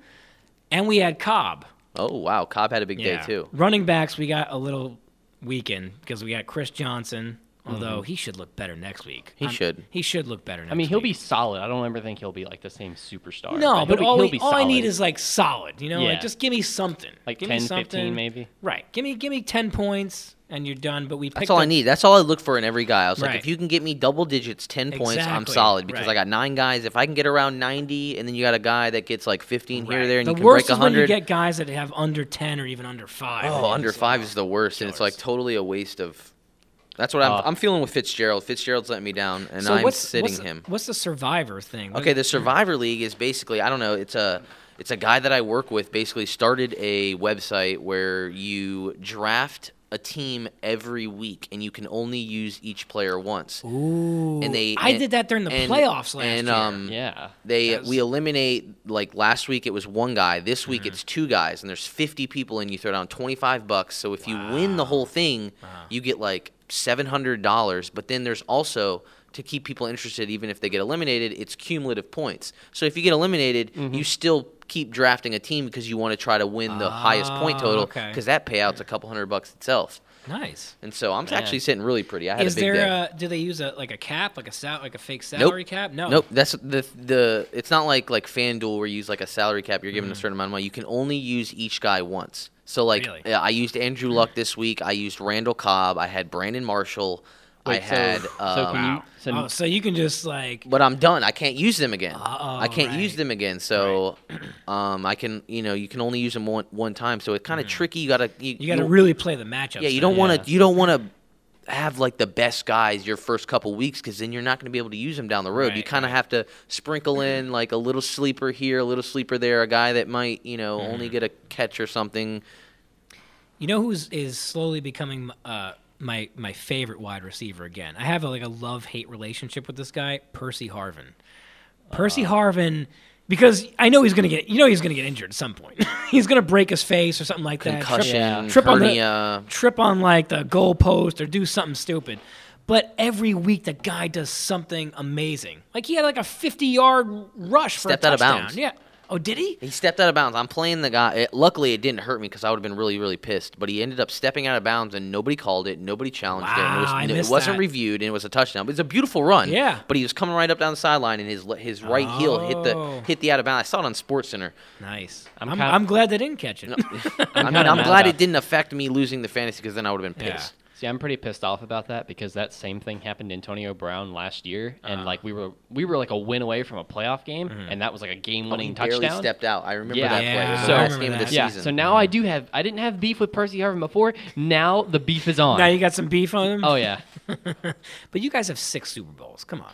Speaker 2: and we had Cobb.
Speaker 3: Oh wow, Cobb had a big day too.
Speaker 2: Running backs, we got a little weakened because we got Chris Johnson. Although he should look better next week.
Speaker 3: He should.
Speaker 2: He should look better. next
Speaker 4: Mm-hmm. I mean, he'll be
Speaker 2: week.
Speaker 4: solid. I don't ever think he'll be like the same superstar.
Speaker 2: no,
Speaker 4: he'll
Speaker 2: but
Speaker 4: be-
Speaker 2: all,
Speaker 4: he'll
Speaker 2: we-
Speaker 4: be
Speaker 2: all I need
Speaker 4: solid.
Speaker 2: is like solid. You know,
Speaker 4: Yeah.
Speaker 2: like just give me something.
Speaker 4: Like
Speaker 2: give me
Speaker 4: 10, 15
Speaker 2: something.
Speaker 4: maybe?
Speaker 2: Right. Give me give me ten points and you're done. But we picked
Speaker 3: That's all I
Speaker 2: up-
Speaker 3: need. That's all I look for in every guy. I was
Speaker 2: Right.
Speaker 3: like, if you can get me double digits, ten points, I'm
Speaker 2: Exactly,
Speaker 3: solid because
Speaker 2: right.
Speaker 3: I got nine guys. If I can get around ninety, and then you got a guy that gets like fifteen here
Speaker 2: Right.
Speaker 3: or there, and
Speaker 2: the
Speaker 3: you can
Speaker 2: worst
Speaker 3: break
Speaker 2: is when you
Speaker 3: hundred.
Speaker 2: get guys that have under ten or even under five. And
Speaker 3: Oh,
Speaker 2: you're
Speaker 3: under
Speaker 2: just
Speaker 3: five
Speaker 2: like,
Speaker 3: is the worst, and it's like
Speaker 2: killers.
Speaker 3: totally a waste of. That's what I'm.
Speaker 4: Uh,
Speaker 3: I'm feeling with Fitzgerald. Fitzgerald's letting me down, and
Speaker 2: So
Speaker 3: I'm
Speaker 2: what's
Speaker 3: sitting
Speaker 2: what's, Mm-hmm.
Speaker 3: him.
Speaker 2: What's the survivor thing? What-
Speaker 3: Okay, the Survivor League is basically I don't know. It's a it's a guy that I work with. Basically, started a website where you draft a team every week, and you can only use each player once.
Speaker 2: Ooh,
Speaker 3: and they
Speaker 2: I
Speaker 3: and-
Speaker 2: did that during the
Speaker 3: and-
Speaker 2: playoffs last
Speaker 3: and,
Speaker 2: year.
Speaker 3: Um,
Speaker 4: Yeah.
Speaker 3: They
Speaker 2: That was-
Speaker 3: we eliminate like last week it was one guy. This
Speaker 2: Mm-hmm.
Speaker 3: week it's two guys, and there's 50 people, and you throw down 25 bucks. So if you win the whole thing,
Speaker 2: Uh-huh.
Speaker 3: you get like 700 dollars. But then there's also to keep people interested, even if they get eliminated, it's cumulative points. So if you get eliminated,
Speaker 2: Mm-hmm.
Speaker 3: you still keep drafting a team because you want to try to win the highest point
Speaker 2: Ah,
Speaker 3: total
Speaker 2: okay.
Speaker 3: because that payout's a couple hundred bucks itself.
Speaker 2: nice.
Speaker 3: And so I'm actually sitting really pretty. I had
Speaker 2: Is
Speaker 3: a big
Speaker 2: there?
Speaker 3: day.
Speaker 2: A, do they use a like a cap, like a sal- like a fake salary cap? No. Oh,
Speaker 3: Nope. That's the the. It's not like like FanDuel where you use like a salary cap. You're given a certain amount of money. You can only use each guy once. So like
Speaker 2: Mm-hmm. Really? Mm-hmm.
Speaker 3: yeah, I used Andrew Luck this week. I used Randall Cobb. I had Brandon Marshall. I
Speaker 4: Wait, so-
Speaker 3: had.
Speaker 4: so
Speaker 3: um,
Speaker 4: can
Speaker 2: Wow.
Speaker 4: So-
Speaker 2: oh, so you can just like
Speaker 3: but I'm done. I can't use them again.
Speaker 2: Uh-oh,
Speaker 3: I can't
Speaker 2: Oh,
Speaker 3: use
Speaker 2: right.
Speaker 3: them again. So, um, I can you know you can only use them one one time. So it's kind of tricky. You gotta you,
Speaker 2: Mm-hmm. you got to
Speaker 3: you-
Speaker 2: really play the matchup.
Speaker 3: yeah, you don't
Speaker 4: yeah.
Speaker 3: want to. You don't want to have like the best guys your first couple weeks because then you're not going to be able to use them down the road. you
Speaker 2: Right, Mm-hmm.
Speaker 3: kind of have to sprinkle in like a little sleeper here, a little sleeper there, a guy that might you know
Speaker 2: Mm-hmm.
Speaker 3: only get a catch or something.
Speaker 2: You know who's is slowly becoming uh, my my favorite wide receiver again. I have a, like a love hate relationship with this guy, Percy Harvin. Percy
Speaker 3: Uh.
Speaker 2: Harvin, because I know he's gonna get you know he's gonna get injured at some point. he's gonna break his face or something like that. trip-
Speaker 3: Concussion,
Speaker 2: trip on the-
Speaker 3: hernia.
Speaker 2: trip on like the goalpost or do something stupid. But every week the guy does something amazing. Like he had like a 50 yard rush for
Speaker 3: Stepped
Speaker 2: a
Speaker 3: out of
Speaker 2: touchdown.
Speaker 3: bounds.
Speaker 2: Yeah. Oh, did he?
Speaker 3: He stepped out of bounds. I'm playing the guy. It, luckily, it didn't hurt me because I would have been really, really pissed. But he ended up stepping out of bounds, and nobody called it. Nobody challenged it. and
Speaker 2: Wow, I
Speaker 3: It, was,
Speaker 2: missed
Speaker 3: it wasn't
Speaker 2: that.
Speaker 3: reviewed, and it was a touchdown. But it's a beautiful run.
Speaker 2: Yeah.
Speaker 3: But he was coming right up down the sideline, and his le- his right heel hit
Speaker 2: Oh.
Speaker 3: the hit the out of bounds. I saw it on Sports Center.
Speaker 2: Nice. I'm,
Speaker 4: I'm
Speaker 2: I'm,
Speaker 4: kind-
Speaker 2: glad they didn't catch it.
Speaker 3: I mean,
Speaker 4: kinda
Speaker 3: I'm
Speaker 4: mad
Speaker 3: glad
Speaker 4: about
Speaker 3: it didn't affect me losing the fantasy because then I would have been
Speaker 2: Yeah.
Speaker 3: pissed.
Speaker 4: See, I'm pretty pissed off about that because that same thing happened to Antonio Brown last year,
Speaker 3: Uh-huh.
Speaker 4: and like we were we were like a win away from a playoff game, and that was like a game
Speaker 3: He
Speaker 4: winning
Speaker 3: Mm-hmm. barely
Speaker 4: touchdown.
Speaker 3: stepped out. I remember
Speaker 4: Yeah.
Speaker 3: that play. It was
Speaker 4: Yeah,
Speaker 3: the
Speaker 4: I
Speaker 3: last
Speaker 2: remember
Speaker 3: game
Speaker 2: that.
Speaker 3: of the
Speaker 4: yeah.
Speaker 3: season.
Speaker 4: So now I do have I didn't have beef with Percy Harvin before. Now the beef is on.
Speaker 2: now you got some beef on him?
Speaker 4: oh yeah,
Speaker 2: But you guys have six Super Bowls. Come on.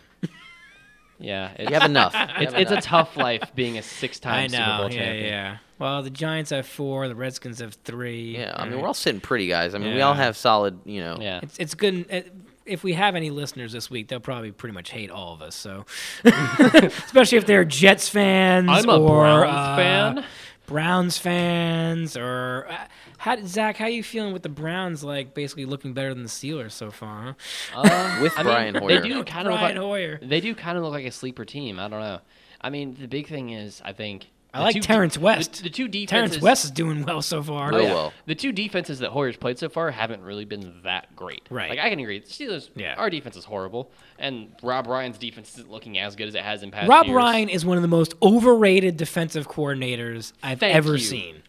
Speaker 4: yeah. It's,
Speaker 3: you have enough.
Speaker 4: it's, it's a tough life being a six time Super Bowl
Speaker 2: Yeah,
Speaker 4: champion.
Speaker 2: yeah. Well, the Giants have four. The Redskins have three.
Speaker 3: Yeah, I mean,
Speaker 2: right?
Speaker 3: we're all sitting pretty, guys. I mean, we all
Speaker 2: Yeah.
Speaker 3: have solid, you know.
Speaker 4: Yeah.
Speaker 2: It's it's good. uh, If we have any listeners this week, they'll probably pretty much hate all of us. So, especially if they're Jets fans
Speaker 4: I'm a
Speaker 2: or
Speaker 4: Browns
Speaker 2: uh,
Speaker 4: fan.
Speaker 2: Browns fans or uh, how Zach? How you feeling with the Browns? Like basically looking better than the Steelers so far. Huh?
Speaker 4: Uh,
Speaker 3: With
Speaker 4: I mean,
Speaker 3: Brian Hoyer.
Speaker 4: They do kind of
Speaker 2: Brian
Speaker 4: look
Speaker 2: Hoyer.
Speaker 4: like, they do kind of look like a sleeper team. I don't know. I mean, the big thing is, I think
Speaker 2: I
Speaker 4: the
Speaker 2: like
Speaker 4: two de-
Speaker 2: Terrence
Speaker 4: the-
Speaker 2: West.
Speaker 4: The, two defenses.
Speaker 2: Terrence West is doing well so far.
Speaker 3: Oh,
Speaker 4: yeah.
Speaker 3: well.
Speaker 4: The two defenses that Hoyer's played so far haven't really been that great.
Speaker 2: Right.
Speaker 4: Like I can agree. The Steelers.
Speaker 2: Yeah.
Speaker 4: Our defense is horrible, and Rob Ryan's defense isn't looking as good as it has in past.
Speaker 2: Rob
Speaker 4: years.
Speaker 2: Ryan is one of the most overrated defensive coordinators I've
Speaker 4: Thank
Speaker 2: ever
Speaker 4: you.
Speaker 2: seen.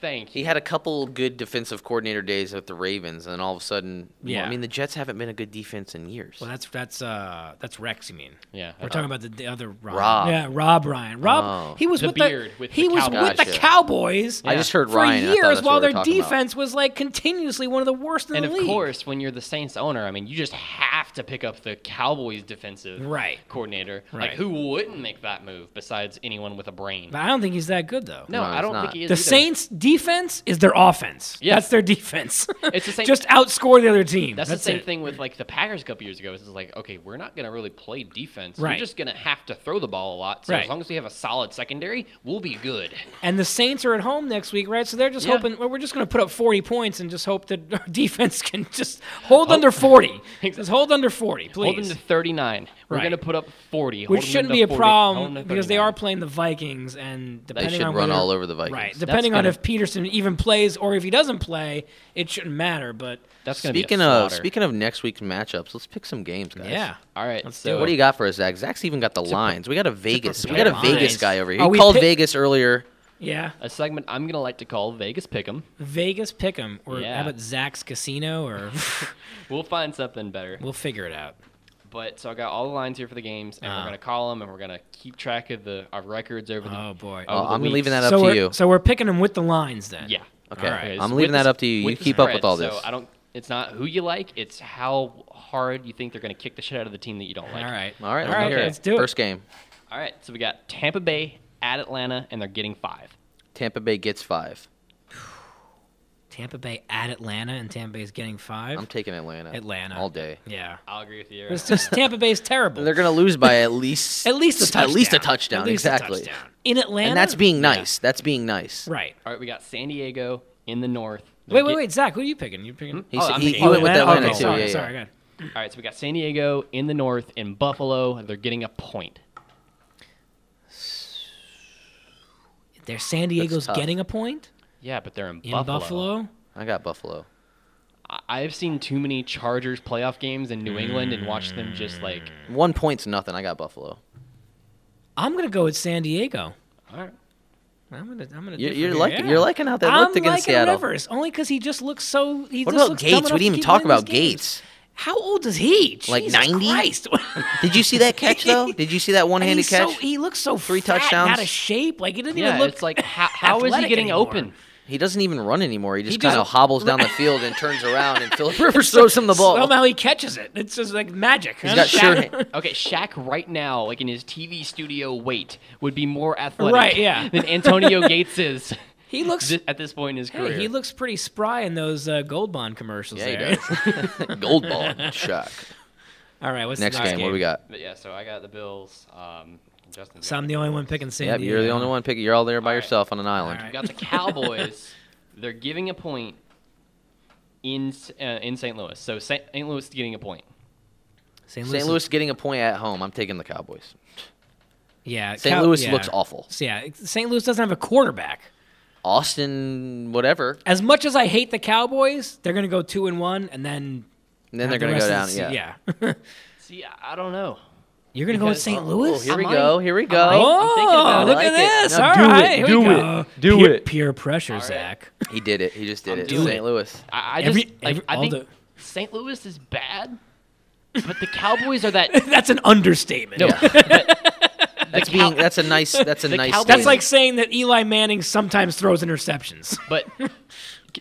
Speaker 4: Thank
Speaker 3: He
Speaker 4: you.
Speaker 3: had a couple good defensive coordinator days with the Ravens, and then all of a sudden, yeah.
Speaker 2: Yeah.
Speaker 3: I mean, the Jets haven't been a good defense in years.
Speaker 2: Well, that's that's uh that's Rex. You mean?
Speaker 4: Yeah,
Speaker 2: We're
Speaker 4: I-
Speaker 2: talking about the, the other Rob.
Speaker 3: Uh, Rob.
Speaker 2: Yeah, Rob Ryan. Rob.
Speaker 3: Oh.
Speaker 2: He was
Speaker 4: The
Speaker 2: with
Speaker 4: beard
Speaker 2: the
Speaker 4: with
Speaker 2: he
Speaker 4: the
Speaker 2: was
Speaker 4: Cowboys.
Speaker 2: with the
Speaker 3: Gotcha.
Speaker 2: Cowboys.
Speaker 3: I just heard
Speaker 2: for
Speaker 3: Ryan, and I thought
Speaker 2: years
Speaker 3: that's
Speaker 2: while
Speaker 3: what we
Speaker 2: their
Speaker 3: were talking about.
Speaker 2: defense was like continuously one of the worst in
Speaker 4: and
Speaker 2: the
Speaker 4: of
Speaker 2: league.
Speaker 4: course, when you're the Saints owner, I mean, you just have to pick up the Cowboys defensive
Speaker 2: Right.
Speaker 4: coordinator.
Speaker 2: Right.
Speaker 4: Like, who wouldn't make that move besides anyone with a brain?
Speaker 2: But I don't think he's that good though.
Speaker 4: No,
Speaker 3: No,
Speaker 4: I
Speaker 3: it's
Speaker 4: don't
Speaker 3: not.
Speaker 4: think he is.
Speaker 2: The
Speaker 4: either.
Speaker 2: Saints' defense is their offense.
Speaker 4: Yeah.
Speaker 2: That's their defense.
Speaker 4: It's the same-
Speaker 2: Just outscore the other team.
Speaker 4: That's, the same
Speaker 2: it.
Speaker 4: thing with like the Packers a couple years ago. It's just like, okay, we're not going to really play defense.
Speaker 2: Right.
Speaker 4: We're just going to have to throw the ball a lot. So
Speaker 2: Right.
Speaker 4: as long as we have a solid secondary, we'll be good.
Speaker 2: And the Saints are at home next week, right? So they're just
Speaker 4: Yeah.
Speaker 2: hoping well, we're just going to put up 40 points and just hope that our defense can just hold under 40. Just hold under 40, please.
Speaker 4: Hold them to 39. We're
Speaker 2: Right.
Speaker 4: going to put up 40. Hold
Speaker 2: Which
Speaker 4: them
Speaker 2: shouldn't
Speaker 4: to
Speaker 2: be a
Speaker 4: 40. Hold them
Speaker 2: problem
Speaker 4: to
Speaker 2: because they are
Speaker 4: 39.
Speaker 2: playing the Vikings, and depending
Speaker 3: should
Speaker 2: on
Speaker 3: run
Speaker 2: whether-
Speaker 3: all over the Vikings.
Speaker 2: Right,
Speaker 3: That's
Speaker 2: depending on
Speaker 4: gonna-
Speaker 2: if Peterson even plays or if he doesn't play, it shouldn't matter. But
Speaker 4: That's going to be a
Speaker 3: speaking of
Speaker 4: slaughter.
Speaker 3: speaking of next week's matchups, let's pick some games, guys.
Speaker 2: yeah,
Speaker 4: All right,
Speaker 2: Let's
Speaker 4: so
Speaker 2: do
Speaker 3: What do
Speaker 2: it.
Speaker 3: you got for us, Zach? Zach's even got the lines. We got a Vegas. We got a
Speaker 2: prepare
Speaker 3: Vegas
Speaker 2: lines.
Speaker 3: guy over here.
Speaker 2: Are
Speaker 3: He
Speaker 2: we
Speaker 3: called
Speaker 2: pick-
Speaker 3: Vegas earlier.
Speaker 2: yeah.
Speaker 4: a segment I'm going to like to call Vegas Pick'em.
Speaker 2: Vegas pick 'em, or
Speaker 4: Yeah.
Speaker 2: how about Zach's Casino, or
Speaker 4: We'll find something better.
Speaker 2: we'll figure it out.
Speaker 4: But so I got all the lines here for the games, and
Speaker 2: Uh.
Speaker 4: we're going to call them, and we're going to keep track of the our records over the.
Speaker 2: Oh boy.
Speaker 4: over
Speaker 3: Oh,
Speaker 4: the
Speaker 3: I'm
Speaker 4: weeks.
Speaker 3: leaving that up
Speaker 2: so
Speaker 3: to
Speaker 2: we're,
Speaker 3: you.
Speaker 2: So we're picking them with the lines then.
Speaker 4: Yeah.
Speaker 3: Okay,
Speaker 2: All right.
Speaker 3: I'm
Speaker 4: With
Speaker 3: leaving
Speaker 4: the
Speaker 3: that
Speaker 4: s-
Speaker 3: up to you. You
Speaker 4: with the
Speaker 3: keep up with
Speaker 4: spread,
Speaker 3: all this.
Speaker 4: So I don't. It's not who you like. It's how hard you think they're going to kick the shit out of the team that you don't
Speaker 2: All
Speaker 4: like.
Speaker 2: right.
Speaker 3: All right,
Speaker 2: All
Speaker 3: let me
Speaker 2: right.
Speaker 3: hear it.
Speaker 2: Let's do it.
Speaker 3: First game,
Speaker 4: All right. So we got Tampa Bay at Atlanta, and they're getting five.
Speaker 3: Tampa Bay gets five.
Speaker 2: Tampa Bay at Atlanta, and Tampa Bay's getting 5
Speaker 3: I'm taking Atlanta.
Speaker 2: Atlanta
Speaker 3: all day.
Speaker 2: yeah.
Speaker 4: I'll agree with you.
Speaker 2: It's just Tampa Bay's terrible.
Speaker 3: They're gonna lose by at least
Speaker 2: at least a touchdown.
Speaker 3: At least a touchdown.
Speaker 2: At least a
Speaker 3: exactly.
Speaker 2: touchdown. In Atlanta. Oh,
Speaker 3: And that's being
Speaker 4: Yeah.
Speaker 3: nice. That's being nice.
Speaker 2: right.
Speaker 4: All right. We got San Diego in the north.
Speaker 2: Wait,
Speaker 4: They're
Speaker 2: wait,
Speaker 4: get-
Speaker 2: wait, Zach. Who are you picking? You picking?
Speaker 3: He's,
Speaker 4: Oh, I'm
Speaker 3: he,
Speaker 4: thinking-
Speaker 3: he went with
Speaker 2: Atlanta?
Speaker 3: Atlanta
Speaker 2: Okay,
Speaker 3: too.
Speaker 2: Sorry,
Speaker 3: yeah, yeah.
Speaker 2: sorry. Go ahead.
Speaker 4: All right. So we got San Diego in the north in Buffalo, and they're getting a point.
Speaker 2: They're San Diego's
Speaker 3: tough.
Speaker 2: getting a point
Speaker 4: Yeah, but they're in,
Speaker 2: in
Speaker 4: Buffalo.
Speaker 2: Buffalo.
Speaker 3: I got Buffalo.
Speaker 4: I- I've seen too many Chargers playoff games in New England and watched them just like.
Speaker 2: Mm.
Speaker 3: One point's nothing. I got Buffalo.
Speaker 2: I'm gonna go with San Diego.
Speaker 4: All right.
Speaker 2: I'm gonna. I'm gonna.
Speaker 3: You're,
Speaker 2: differ
Speaker 3: you're
Speaker 2: here.
Speaker 3: liking
Speaker 2: Yeah.
Speaker 3: you're liking how they
Speaker 2: I'm
Speaker 3: looked against
Speaker 2: liking
Speaker 3: Seattle.
Speaker 2: Rivers only because he just looks so. He
Speaker 3: What
Speaker 2: just
Speaker 3: about
Speaker 2: looks
Speaker 3: Gates?
Speaker 2: dumb enough
Speaker 3: We
Speaker 2: to
Speaker 3: didn't even
Speaker 2: keep
Speaker 3: talk
Speaker 2: winning
Speaker 3: about
Speaker 2: these games.
Speaker 3: Gates.
Speaker 2: How old is he?
Speaker 3: Like
Speaker 2: Jesus
Speaker 3: 90?
Speaker 2: Christ.
Speaker 3: Did you see that catch though? Did you see that one
Speaker 2: And
Speaker 3: handed
Speaker 2: he's so,
Speaker 3: catch?
Speaker 2: he looks so
Speaker 3: Three
Speaker 2: fat and out
Speaker 3: touchdowns.
Speaker 2: of shape. Like he doesn't
Speaker 4: Yeah,
Speaker 2: even look
Speaker 4: it's like how, how is he
Speaker 2: athletic
Speaker 4: getting
Speaker 2: anymore.
Speaker 4: open?
Speaker 3: He doesn't even run anymore. He just
Speaker 2: just-
Speaker 3: kind of hobbles down the field and turns around, and Philip Rivers throws him the ball.
Speaker 2: Somehow he catches it. It's just like magic.
Speaker 3: He's got sure. hand-
Speaker 4: Okay, Shaq right now, like in his TV studio weight, would be more athletic
Speaker 2: Right, yeah.
Speaker 4: than Antonio Gates is
Speaker 2: He looks.
Speaker 4: thi- at this point in his career.
Speaker 2: Hey, he looks pretty spry in those uh, Gold Bond commercials.
Speaker 3: Yeah, he
Speaker 2: there.
Speaker 3: does. Gold ball. Shock.
Speaker 2: All right, what's
Speaker 3: Next
Speaker 2: the
Speaker 3: game, What do we got?
Speaker 4: but yeah, so I got the Bills. Um, Justin
Speaker 2: So I'm the only one picking San
Speaker 3: Yep,
Speaker 2: Diego.
Speaker 3: you're the only one picking. You're all there by
Speaker 4: All right.
Speaker 3: yourself on an island.
Speaker 2: All
Speaker 4: got the Cowboys. They're giving a point in S- uh, in St. Louis. So St. Louis is getting a point.
Speaker 2: St.
Speaker 3: St. Louis getting a point at home. I'm taking the Cowboys.
Speaker 2: Yeah.
Speaker 3: St.
Speaker 2: Cow-
Speaker 3: Louis
Speaker 2: yeah.
Speaker 3: looks awful.
Speaker 2: So, yeah, St. Louis doesn't have a quarterback.
Speaker 3: Austin, whatever.
Speaker 2: As much as I hate the Cowboys, they're gonna go two and one, and then
Speaker 3: And then they're
Speaker 2: have the
Speaker 3: going to go down.
Speaker 2: rest of
Speaker 3: Yeah.
Speaker 2: the se- yeah.
Speaker 4: See, I- I don't know.
Speaker 2: you're gonna go with
Speaker 4: Because-
Speaker 2: St.
Speaker 4: oh,
Speaker 2: Louis.
Speaker 3: Here we
Speaker 4: Am I-
Speaker 3: go. Here we go.
Speaker 2: Oh,
Speaker 4: thinking about it.
Speaker 2: look
Speaker 3: I
Speaker 2: at
Speaker 3: like it.
Speaker 2: this!
Speaker 3: Now
Speaker 2: All
Speaker 3: do it.
Speaker 2: right, here
Speaker 3: Do
Speaker 2: we
Speaker 3: it.
Speaker 2: go.
Speaker 5: Do
Speaker 2: Pure-
Speaker 5: it.
Speaker 2: Pure pressure,
Speaker 4: right.
Speaker 2: Zach.
Speaker 3: He did it. He just did
Speaker 4: I'm
Speaker 3: it.
Speaker 4: doing
Speaker 3: St.
Speaker 4: it.
Speaker 3: Louis.
Speaker 4: I, I
Speaker 2: Every-
Speaker 4: just like,
Speaker 2: every-
Speaker 4: I
Speaker 2: all
Speaker 4: think
Speaker 2: the-
Speaker 4: St. Louis is bad, but the Cowboys are that.
Speaker 2: That's an understatement.
Speaker 4: No,
Speaker 3: That's being. That's a nice. That's a
Speaker 4: the
Speaker 3: nice.
Speaker 4: Cowboys-
Speaker 2: That's
Speaker 3: game.
Speaker 2: like saying that Eli Manning sometimes throws interceptions.
Speaker 4: But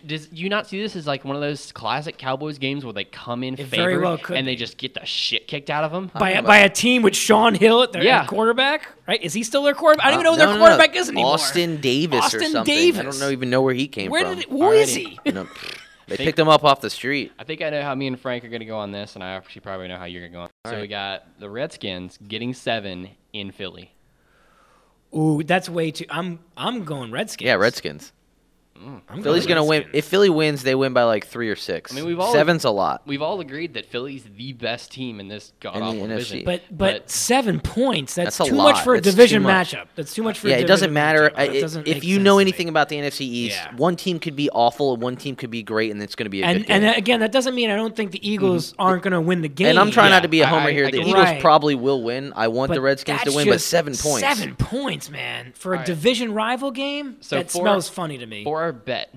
Speaker 4: does you not see this as like one of those classic Cowboys games where they come in
Speaker 2: It
Speaker 4: favored
Speaker 2: very well could
Speaker 4: and
Speaker 2: be.
Speaker 4: they just get the shit kicked out of them?
Speaker 2: by a,
Speaker 3: about-
Speaker 2: by a team with Sean Hill at their
Speaker 4: Yeah.
Speaker 2: quarterback, right? Is he still their quarterback? I don't even know
Speaker 3: Uh,
Speaker 2: who their
Speaker 3: no, no, no.
Speaker 2: quarterback is anymore.
Speaker 3: Austin Davis or
Speaker 2: Austin
Speaker 3: something. I
Speaker 2: Davis.
Speaker 3: don't know, even know where he came
Speaker 2: Where
Speaker 3: from.
Speaker 2: did it- who is
Speaker 4: Alrighty.
Speaker 2: he?
Speaker 3: You know, they picked him up off the street.
Speaker 4: I think I know how me and Frank are going to go on this, and I actually probably know how you're going to go on. so we got the Redskins getting seven in Philly.
Speaker 2: Ooh, that's way too. I'm I'm going Redskins.
Speaker 3: Yeah, Redskins.
Speaker 2: I'm
Speaker 3: Philly's
Speaker 2: going
Speaker 3: gonna win.
Speaker 2: Redskins.
Speaker 3: If Philly wins, they win by like three or six.
Speaker 4: I mean, we've always-
Speaker 3: seven's a lot.
Speaker 4: We've all agreed that Philly's the best team in this god
Speaker 3: In
Speaker 4: awful
Speaker 3: the
Speaker 4: division.
Speaker 3: NFC.
Speaker 2: but, but seven points. That's,
Speaker 3: That's a
Speaker 2: too much
Speaker 3: lot.
Speaker 2: for a
Speaker 3: That's too
Speaker 2: division
Speaker 3: much.
Speaker 2: matchup. That's too much for. a
Speaker 3: yeah, it
Speaker 2: division
Speaker 3: doesn't matter.
Speaker 2: matchup.
Speaker 3: I-
Speaker 2: That
Speaker 3: it-
Speaker 2: doesn't
Speaker 3: if
Speaker 2: make
Speaker 3: you
Speaker 2: sense
Speaker 3: know
Speaker 2: to
Speaker 3: anything
Speaker 2: me.
Speaker 3: about the NFC East,
Speaker 2: Yeah.
Speaker 3: one team could be awful and one team could be great, and it's going to be a good
Speaker 2: and
Speaker 3: game.
Speaker 2: and uh, again, that doesn't mean I don't think the Eagles aren't going to win the game.
Speaker 3: Mm-hmm. And I'm trying
Speaker 4: Yeah,
Speaker 3: not to be a
Speaker 4: I-
Speaker 3: homer
Speaker 4: I-
Speaker 3: here.
Speaker 4: I
Speaker 3: the
Speaker 4: get
Speaker 2: it.
Speaker 3: Eagles
Speaker 2: Right.
Speaker 3: probably will win. I want the
Speaker 2: But
Speaker 3: Redskins to
Speaker 2: that's
Speaker 3: win by
Speaker 2: just
Speaker 3: seven points.
Speaker 2: Seven points, man, for a
Speaker 4: All right.
Speaker 2: division rival game.
Speaker 4: So
Speaker 2: that
Speaker 4: for-
Speaker 2: smells funny to me.
Speaker 4: For our bet,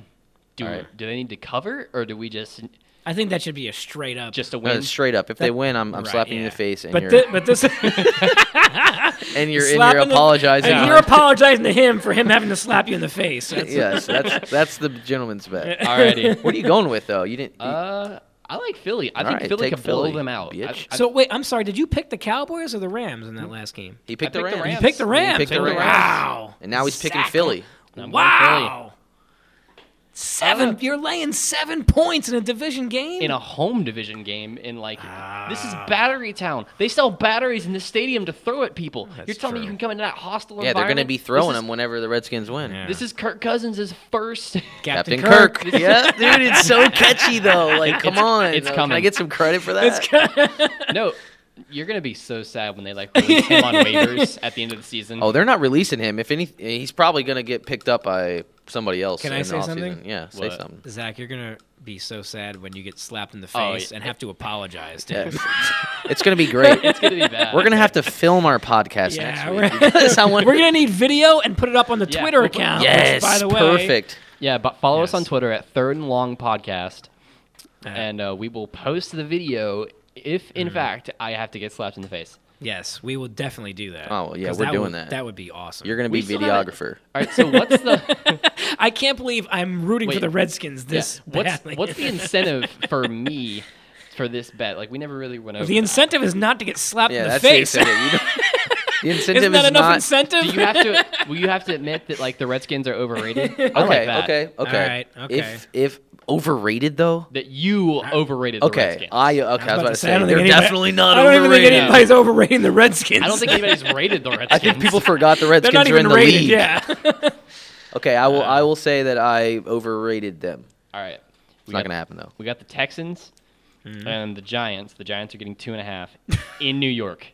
Speaker 4: do
Speaker 3: All right.
Speaker 4: do they need to cover or do we just
Speaker 2: I think that should be a straight up.
Speaker 4: just a
Speaker 3: No,
Speaker 4: win?
Speaker 3: Uh, straight up. If they win, I'm, I'm
Speaker 2: Right,
Speaker 3: slapping you in
Speaker 2: yeah.
Speaker 3: the face, and
Speaker 2: but
Speaker 3: you're
Speaker 2: thi- but this
Speaker 3: and you're and you're
Speaker 2: slapping the-
Speaker 3: apologizing.
Speaker 2: and you're apologizing to him for him having to slap you in the face. That's-
Speaker 3: yes, that's that's the gentleman's bet.
Speaker 4: Alrighty.
Speaker 3: What are you going with though? You didn't. you-
Speaker 4: uh, I like Philly. I
Speaker 3: All
Speaker 4: think
Speaker 3: right,
Speaker 4: Philly
Speaker 3: take
Speaker 4: can blow
Speaker 3: Philly,
Speaker 4: them out. I-
Speaker 3: bitch.
Speaker 4: I-
Speaker 2: So wait, I'm sorry. Did you pick the Cowboys or the Rams in that last game?
Speaker 3: he picked
Speaker 4: I
Speaker 3: the
Speaker 4: picked
Speaker 3: Rams.
Speaker 4: the
Speaker 2: You
Speaker 4: Rams.
Speaker 2: picked the
Speaker 4: You
Speaker 2: Rams.
Speaker 3: Hmm? picked the Rams.
Speaker 2: Wow.
Speaker 3: And now he's picking
Speaker 2: Exactly.
Speaker 3: Philly.
Speaker 4: I'm going
Speaker 2: Wow.
Speaker 4: Uh,
Speaker 2: Seven. You're laying seven points in a division game.
Speaker 4: in a home division game in like
Speaker 2: Ah.
Speaker 4: this is battery town. They sell batteries in the stadium to throw at people. You're telling me you
Speaker 2: true.
Speaker 4: can come into that hostile
Speaker 3: Yeah, they're
Speaker 4: environment?
Speaker 3: going to be throwing
Speaker 4: this
Speaker 3: him whenever the Redskins win.
Speaker 2: Yeah.
Speaker 4: Is, this is Kirk Cousins' first.
Speaker 3: Captain Kirk. yeah, dude, it's so catchy though. Like, come on.
Speaker 4: it's
Speaker 3: Uh, Can I
Speaker 4: coming.
Speaker 3: get some credit for that?
Speaker 4: no, you're gonna be so sad when they like release him on waivers at the end of the season.
Speaker 3: Oh, they're not releasing him. If any, he's probably going to get picked up by somebody else.
Speaker 2: Can I
Speaker 3: in
Speaker 2: say
Speaker 3: the offseason.
Speaker 2: something?
Speaker 3: Yeah, say
Speaker 4: What?
Speaker 3: something.
Speaker 2: Zach, you're gonna be so sad when you get slapped in the
Speaker 4: Oh,
Speaker 2: face
Speaker 4: yeah.
Speaker 2: and have to apologize to
Speaker 3: Yeah.
Speaker 2: him.
Speaker 3: it's going to be great.
Speaker 4: it's gonna be bad.
Speaker 3: We're going to have to film our podcast
Speaker 2: Yeah,
Speaker 3: next week.
Speaker 2: we're-
Speaker 3: That's how
Speaker 2: We're
Speaker 3: one-
Speaker 2: gonna need video and put it up on the
Speaker 4: Yeah,
Speaker 2: Twitter
Speaker 4: we'll put-
Speaker 2: account. which,
Speaker 3: yes,
Speaker 2: by the way,
Speaker 3: perfect.
Speaker 4: Yeah, but follow us
Speaker 2: Yes.
Speaker 4: on Twitter at Third and Long Podcast,
Speaker 2: Uh,
Speaker 4: and uh, we will post the video if,
Speaker 2: Mm-hmm.
Speaker 4: in fact, I have to get slapped in the face.
Speaker 2: Yes, we will definitely do that.
Speaker 3: Oh, well, yeah,
Speaker 2: 'Cause
Speaker 3: we're
Speaker 2: that
Speaker 3: doing
Speaker 2: would-
Speaker 3: that.
Speaker 2: That would be awesome.
Speaker 3: You're going to
Speaker 4: We
Speaker 3: be
Speaker 4: still haven't-
Speaker 3: videographer.
Speaker 4: All right, so what's the
Speaker 2: I can't believe I'm rooting for
Speaker 4: Wait.
Speaker 2: the Redskins this
Speaker 4: yeah, what's
Speaker 2: badly.
Speaker 4: what's the incentive for me for this bet? Like we never really went over
Speaker 2: The
Speaker 4: that.
Speaker 2: incentive is not to get slapped
Speaker 3: Yeah,
Speaker 2: in the
Speaker 3: that's
Speaker 2: face.
Speaker 3: the incentive. You don't- the incentive
Speaker 2: Isn't that
Speaker 3: is
Speaker 2: enough
Speaker 3: not.
Speaker 2: incentive?
Speaker 4: Do you have to? Will you have to admit that like the Redskins are overrated? I
Speaker 3: Okay,
Speaker 4: like that.
Speaker 3: okay, okay.
Speaker 2: Alright, okay.
Speaker 3: If if overrated though.
Speaker 4: That you overrated the
Speaker 3: Okay,
Speaker 4: Redskins.
Speaker 3: I okay. I was about, to say,
Speaker 2: I don't
Speaker 3: they're
Speaker 2: think anybody-
Speaker 3: definitely not
Speaker 2: I don't
Speaker 3: overrated.
Speaker 2: even think anybody's overrating the Redskins.
Speaker 4: I don't think anybody's rated the Redskins.
Speaker 3: I think people forgot the
Speaker 2: they're
Speaker 3: Redskins
Speaker 2: not
Speaker 3: are in
Speaker 2: even
Speaker 3: the
Speaker 2: rated.
Speaker 3: league.
Speaker 2: Yeah.
Speaker 3: Okay, I will. I will say that I overrated them.
Speaker 4: All right,
Speaker 3: It's
Speaker 4: we
Speaker 3: not
Speaker 4: got,
Speaker 3: gonna happen though.
Speaker 4: we got the Texans
Speaker 2: Mm-hmm.
Speaker 4: and the Giants. The Giants are getting two and a half in New York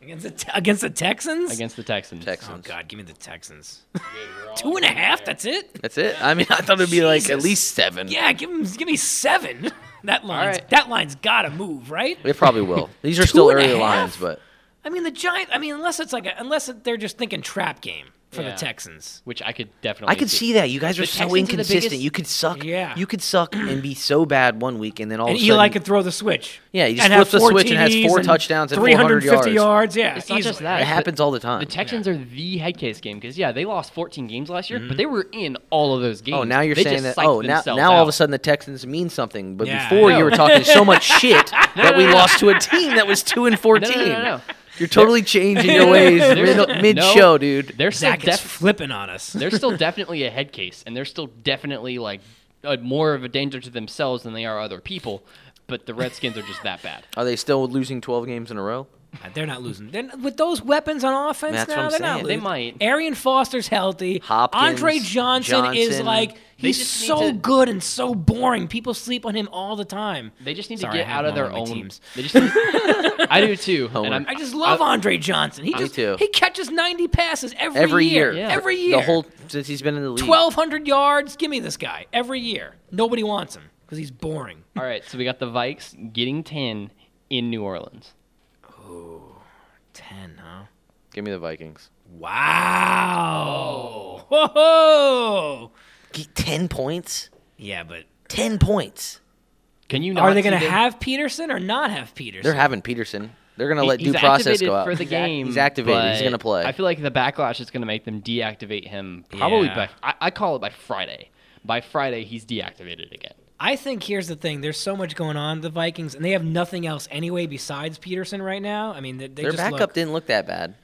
Speaker 2: against, the te- against the Texans.
Speaker 4: against the Texans.
Speaker 3: Texans.
Speaker 2: oh God, give me the Texans. Two and a half. That's it.
Speaker 3: That's it. I mean, I thought it'd be like at
Speaker 2: Jesus.
Speaker 3: least seven.
Speaker 2: Yeah, give 'em- give me seven. That line's
Speaker 4: right.
Speaker 2: that line's gotta move, right?
Speaker 3: It probably will. These are
Speaker 2: Two
Speaker 3: still
Speaker 2: and a
Speaker 3: early
Speaker 2: half?
Speaker 3: lines, but
Speaker 2: I mean, the Giant. I mean, unless it's like a, unless they're just thinking trap game for
Speaker 4: Yeah.
Speaker 2: the Texans.
Speaker 4: which I could definitely.
Speaker 3: I could see that you guys are
Speaker 4: The
Speaker 3: so
Speaker 4: Texans are the
Speaker 3: inconsistent.
Speaker 4: biggest-
Speaker 3: you could suck.
Speaker 2: Yeah.
Speaker 3: You could suck and be so bad one week, and then all
Speaker 2: And
Speaker 3: of a sudden,
Speaker 2: Eli could throw the switch.
Speaker 3: Yeah, he just
Speaker 2: and have
Speaker 3: flips the
Speaker 2: four
Speaker 3: switch and has
Speaker 2: TDs
Speaker 3: four touchdowns and 400
Speaker 2: 350 yards. Yeah,
Speaker 4: It's not just
Speaker 2: easily.
Speaker 4: that.
Speaker 3: it happens all the time.
Speaker 4: The Texans are the head case game because yeah, they lost 14 games last year, but they were in all of those games.
Speaker 3: Mm-hmm. Oh, now you're
Speaker 4: They
Speaker 3: saying that.
Speaker 4: just psyched
Speaker 3: Oh, now,
Speaker 4: themselves
Speaker 3: now all of
Speaker 4: out.
Speaker 3: a sudden the Texans mean something. But
Speaker 2: Yeah, I
Speaker 3: before
Speaker 4: know.
Speaker 3: you were talking so much shit that we
Speaker 4: no, no.
Speaker 3: lost to a team that was two and
Speaker 4: no,
Speaker 3: fourteen.
Speaker 4: no, no, no.
Speaker 3: You're totally changing your ways
Speaker 4: They're-
Speaker 3: mid,
Speaker 4: no.
Speaker 3: mid show, dude.
Speaker 4: They're still
Speaker 2: Zach is
Speaker 4: def-
Speaker 2: flipping on us.
Speaker 4: they're still definitely a head case, and they're still definitely like uh, more of a danger to themselves than they are other people. But the Redskins are just that bad.
Speaker 3: Are they still losing twelve games in a row?
Speaker 2: They're not losing. They're, with those weapons on offense
Speaker 3: That's what
Speaker 2: now,
Speaker 3: I'm
Speaker 2: they're
Speaker 3: saying.
Speaker 2: not
Speaker 3: They
Speaker 2: losing.
Speaker 4: might.
Speaker 2: Arian Foster's healthy.
Speaker 3: Hopkins,
Speaker 2: Andre Johnson, is
Speaker 3: Johnson.
Speaker 2: like
Speaker 4: They
Speaker 2: he's
Speaker 4: just need
Speaker 2: so
Speaker 4: to-
Speaker 2: good and so boring. People sleep on him all the time.
Speaker 4: They just need
Speaker 2: Sorry,
Speaker 4: to
Speaker 2: I
Speaker 4: get
Speaker 2: have
Speaker 4: out of
Speaker 2: him
Speaker 4: their
Speaker 2: on my
Speaker 4: own.
Speaker 2: teams.
Speaker 4: They just need- I do too.
Speaker 3: Homer.
Speaker 4: And I'm,
Speaker 2: I just love Andre Johnson. He
Speaker 3: Me
Speaker 2: just
Speaker 3: too.
Speaker 2: he catches 90 passes every,
Speaker 3: Every year,
Speaker 2: year.
Speaker 4: Yeah.
Speaker 2: Every
Speaker 3: For-
Speaker 2: year.
Speaker 3: the whole since he's been in the league.
Speaker 2: 1200 yards. Give me this guy every year. Nobody wants him because he's boring.
Speaker 4: all right, so we got the Vikes getting 10 in New Orleans.
Speaker 2: 10, huh?
Speaker 3: Give me the Vikings.
Speaker 2: Wow.
Speaker 3: Oh.
Speaker 2: Whoa.
Speaker 3: Ge- Ten points.
Speaker 2: Yeah, but
Speaker 3: Ten points.
Speaker 4: Can you? Not
Speaker 2: are they
Speaker 4: see
Speaker 2: going to
Speaker 4: the-
Speaker 2: have Peterson or not have Peterson?
Speaker 3: They're having Peterson. They're gonna
Speaker 4: He-
Speaker 3: let
Speaker 4: he's
Speaker 3: due process
Speaker 4: activated
Speaker 3: go out.
Speaker 4: for the
Speaker 3: He's act-
Speaker 4: game.
Speaker 3: He's activated. He's
Speaker 4: but
Speaker 3: gonna play.
Speaker 4: I feel like the backlash is going to make them deactivate him probably
Speaker 2: Yeah.
Speaker 4: by I, I call it by Friday. By Friday, he's deactivated again.
Speaker 2: I think here's the thing. There's so much going on the Vikings, and they have nothing else anyway besides Peterson right now. I mean, they, they
Speaker 3: Their
Speaker 2: just
Speaker 3: backup
Speaker 2: look-
Speaker 3: didn't look that bad.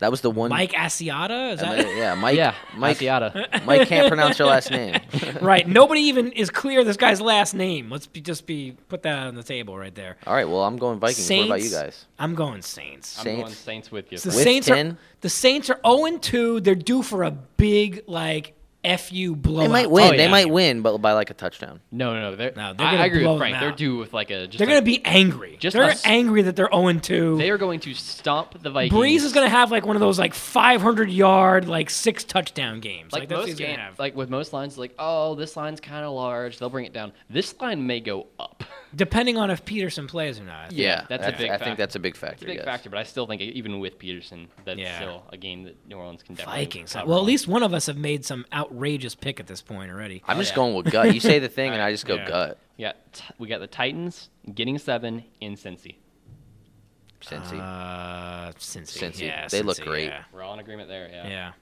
Speaker 3: That was the one.
Speaker 2: Mike Asiata is
Speaker 3: I
Speaker 2: that
Speaker 3: mean, yeah, Mike.
Speaker 4: yeah,
Speaker 3: Mike.
Speaker 4: Asiata.
Speaker 3: Mike can't pronounce your last name.
Speaker 2: right? Nobody even is clear this guy's last name. Let's be, just be put that on the table right there.
Speaker 3: All right, well, I'm going Vikings.
Speaker 2: Saints.
Speaker 3: What about you guys?
Speaker 2: I'm going Saints.
Speaker 4: I'm
Speaker 3: Saints.
Speaker 4: going Saints with you.
Speaker 2: So the
Speaker 3: With
Speaker 2: Saints are
Speaker 3: 10?
Speaker 2: the Saints are 0 2. They're due for a big like fu blowout.
Speaker 3: They might win.
Speaker 4: Oh,
Speaker 3: They
Speaker 4: yeah.
Speaker 3: might win, but by like a touchdown.
Speaker 4: no, no, no. They're,
Speaker 2: No, they're
Speaker 4: I-
Speaker 2: gonna
Speaker 4: I agree
Speaker 2: blow
Speaker 4: with Frank.
Speaker 2: them
Speaker 4: They're
Speaker 2: out.
Speaker 4: due with like a. Just
Speaker 2: They're
Speaker 4: like,
Speaker 2: gonna be angry.
Speaker 4: Just
Speaker 2: they're
Speaker 4: us.
Speaker 2: angry that they're 0 2.
Speaker 4: They are going to stomp the Vikings.
Speaker 2: Breeze is gonna have like one of those like 500 yard like six touchdown games. Like,
Speaker 4: like
Speaker 2: that's what
Speaker 4: most
Speaker 2: he's gonna
Speaker 4: game,
Speaker 2: have.
Speaker 4: like with most lines, like oh, this line's kind of large. They'll bring it down. This line may go up.
Speaker 2: Depending on if Peterson plays or not. I think.
Speaker 4: Yeah, that's a big
Speaker 3: I
Speaker 4: factor.
Speaker 3: think that's a big factor.
Speaker 4: It's a big
Speaker 3: yes.
Speaker 4: factor, but I still think even with Peterson, that's
Speaker 2: Yeah.
Speaker 4: still a game that New Orleans can definitely.
Speaker 2: Vikings.
Speaker 4: cover
Speaker 2: Well, at
Speaker 4: on.
Speaker 2: least one of us have made some outrageous pick at this point already.
Speaker 3: I'm just
Speaker 4: yeah.
Speaker 3: going with gut. You say the thing, and I just go
Speaker 2: Yeah.
Speaker 3: gut.
Speaker 4: we got t- we got the Titans getting seven in Cincy.
Speaker 3: Cincy.
Speaker 2: Uh, Cincy.
Speaker 3: Cincy.
Speaker 2: Yeah,
Speaker 3: They look
Speaker 2: Cincy,
Speaker 3: great.
Speaker 2: Yeah.
Speaker 4: We're all in agreement there. Yeah.
Speaker 2: yeah.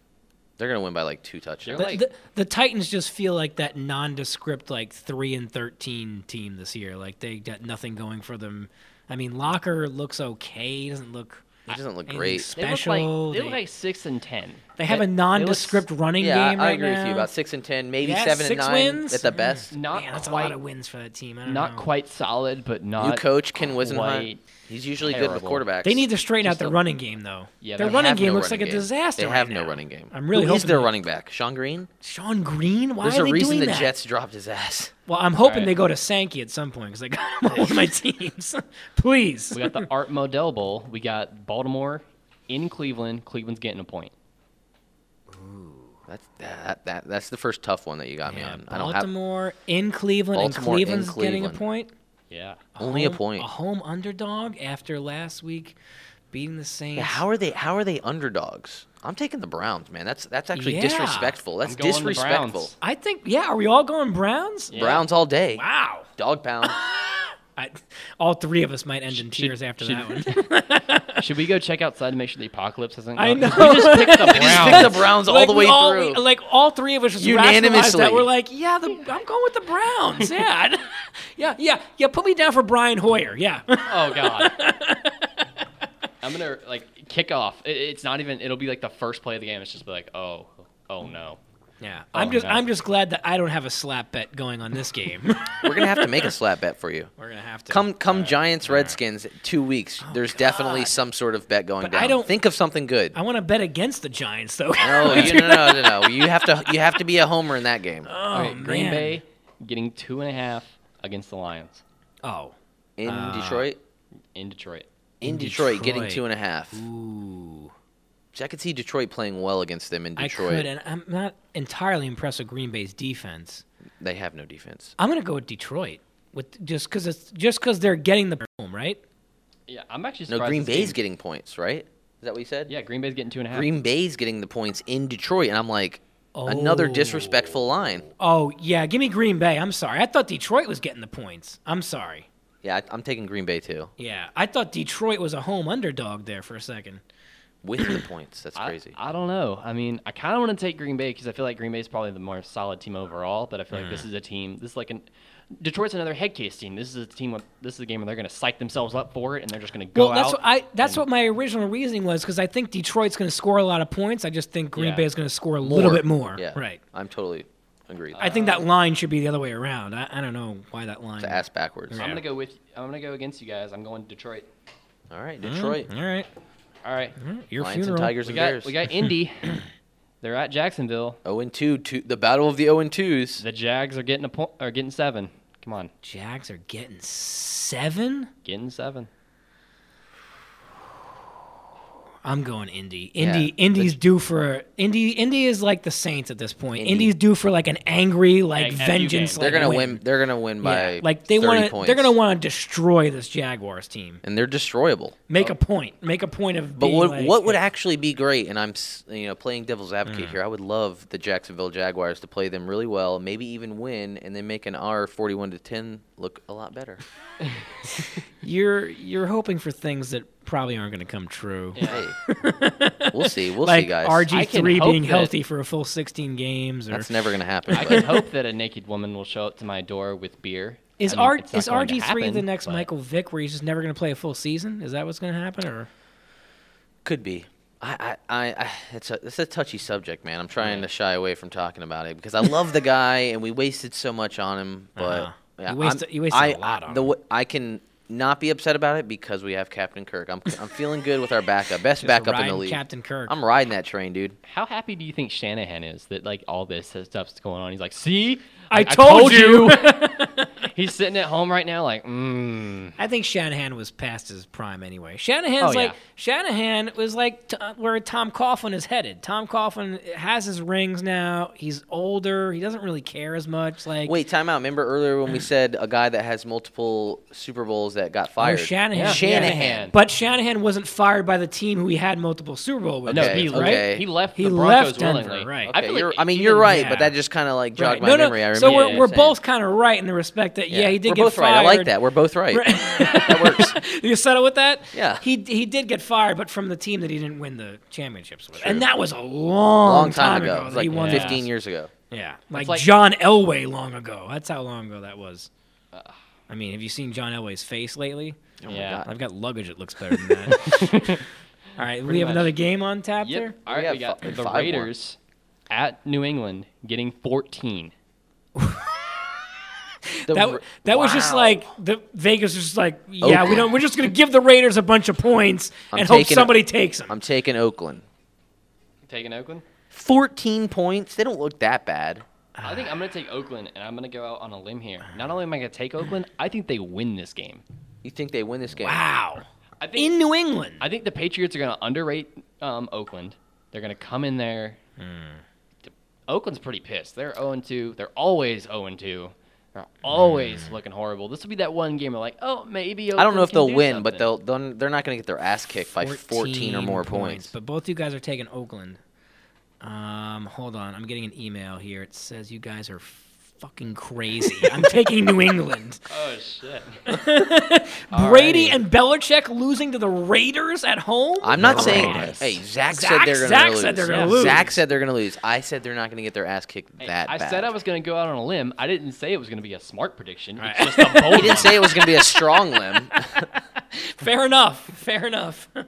Speaker 3: They're gonna win by like two touchdowns.
Speaker 2: The,
Speaker 4: Like-
Speaker 2: the, the Titans just feel like that nondescript like three and thirteen team this year. Like they got nothing going for them. I mean, Locker looks okay. He doesn't look.
Speaker 3: He doesn't look
Speaker 2: anything
Speaker 3: great.
Speaker 4: They look
Speaker 2: Special.
Speaker 4: like they, look like six and ten.
Speaker 2: They have
Speaker 4: That-
Speaker 2: a
Speaker 4: they look
Speaker 2: nondescript running
Speaker 3: yeah, I-
Speaker 2: game
Speaker 3: I,
Speaker 2: right
Speaker 3: agree
Speaker 2: now.
Speaker 3: with you. About six and ten, maybe
Speaker 2: Yeah,
Speaker 3: seven and
Speaker 2: six
Speaker 3: nine
Speaker 2: wins?
Speaker 3: at the
Speaker 2: Mm.
Speaker 3: best.
Speaker 4: s- Not
Speaker 2: Man, that's
Speaker 4: quite,
Speaker 2: a lot of wins for that team. I don't
Speaker 4: not
Speaker 2: know.
Speaker 4: quite solid, but not
Speaker 3: New coach Ken Wisenhunt.
Speaker 4: quite
Speaker 3: He's usually good
Speaker 4: terrible.
Speaker 3: with quarterbacks.
Speaker 2: They need to straighten out
Speaker 4: Just
Speaker 2: their
Speaker 4: a-
Speaker 2: running game, though.
Speaker 4: Yeah,
Speaker 2: their
Speaker 4: they
Speaker 2: running
Speaker 3: have
Speaker 2: game
Speaker 3: no
Speaker 2: looks like
Speaker 3: running
Speaker 2: a
Speaker 3: game.
Speaker 2: disaster.
Speaker 3: They have
Speaker 2: right
Speaker 3: no
Speaker 2: now.
Speaker 3: running game.
Speaker 2: I'm really
Speaker 3: Who is
Speaker 2: hoping
Speaker 3: their
Speaker 2: they-
Speaker 3: running back? Sean Green.
Speaker 2: Sean Green. Why
Speaker 3: There's
Speaker 2: are
Speaker 3: a
Speaker 2: they
Speaker 3: reason
Speaker 2: doing
Speaker 3: the
Speaker 2: that?
Speaker 3: Jets dropped his ass.
Speaker 2: Well, I'm hoping
Speaker 4: Alright.
Speaker 2: they go to Sankey at some point because I got him on one of my teams. Please.
Speaker 4: We got the Art Modell Bowl. We got Baltimore in Cleveland. Cleveland's getting a point.
Speaker 3: That's that, that that's the first tough one that you got me
Speaker 2: Yeah,
Speaker 3: on. Um, I don't have
Speaker 2: Baltimore in Cleveland,
Speaker 3: Baltimore in
Speaker 2: and Cleveland's getting a
Speaker 3: Cleveland.
Speaker 2: point.
Speaker 4: Yeah.
Speaker 3: only a
Speaker 2: Home-
Speaker 3: point.
Speaker 2: A home underdog after last week beating the Saints.
Speaker 3: Yeah, how are they? How are they underdogs? I'm taking the Browns, man. That's that's actually
Speaker 2: Yeah.
Speaker 3: disrespectful. That's
Speaker 4: I'm going the
Speaker 3: disrespectful.
Speaker 4: Browns.
Speaker 3: Browns.
Speaker 2: I think. Yeah, are we all going Browns?
Speaker 4: Yeah.
Speaker 3: all day.
Speaker 2: Wow.
Speaker 3: Dog pound.
Speaker 2: I, all three of us might end in
Speaker 4: should-
Speaker 2: tears after
Speaker 4: should-
Speaker 2: that one.
Speaker 4: Should we go check outside and make sure the apocalypse hasn't?
Speaker 2: I
Speaker 4: gone?
Speaker 2: know.
Speaker 4: We just picked the
Speaker 3: Pick the
Speaker 4: Browns.
Speaker 3: Browns all
Speaker 2: like
Speaker 3: the
Speaker 2: we
Speaker 3: way
Speaker 2: all-
Speaker 3: through.
Speaker 2: we- like all three of us just unanimously
Speaker 3: Unanimously.
Speaker 2: that we're like, yeah, the, I'm going with the Browns. Yeah, I- yeah, yeah, yeah. Put me down for Brian Hoyer. Yeah,
Speaker 4: oh god. I'm gonna like kick off. It, it's not even. It'll be like the first play of the game. It's just be like, oh, oh no.
Speaker 2: yeah. I'm
Speaker 4: Oh,
Speaker 2: just,
Speaker 4: no.
Speaker 2: I'm just glad that I don't have a slap bet going on this game.
Speaker 3: We're gonna have to make a slap bet for you.
Speaker 2: we're gonna have to
Speaker 3: Come, come, Giants, Redskins, two weeks. There's definitely some sort of bet going
Speaker 2: But I
Speaker 3: down.
Speaker 2: don't-
Speaker 3: think of something good.
Speaker 2: I want to bet against the Giants though.
Speaker 3: No, you, no, no, no, no. You have to, you have to be a homer in that game.
Speaker 2: oh,
Speaker 4: All right, Green
Speaker 2: man.
Speaker 4: Bay getting two and a half against the Lions
Speaker 2: Oh,
Speaker 3: In Detroit,
Speaker 4: in Detroit.
Speaker 3: in
Speaker 2: in
Speaker 3: Detroit, getting
Speaker 2: Detroit.
Speaker 3: two and a half.
Speaker 2: ooh.
Speaker 3: I could see Detroit playing well against them in
Speaker 2: I
Speaker 3: Detroit.
Speaker 2: could, and I'm not entirely impressed with Green Bay's defense.
Speaker 3: They have no defense.
Speaker 2: I'm gonna go with Detroit with just because it's just because they're getting the home right.
Speaker 4: Yeah, I'm actually
Speaker 3: No,
Speaker 4: surprised.
Speaker 3: Green
Speaker 4: this
Speaker 3: Bay's
Speaker 4: game-
Speaker 3: getting points, right? Is that what you said?
Speaker 4: Yeah, Green Bay's getting two and a half.
Speaker 3: Green Bay's getting the points in Detroit, and I'm like, another
Speaker 2: Oh.
Speaker 3: disrespectful line.
Speaker 2: Oh yeah, give me Green Bay. I'm sorry. I thought Detroit was getting the points. I'm sorry.
Speaker 3: Yeah, I, I'm taking Green Bay too
Speaker 2: Yeah, I thought Detroit was a home underdog there for a second.
Speaker 3: with the points. That's
Speaker 4: I-
Speaker 3: crazy.
Speaker 4: I, don't know. I mean, I kind of want to take Green Bay because I feel like Green Bay is probably the more solid team overall. But I feel like
Speaker 2: Mm.
Speaker 4: this is a team. This is like an Detroit's another head case team. This is a team. with- This is a game where they're going to psych themselves up for it, and they're just going to go
Speaker 2: well, that's
Speaker 4: out.
Speaker 2: what I. That's what my original reasoning was because I think Detroit's going to score a lot of points. I just think Green
Speaker 4: Yeah.
Speaker 2: Bay is going to score a little bit more.
Speaker 3: Yeah,
Speaker 2: Right.
Speaker 3: I'm totally agreed.
Speaker 2: I think that line should be the other way around. I, I don't know why that line.
Speaker 3: to ass backwards.
Speaker 4: I'm going to go with. I'm going to go against you guys. I'm going Detroit.
Speaker 3: All right, Detroit.
Speaker 2: All right.
Speaker 4: All right.
Speaker 2: Your
Speaker 3: Lions
Speaker 2: Mm-hmm. funeral.
Speaker 3: and Tigers
Speaker 4: We
Speaker 3: and
Speaker 4: got
Speaker 3: Bears.
Speaker 4: we got Indy. they're at Jacksonville.
Speaker 3: 0 and 2, two, the battle of the 0 and 2s.
Speaker 4: The Jags are getting a point. Are getting seven. Come on,
Speaker 2: Jags are getting seven.
Speaker 4: getting seven.
Speaker 2: I'm going Indy.
Speaker 3: Yeah.
Speaker 2: Indy. Indy's due for Indy. Indy is like the Saints at this point.
Speaker 3: Indy.
Speaker 2: Indy's due for like an angry, like
Speaker 4: Like, F you
Speaker 2: vengeance.
Speaker 4: game.
Speaker 2: like,
Speaker 3: They're gonna win. They're gonna win by
Speaker 2: Yeah, like they
Speaker 3: 30
Speaker 2: want to.
Speaker 3: points.
Speaker 2: They're gonna want to destroy this Jaguars team.
Speaker 3: and they're destroyable.
Speaker 2: Make a point. Make a point of.
Speaker 3: Oh. But
Speaker 2: being
Speaker 3: what
Speaker 2: like, Mm.
Speaker 3: what would actually be great? And I'm s- you know playing devil's advocate here. I would love the Jacksonville Jaguars to play them really well, maybe even win, and then make an R 41 to 10 look a lot better.
Speaker 2: you're you're hoping for things that probably aren't gonna come true.
Speaker 3: hey, We'll see. We'll
Speaker 2: like
Speaker 3: see, guys.
Speaker 2: RG three
Speaker 4: I can hope
Speaker 2: being
Speaker 4: that-
Speaker 2: healthy for a full sixteen games, or
Speaker 3: That's never gonna happen.
Speaker 4: I
Speaker 3: but-
Speaker 4: can hope that a naked woman will show up to my door with beer.
Speaker 2: is
Speaker 4: I mean,
Speaker 2: R
Speaker 4: it's not
Speaker 2: is
Speaker 4: going to
Speaker 2: RG three the
Speaker 4: happen,
Speaker 2: next
Speaker 4: but-
Speaker 2: Michael Vick, where he's just never going to play a full season? Is that what's going to happen, or
Speaker 3: Could be. I, I, I, I it's a, it's a touchy subject, man. I'm trying to shy away from talking about it because I love the guy and we wasted so much on him. But
Speaker 2: Uh-huh.
Speaker 3: yeah,
Speaker 2: You wasted-
Speaker 3: I'm-
Speaker 2: you wasted
Speaker 3: I-
Speaker 2: a lot on
Speaker 3: the
Speaker 2: him.
Speaker 3: wa- I can not be upset about it because we have Captain Kirk. I'm, I'm feeling good with our backup, best
Speaker 2: Just
Speaker 3: backup in
Speaker 2: riding
Speaker 3: the league.
Speaker 2: Captain Kirk?
Speaker 3: I'm riding that train, dude.
Speaker 4: How happy do you think Shanahan is that like all this stuff's going on? He's like, see,
Speaker 2: I
Speaker 4: Like,
Speaker 2: told
Speaker 4: He's sitting at home right now, like, mm.
Speaker 2: I think Shanahan was past his prime anyway. Shanahan's
Speaker 4: Oh,
Speaker 2: like
Speaker 4: yeah.
Speaker 2: Shanahan was like t- uh, where Tom Coughlin is headed. Tom Coughlin has his rings now. He's older. He doesn't really care as much. Like
Speaker 3: Wait, time out. Remember earlier when we said a guy that has multiple Super Bowls that got fired?
Speaker 2: Oh, Shanahan.
Speaker 4: Yeah.
Speaker 3: Shanahan.
Speaker 2: But Shanahan wasn't fired by the team who he had multiple Super Bowl with.
Speaker 4: No,
Speaker 3: Okay,
Speaker 4: he
Speaker 2: right?
Speaker 3: okay.
Speaker 4: left. He left.
Speaker 2: He
Speaker 4: the Broncos
Speaker 2: left Denver,
Speaker 4: willingly.
Speaker 2: right.
Speaker 3: Okay, I,
Speaker 4: feel
Speaker 3: you're,
Speaker 4: like
Speaker 3: I mean,
Speaker 4: even-
Speaker 3: you're right,
Speaker 2: yeah.
Speaker 3: but that just kind of like jogged
Speaker 2: Right.
Speaker 3: my
Speaker 2: no,
Speaker 3: memory.
Speaker 2: No.
Speaker 3: I remember.
Speaker 2: so we're,
Speaker 3: what
Speaker 2: we're
Speaker 3: you're saying.
Speaker 2: both kind of right in the respect that yeah, he did
Speaker 3: we're
Speaker 2: get
Speaker 3: both
Speaker 2: fired.
Speaker 3: right. I like that. We're both right. that works.
Speaker 2: you settle with that?
Speaker 3: Yeah.
Speaker 2: He he did get fired, but from the team that he didn't win the championships with,
Speaker 3: True.
Speaker 2: and that was a long,
Speaker 3: long time, ago. It
Speaker 2: that
Speaker 3: was
Speaker 2: he
Speaker 3: like
Speaker 2: won
Speaker 3: 15
Speaker 2: those.
Speaker 3: years ago.
Speaker 2: Yeah, like,
Speaker 4: like-
Speaker 2: John Elway long ago. That's how long ago that was. I mean, have you seen John Elway's face lately?
Speaker 3: Oh Uh.
Speaker 4: yeah.
Speaker 2: I've got luggage that looks better than that. All right, we have
Speaker 4: much.
Speaker 2: another game on tap there.
Speaker 4: Yep. All right,
Speaker 3: Yeah,
Speaker 4: we got
Speaker 3: fi-
Speaker 4: the
Speaker 3: five more.
Speaker 4: Raiders at New England getting 14.
Speaker 3: The
Speaker 2: That,
Speaker 3: r-
Speaker 2: that was just
Speaker 3: wow.
Speaker 2: like the Vegas was just like, yeah, we
Speaker 3: Oakland.
Speaker 2: don't. We're just gonna give the Raiders a bunch of points
Speaker 3: I'm
Speaker 2: and hope
Speaker 3: taking-
Speaker 2: somebody takes them.
Speaker 3: I'm taking Oakland.
Speaker 4: Taking Oakland.
Speaker 3: 14 points. They don't look that bad.
Speaker 4: I think I'm going to take Oakland, and I'm going to go out on a limb here. Not only am I going to take Oakland, I think they win this game.
Speaker 3: You think they win this game?
Speaker 2: Wow,
Speaker 4: I think
Speaker 2: in New England.
Speaker 4: I think the Patriots are going to underrate um, Oakland. They're going to come in there.
Speaker 3: Hmm.
Speaker 4: Oakland's pretty pissed. They're 0 2. They're always 0 2. They're always looking horrible. This will be that one game where, like, oh, maybe. Oakland
Speaker 3: Hmm. I don't know if
Speaker 4: can
Speaker 3: they'll
Speaker 4: do
Speaker 3: win, but
Speaker 4: something.
Speaker 3: they'll, they'll they're not going to get their ass kicked by 14, or more points.
Speaker 2: But both you guys are taking Oakland. Um, hold on, I'm getting an email here. It says you guys are fucking crazy. I'm taking New England.
Speaker 4: Oh, shit.
Speaker 2: Brady and Belichick losing to the Raiders at home.
Speaker 3: I'm not saying.
Speaker 2: Raiders.
Speaker 3: Hey, Zach,
Speaker 2: Zach-
Speaker 3: said they're going to
Speaker 2: Zach
Speaker 3: lose.
Speaker 2: said they're
Speaker 4: gonna
Speaker 2: lose.
Speaker 3: Zach said they're going to lose. I said they're not going to get their ass kicked
Speaker 4: Hey,
Speaker 3: that
Speaker 4: I
Speaker 3: bad.
Speaker 4: said I was going to go out on a limb. I didn't say it was going to be a smart prediction. It's just a bold
Speaker 3: He didn't say it was going to be a strong limb.
Speaker 2: fair enough. Fair enough.
Speaker 4: All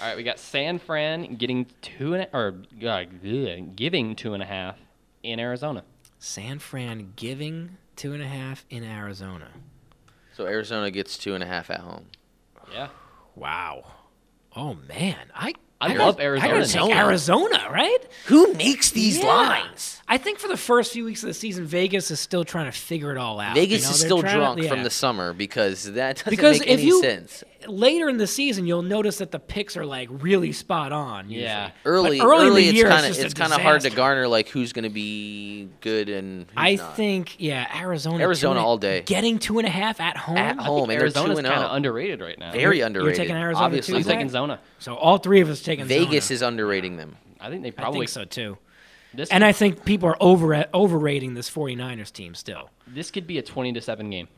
Speaker 4: right, we got San Fran getting two and a, or uh, ugh, giving two and a half in Arizona.
Speaker 2: San Fran giving two and a half in Arizona.
Speaker 3: So Arizona gets two and a half at home.
Speaker 4: Yeah.
Speaker 2: Wow. Oh man, I
Speaker 4: I
Speaker 2: gotta-
Speaker 4: love
Speaker 2: I gotta
Speaker 4: Arizona.
Speaker 2: take Arizona, right?
Speaker 3: Who makes these
Speaker 2: Yeah.
Speaker 3: lines?
Speaker 2: I think for the first few weeks of the season, Vegas is still trying to figure it all out.
Speaker 3: Vegas
Speaker 2: You know,
Speaker 3: is
Speaker 2: they're
Speaker 3: still
Speaker 2: trying to-
Speaker 3: drunk
Speaker 2: yeah.
Speaker 3: from the summer because that doesn't
Speaker 2: Because
Speaker 3: make
Speaker 2: if
Speaker 3: any
Speaker 2: you-
Speaker 3: sense.
Speaker 2: Later in the season, you'll notice that the picks are like really spot on. Usually.
Speaker 4: Yeah.
Speaker 3: early,
Speaker 2: But early
Speaker 3: early,
Speaker 2: in the
Speaker 3: it's
Speaker 2: year, it's
Speaker 3: kind
Speaker 2: just
Speaker 3: of
Speaker 2: a
Speaker 3: it's kind of hard to
Speaker 2: disaster.
Speaker 3: garner like who's going to be good and who's
Speaker 2: I
Speaker 3: not.
Speaker 2: think yeah, Arizona. two and
Speaker 3: Arizona
Speaker 2: a-
Speaker 3: all day.
Speaker 2: Getting two and a half at home.
Speaker 3: At
Speaker 2: I
Speaker 3: home.
Speaker 2: think-
Speaker 3: and oh. they're
Speaker 4: Arizona's
Speaker 3: 2-0.
Speaker 4: kind of underrated right now.
Speaker 3: very
Speaker 2: you're
Speaker 3: underrated.
Speaker 2: taking Arizona
Speaker 3: obviously,
Speaker 2: too,
Speaker 4: I'm
Speaker 2: Zach?
Speaker 4: taking Zona.
Speaker 2: So all three of us taking
Speaker 3: Vegas
Speaker 2: Zona.
Speaker 3: is underrating them.
Speaker 4: I think they
Speaker 2: I
Speaker 4: probably
Speaker 2: think so too.
Speaker 4: This
Speaker 2: And
Speaker 4: could,
Speaker 2: I think people are over overrating this 49ers team still.
Speaker 4: this could be a twenty to seven game.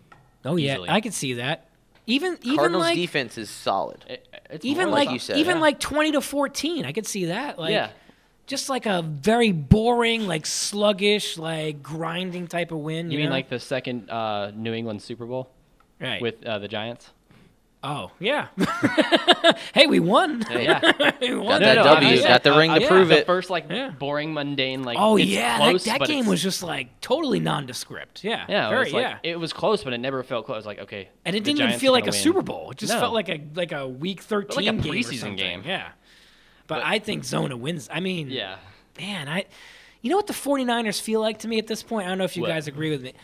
Speaker 2: Oh yeah,
Speaker 4: Easily.
Speaker 2: I could see that. Even even
Speaker 3: Cardinals
Speaker 2: like
Speaker 3: defense is solid.
Speaker 4: It- it's
Speaker 2: even
Speaker 4: more
Speaker 2: like,
Speaker 3: you said,
Speaker 2: even
Speaker 3: yeah.
Speaker 2: like 20 to 14 i could see that like
Speaker 4: Yeah.
Speaker 2: just like a very boring like sluggish like grinding type of win
Speaker 4: you
Speaker 2: you,
Speaker 4: mean
Speaker 2: know?
Speaker 4: like the second uh, New England Super Bowl
Speaker 2: right
Speaker 4: with uh, the Giants?
Speaker 2: oh yeah hey we won
Speaker 4: Yeah.
Speaker 2: We won.
Speaker 3: Got that W,
Speaker 4: said-
Speaker 3: got the ring to
Speaker 4: yeah,
Speaker 3: prove
Speaker 4: the
Speaker 3: it.
Speaker 4: First, like
Speaker 2: Yeah.
Speaker 4: boring, mundane, like
Speaker 2: oh
Speaker 4: it's
Speaker 2: yeah
Speaker 4: close,
Speaker 2: that, that
Speaker 4: but
Speaker 2: game
Speaker 4: it's-
Speaker 2: was just like totally nondescript yeah
Speaker 4: yeah, it
Speaker 2: very,
Speaker 4: was like,
Speaker 2: yeah
Speaker 4: it was close, but it never felt close. It was like okay,
Speaker 2: and it
Speaker 4: the
Speaker 2: didn't even
Speaker 4: Giants
Speaker 2: feel
Speaker 4: are
Speaker 2: like a
Speaker 4: gonna win.
Speaker 2: super bowl it just
Speaker 4: No.
Speaker 2: felt like a like a week 13 game or
Speaker 4: preseason
Speaker 2: something.
Speaker 4: game.
Speaker 2: yeah but i think zona wins i mean
Speaker 4: yeah.
Speaker 2: man, I you know what the 49ers feel like to me at this point? I don't know if you
Speaker 4: What?
Speaker 2: guys agree with me.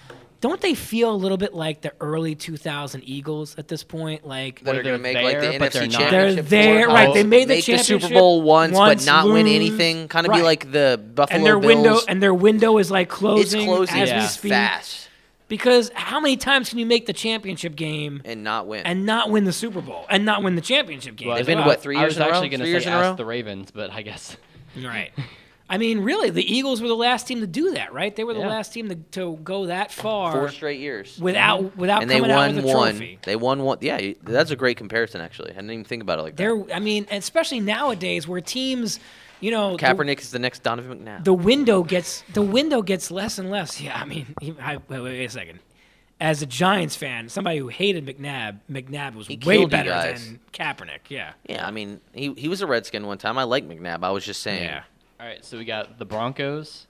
Speaker 2: Don't they feel a little bit like the early 2000 Eagles at this point? Like
Speaker 3: That are going
Speaker 4: they're
Speaker 3: to make like the
Speaker 4: there, but
Speaker 3: NFC
Speaker 4: they're not.
Speaker 2: they're
Speaker 3: Championship.
Speaker 2: there,
Speaker 3: four
Speaker 2: right?
Speaker 3: times,
Speaker 2: They made the
Speaker 3: make
Speaker 2: championship
Speaker 3: Super Bowl once,
Speaker 2: once,
Speaker 3: but not win
Speaker 2: lose.
Speaker 3: anything. Kind of
Speaker 2: Right.
Speaker 3: be like the Buffalo
Speaker 2: and their
Speaker 3: Bills.
Speaker 2: window and their window is like
Speaker 3: it's
Speaker 2: closing,
Speaker 3: closing
Speaker 2: as we
Speaker 4: yeah.
Speaker 2: speak.
Speaker 3: fast
Speaker 2: Because how many times can you make the championship game
Speaker 3: and not win.
Speaker 2: and not win the Super Bowl and not win the championship game?
Speaker 4: Well,
Speaker 3: They've been
Speaker 4: I-
Speaker 3: what, three
Speaker 4: I
Speaker 3: years
Speaker 4: was
Speaker 3: in a row?
Speaker 4: actually gonna
Speaker 3: Three years
Speaker 4: say
Speaker 3: in a row?
Speaker 4: ask the Ravens, but I guess
Speaker 2: right. I mean, really, the Eagles were the last team to do that, right? They were the
Speaker 4: Yeah.
Speaker 2: last team to, to go that far
Speaker 3: Four straight years.
Speaker 2: without without
Speaker 3: and they
Speaker 2: coming out
Speaker 3: won
Speaker 2: with a
Speaker 3: one.
Speaker 2: trophy.
Speaker 3: They won one. Yeah, you- that's a great comparison. Actually, I didn't even think about it like that.
Speaker 2: They're, I mean, especially nowadays where teams, you know, the-
Speaker 3: Kaepernick is the next Donovan McNabb.
Speaker 2: the window gets the window gets less and less. Yeah, I mean, he- I, wait, wait a second. As a Giants fan, somebody who hated McNabb, McNabb was
Speaker 3: He
Speaker 2: way
Speaker 3: killed you
Speaker 2: better
Speaker 3: guys.
Speaker 2: than Kaepernick. Yeah,
Speaker 3: yeah, I mean, he he was a Redskin one time. I like McNabb. I was just saying.
Speaker 2: yeah.
Speaker 4: All right, so we got the Broncos.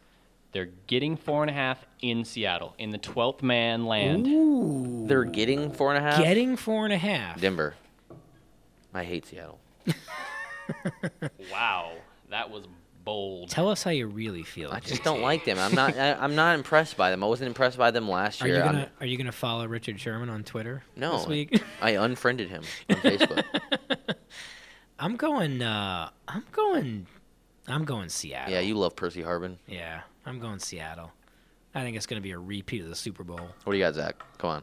Speaker 4: They're getting four and a half in Seattle in the 12th man land.
Speaker 2: Ooh,
Speaker 3: They're getting four and a half.
Speaker 2: getting four and a half.
Speaker 3: Denver. I hate Seattle.
Speaker 4: Wow, that was bold.
Speaker 2: Tell us how you really feel.
Speaker 3: I just
Speaker 2: JT.
Speaker 3: don't like them. I'm not. I, I'm not impressed by them. I wasn't impressed by them last
Speaker 2: Are
Speaker 3: year.
Speaker 2: you
Speaker 3: I'm-
Speaker 2: gonna Are you gonna follow Richard Sherman on Twitter?
Speaker 3: no,
Speaker 2: This week,
Speaker 3: I unfriended him on Facebook.
Speaker 2: I'm going. Uh, I'm going. I'm going Seattle.
Speaker 3: yeah, you love Percy Harbin.
Speaker 2: Yeah, I'm going Seattle. I think it's gonna be a repeat of the Super Bowl.
Speaker 3: What do you got, Zach? Come on.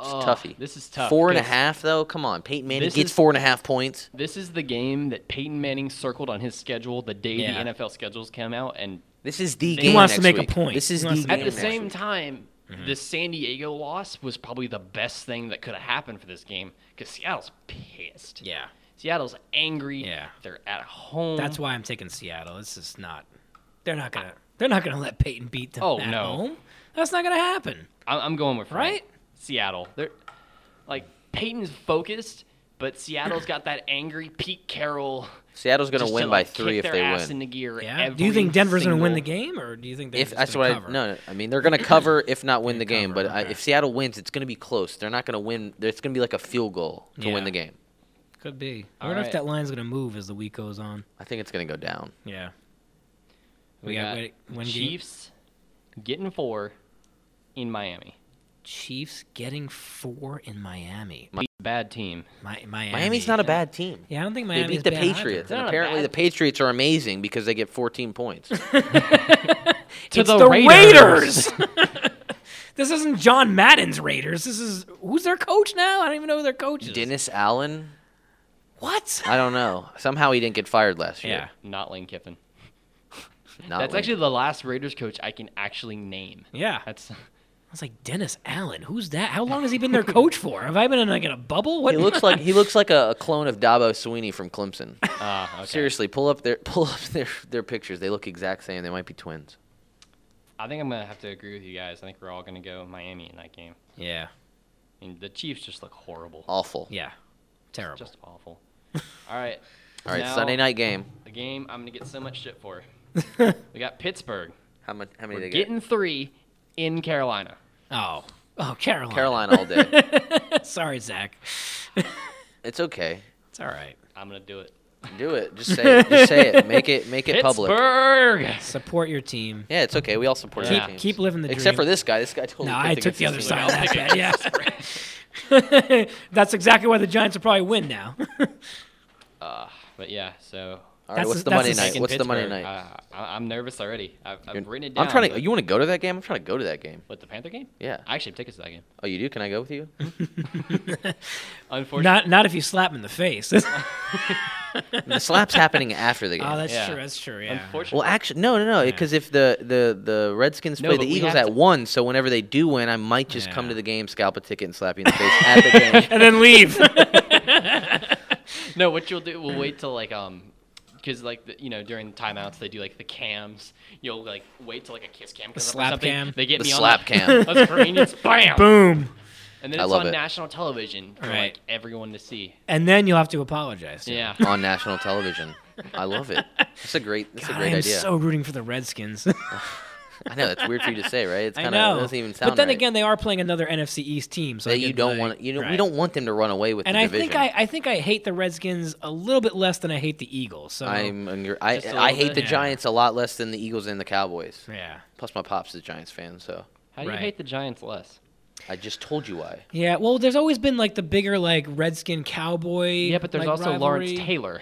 Speaker 3: It's
Speaker 4: Oh,
Speaker 3: toughy.
Speaker 4: This is tough.
Speaker 3: Four and a
Speaker 4: 'cause
Speaker 3: half, though. Come on, Peyton Manning
Speaker 4: This
Speaker 3: gets
Speaker 4: is-
Speaker 3: four and a half points.
Speaker 4: This is the game that Peyton Manning circled on his schedule the day
Speaker 2: Yeah.
Speaker 4: the NFL schedules came out, and
Speaker 3: This is the
Speaker 4: He
Speaker 3: game.
Speaker 2: wants to
Speaker 3: next
Speaker 2: make a
Speaker 3: week.
Speaker 2: point.
Speaker 3: This is
Speaker 2: He wants to
Speaker 3: the game.
Speaker 2: make
Speaker 4: At the
Speaker 3: next
Speaker 4: same
Speaker 3: week.
Speaker 4: time,
Speaker 2: Mm-hmm.
Speaker 4: the San Diego loss was probably the best thing that could have happened for this game because Seattle's pissed.
Speaker 2: Yeah.
Speaker 4: Seattle's angry.
Speaker 2: Yeah.
Speaker 4: They're at home.
Speaker 2: That's why I'm taking Seattle. It's just not. They're not gonna. They're not gonna let Peyton beat them
Speaker 4: Oh,
Speaker 2: at
Speaker 4: no.
Speaker 2: home. That's not gonna happen.
Speaker 4: I'm, I'm going with Frank.
Speaker 2: Right?
Speaker 4: Seattle. They're like Peyton's focused, but Seattle's got that angry Pete Carroll.
Speaker 3: Seattle's going
Speaker 4: just
Speaker 3: to win
Speaker 4: like,
Speaker 3: by
Speaker 4: kick
Speaker 3: three if
Speaker 4: their
Speaker 3: they
Speaker 4: ass
Speaker 3: win.
Speaker 4: Into gear
Speaker 2: Yeah. Do you think
Speaker 4: every
Speaker 2: Denver's gonna win the
Speaker 4: single-
Speaker 2: game, or do you think they're
Speaker 3: If
Speaker 2: just
Speaker 3: that's
Speaker 2: gonna
Speaker 3: what
Speaker 2: cover?
Speaker 3: I no, no, I mean they're going to cover if not win the
Speaker 2: Gonna
Speaker 3: game.
Speaker 2: cover,
Speaker 3: but I,
Speaker 2: okay.
Speaker 3: if Seattle wins, it's going to be close. They're not going to win. It's going to be like a field goal to
Speaker 2: Yeah.
Speaker 3: win the game.
Speaker 2: Could be. I
Speaker 4: All
Speaker 2: wonder if
Speaker 4: right.
Speaker 2: that line's gonna move as the week goes on.
Speaker 3: I think it's going to go down.
Speaker 2: Yeah.
Speaker 4: We got
Speaker 2: wait, when do you-
Speaker 4: Chiefs getting four in Miami.
Speaker 2: Chiefs getting four in Miami.
Speaker 4: Bad team.
Speaker 2: Mi- Miami.
Speaker 3: Miami's not a bad team.
Speaker 2: Yeah, I don't think
Speaker 3: They
Speaker 2: Miami.
Speaker 3: beat the Patriots,
Speaker 4: They're
Speaker 3: and
Speaker 4: not
Speaker 3: apparently
Speaker 4: bad.
Speaker 3: the Patriots are amazing because they get 14 points.
Speaker 2: To
Speaker 4: the
Speaker 2: Raiders. this isn't John Madden's Raiders. This is who's their coach now? I don't even know who their coach is.
Speaker 3: Dennis Allen,
Speaker 2: What?
Speaker 3: I don't know. Somehow he didn't get fired last year.
Speaker 4: Not Lane Kiffin.
Speaker 3: Yeah, not
Speaker 4: That's
Speaker 3: Lane.
Speaker 4: actually the last Raiders coach I can actually name.
Speaker 2: Yeah. I
Speaker 4: That's
Speaker 2: was like Dennis Allen. Who's that? How long has he been their coach for? Have I been in like in a bubble? What?
Speaker 3: He looks like he looks like a, a clone of Dabo Sweeney from Clemson.
Speaker 4: uh, okay.
Speaker 3: Seriously, pull up their pull up their, their pictures. They look exact same. They might be twins.
Speaker 4: I think I'm gonna have to agree with you guys. I think we're all gonna go Miami in that game.
Speaker 2: yeah.
Speaker 4: I mean, the Chiefs just look horrible.
Speaker 3: Awful.
Speaker 2: Yeah. Terrible.
Speaker 4: Just awful. All right.
Speaker 3: All right,
Speaker 4: now
Speaker 3: Sunday night game.
Speaker 4: The game I'm gonna get so much shit for. we got Pittsburgh.
Speaker 3: How much? How many
Speaker 4: We're
Speaker 3: they get?
Speaker 4: getting three in Carolina.
Speaker 2: oh. Oh, Carolina.
Speaker 3: Carolina all day.
Speaker 2: Sorry, Zach.
Speaker 3: it's okay.
Speaker 2: It's all right.
Speaker 4: I'm gonna do it.
Speaker 3: Do it. Just say it. Just say it. Make it make it public.
Speaker 4: Pittsburgh.
Speaker 2: Support your team.
Speaker 3: Yeah, it's okay. We all support our
Speaker 4: Keep-
Speaker 3: teams.
Speaker 2: keep living the
Speaker 3: Except
Speaker 2: dream.
Speaker 3: for this guy. This guy totally.
Speaker 2: No,
Speaker 3: picked
Speaker 2: I took
Speaker 3: against
Speaker 2: the other
Speaker 3: this
Speaker 2: side
Speaker 3: team.
Speaker 2: of that bet. Yeah. That's exactly why the Giants will probably win now.
Speaker 4: Uh, but yeah, so
Speaker 3: All right,
Speaker 2: That's
Speaker 3: what's
Speaker 2: a- that's a
Speaker 3: the Monday night?
Speaker 2: second
Speaker 3: What's the Monday
Speaker 2: Pittsburgh.
Speaker 3: night?
Speaker 4: uh, I, I'm nervous already. I've, I've
Speaker 3: You're-
Speaker 4: written it down.
Speaker 3: I'm trying to.
Speaker 4: but-
Speaker 3: You want to go to that game? I'm trying to go to that game.
Speaker 4: What the Panther game?
Speaker 3: Yeah.
Speaker 4: I actually have tickets to that game.
Speaker 3: Oh, you do? Can I go with you?
Speaker 4: Unfortunately,
Speaker 2: not not if you slap him in the face. oh,
Speaker 3: the slap's happening after the game.
Speaker 2: that's
Speaker 4: Yeah.
Speaker 2: true. That's true. Yeah.
Speaker 4: unfortunately,
Speaker 3: Well, actually, no, no, no. Because if the, the, the Redskins
Speaker 4: No,
Speaker 3: play
Speaker 4: but
Speaker 3: the
Speaker 4: we
Speaker 3: Eagles
Speaker 4: have
Speaker 3: at
Speaker 4: to-
Speaker 3: one, so whenever they do win, I might just come
Speaker 2: Yeah.
Speaker 3: to the game, scalp a ticket, and slap you in the face at the game.
Speaker 2: and then leave.
Speaker 4: no. What you'll do? We'll wait till like um, because like the, you know during timeouts they do like the cams. You'll like wait till like a kiss cam. The
Speaker 2: slap cam.
Speaker 4: They get
Speaker 3: The
Speaker 4: me
Speaker 3: slap
Speaker 4: on
Speaker 3: cam.
Speaker 4: the convenience. Bam.
Speaker 2: Boom.
Speaker 4: And then
Speaker 3: I
Speaker 4: it's
Speaker 3: love
Speaker 4: on
Speaker 3: it.
Speaker 4: national television for
Speaker 2: Right.
Speaker 4: like everyone to see.
Speaker 2: And then you'll have to apologize. to him.
Speaker 4: Yeah.
Speaker 3: on national television. I love it. That's a great. That's
Speaker 2: God,
Speaker 3: a great
Speaker 2: I'm
Speaker 3: idea.
Speaker 2: so rooting for the Redskins.
Speaker 3: I know that's weird for you to say, right? It's
Speaker 2: I
Speaker 3: kind of
Speaker 2: know.
Speaker 3: doesn't even sound.
Speaker 2: but then
Speaker 3: right.
Speaker 2: again, they are playing another NFC East team, so I
Speaker 3: that you
Speaker 2: could,
Speaker 3: don't
Speaker 2: like-
Speaker 3: want. You know, we
Speaker 2: Right.
Speaker 3: don't want them to run away with
Speaker 2: And
Speaker 3: the
Speaker 2: I
Speaker 3: division.
Speaker 2: think I, I think I hate the Redskins a little bit less than I hate the Eagles. So
Speaker 3: I'm. in your- I,
Speaker 4: Just a
Speaker 3: I
Speaker 4: little
Speaker 3: hate
Speaker 4: bit.
Speaker 3: the
Speaker 2: Yeah.
Speaker 3: Giants a lot less than the Eagles and the Cowboys.
Speaker 2: yeah.
Speaker 3: Plus, my pop's a Giants fan, so
Speaker 4: How do you
Speaker 2: Right.
Speaker 4: hate the Giants less?
Speaker 3: I just told you why.
Speaker 2: Yeah, well, there's always been like the bigger like Redskin Cowboy.
Speaker 4: Yeah, but there's
Speaker 2: like,
Speaker 4: also
Speaker 2: rivalry.
Speaker 4: Lawrence Taylor.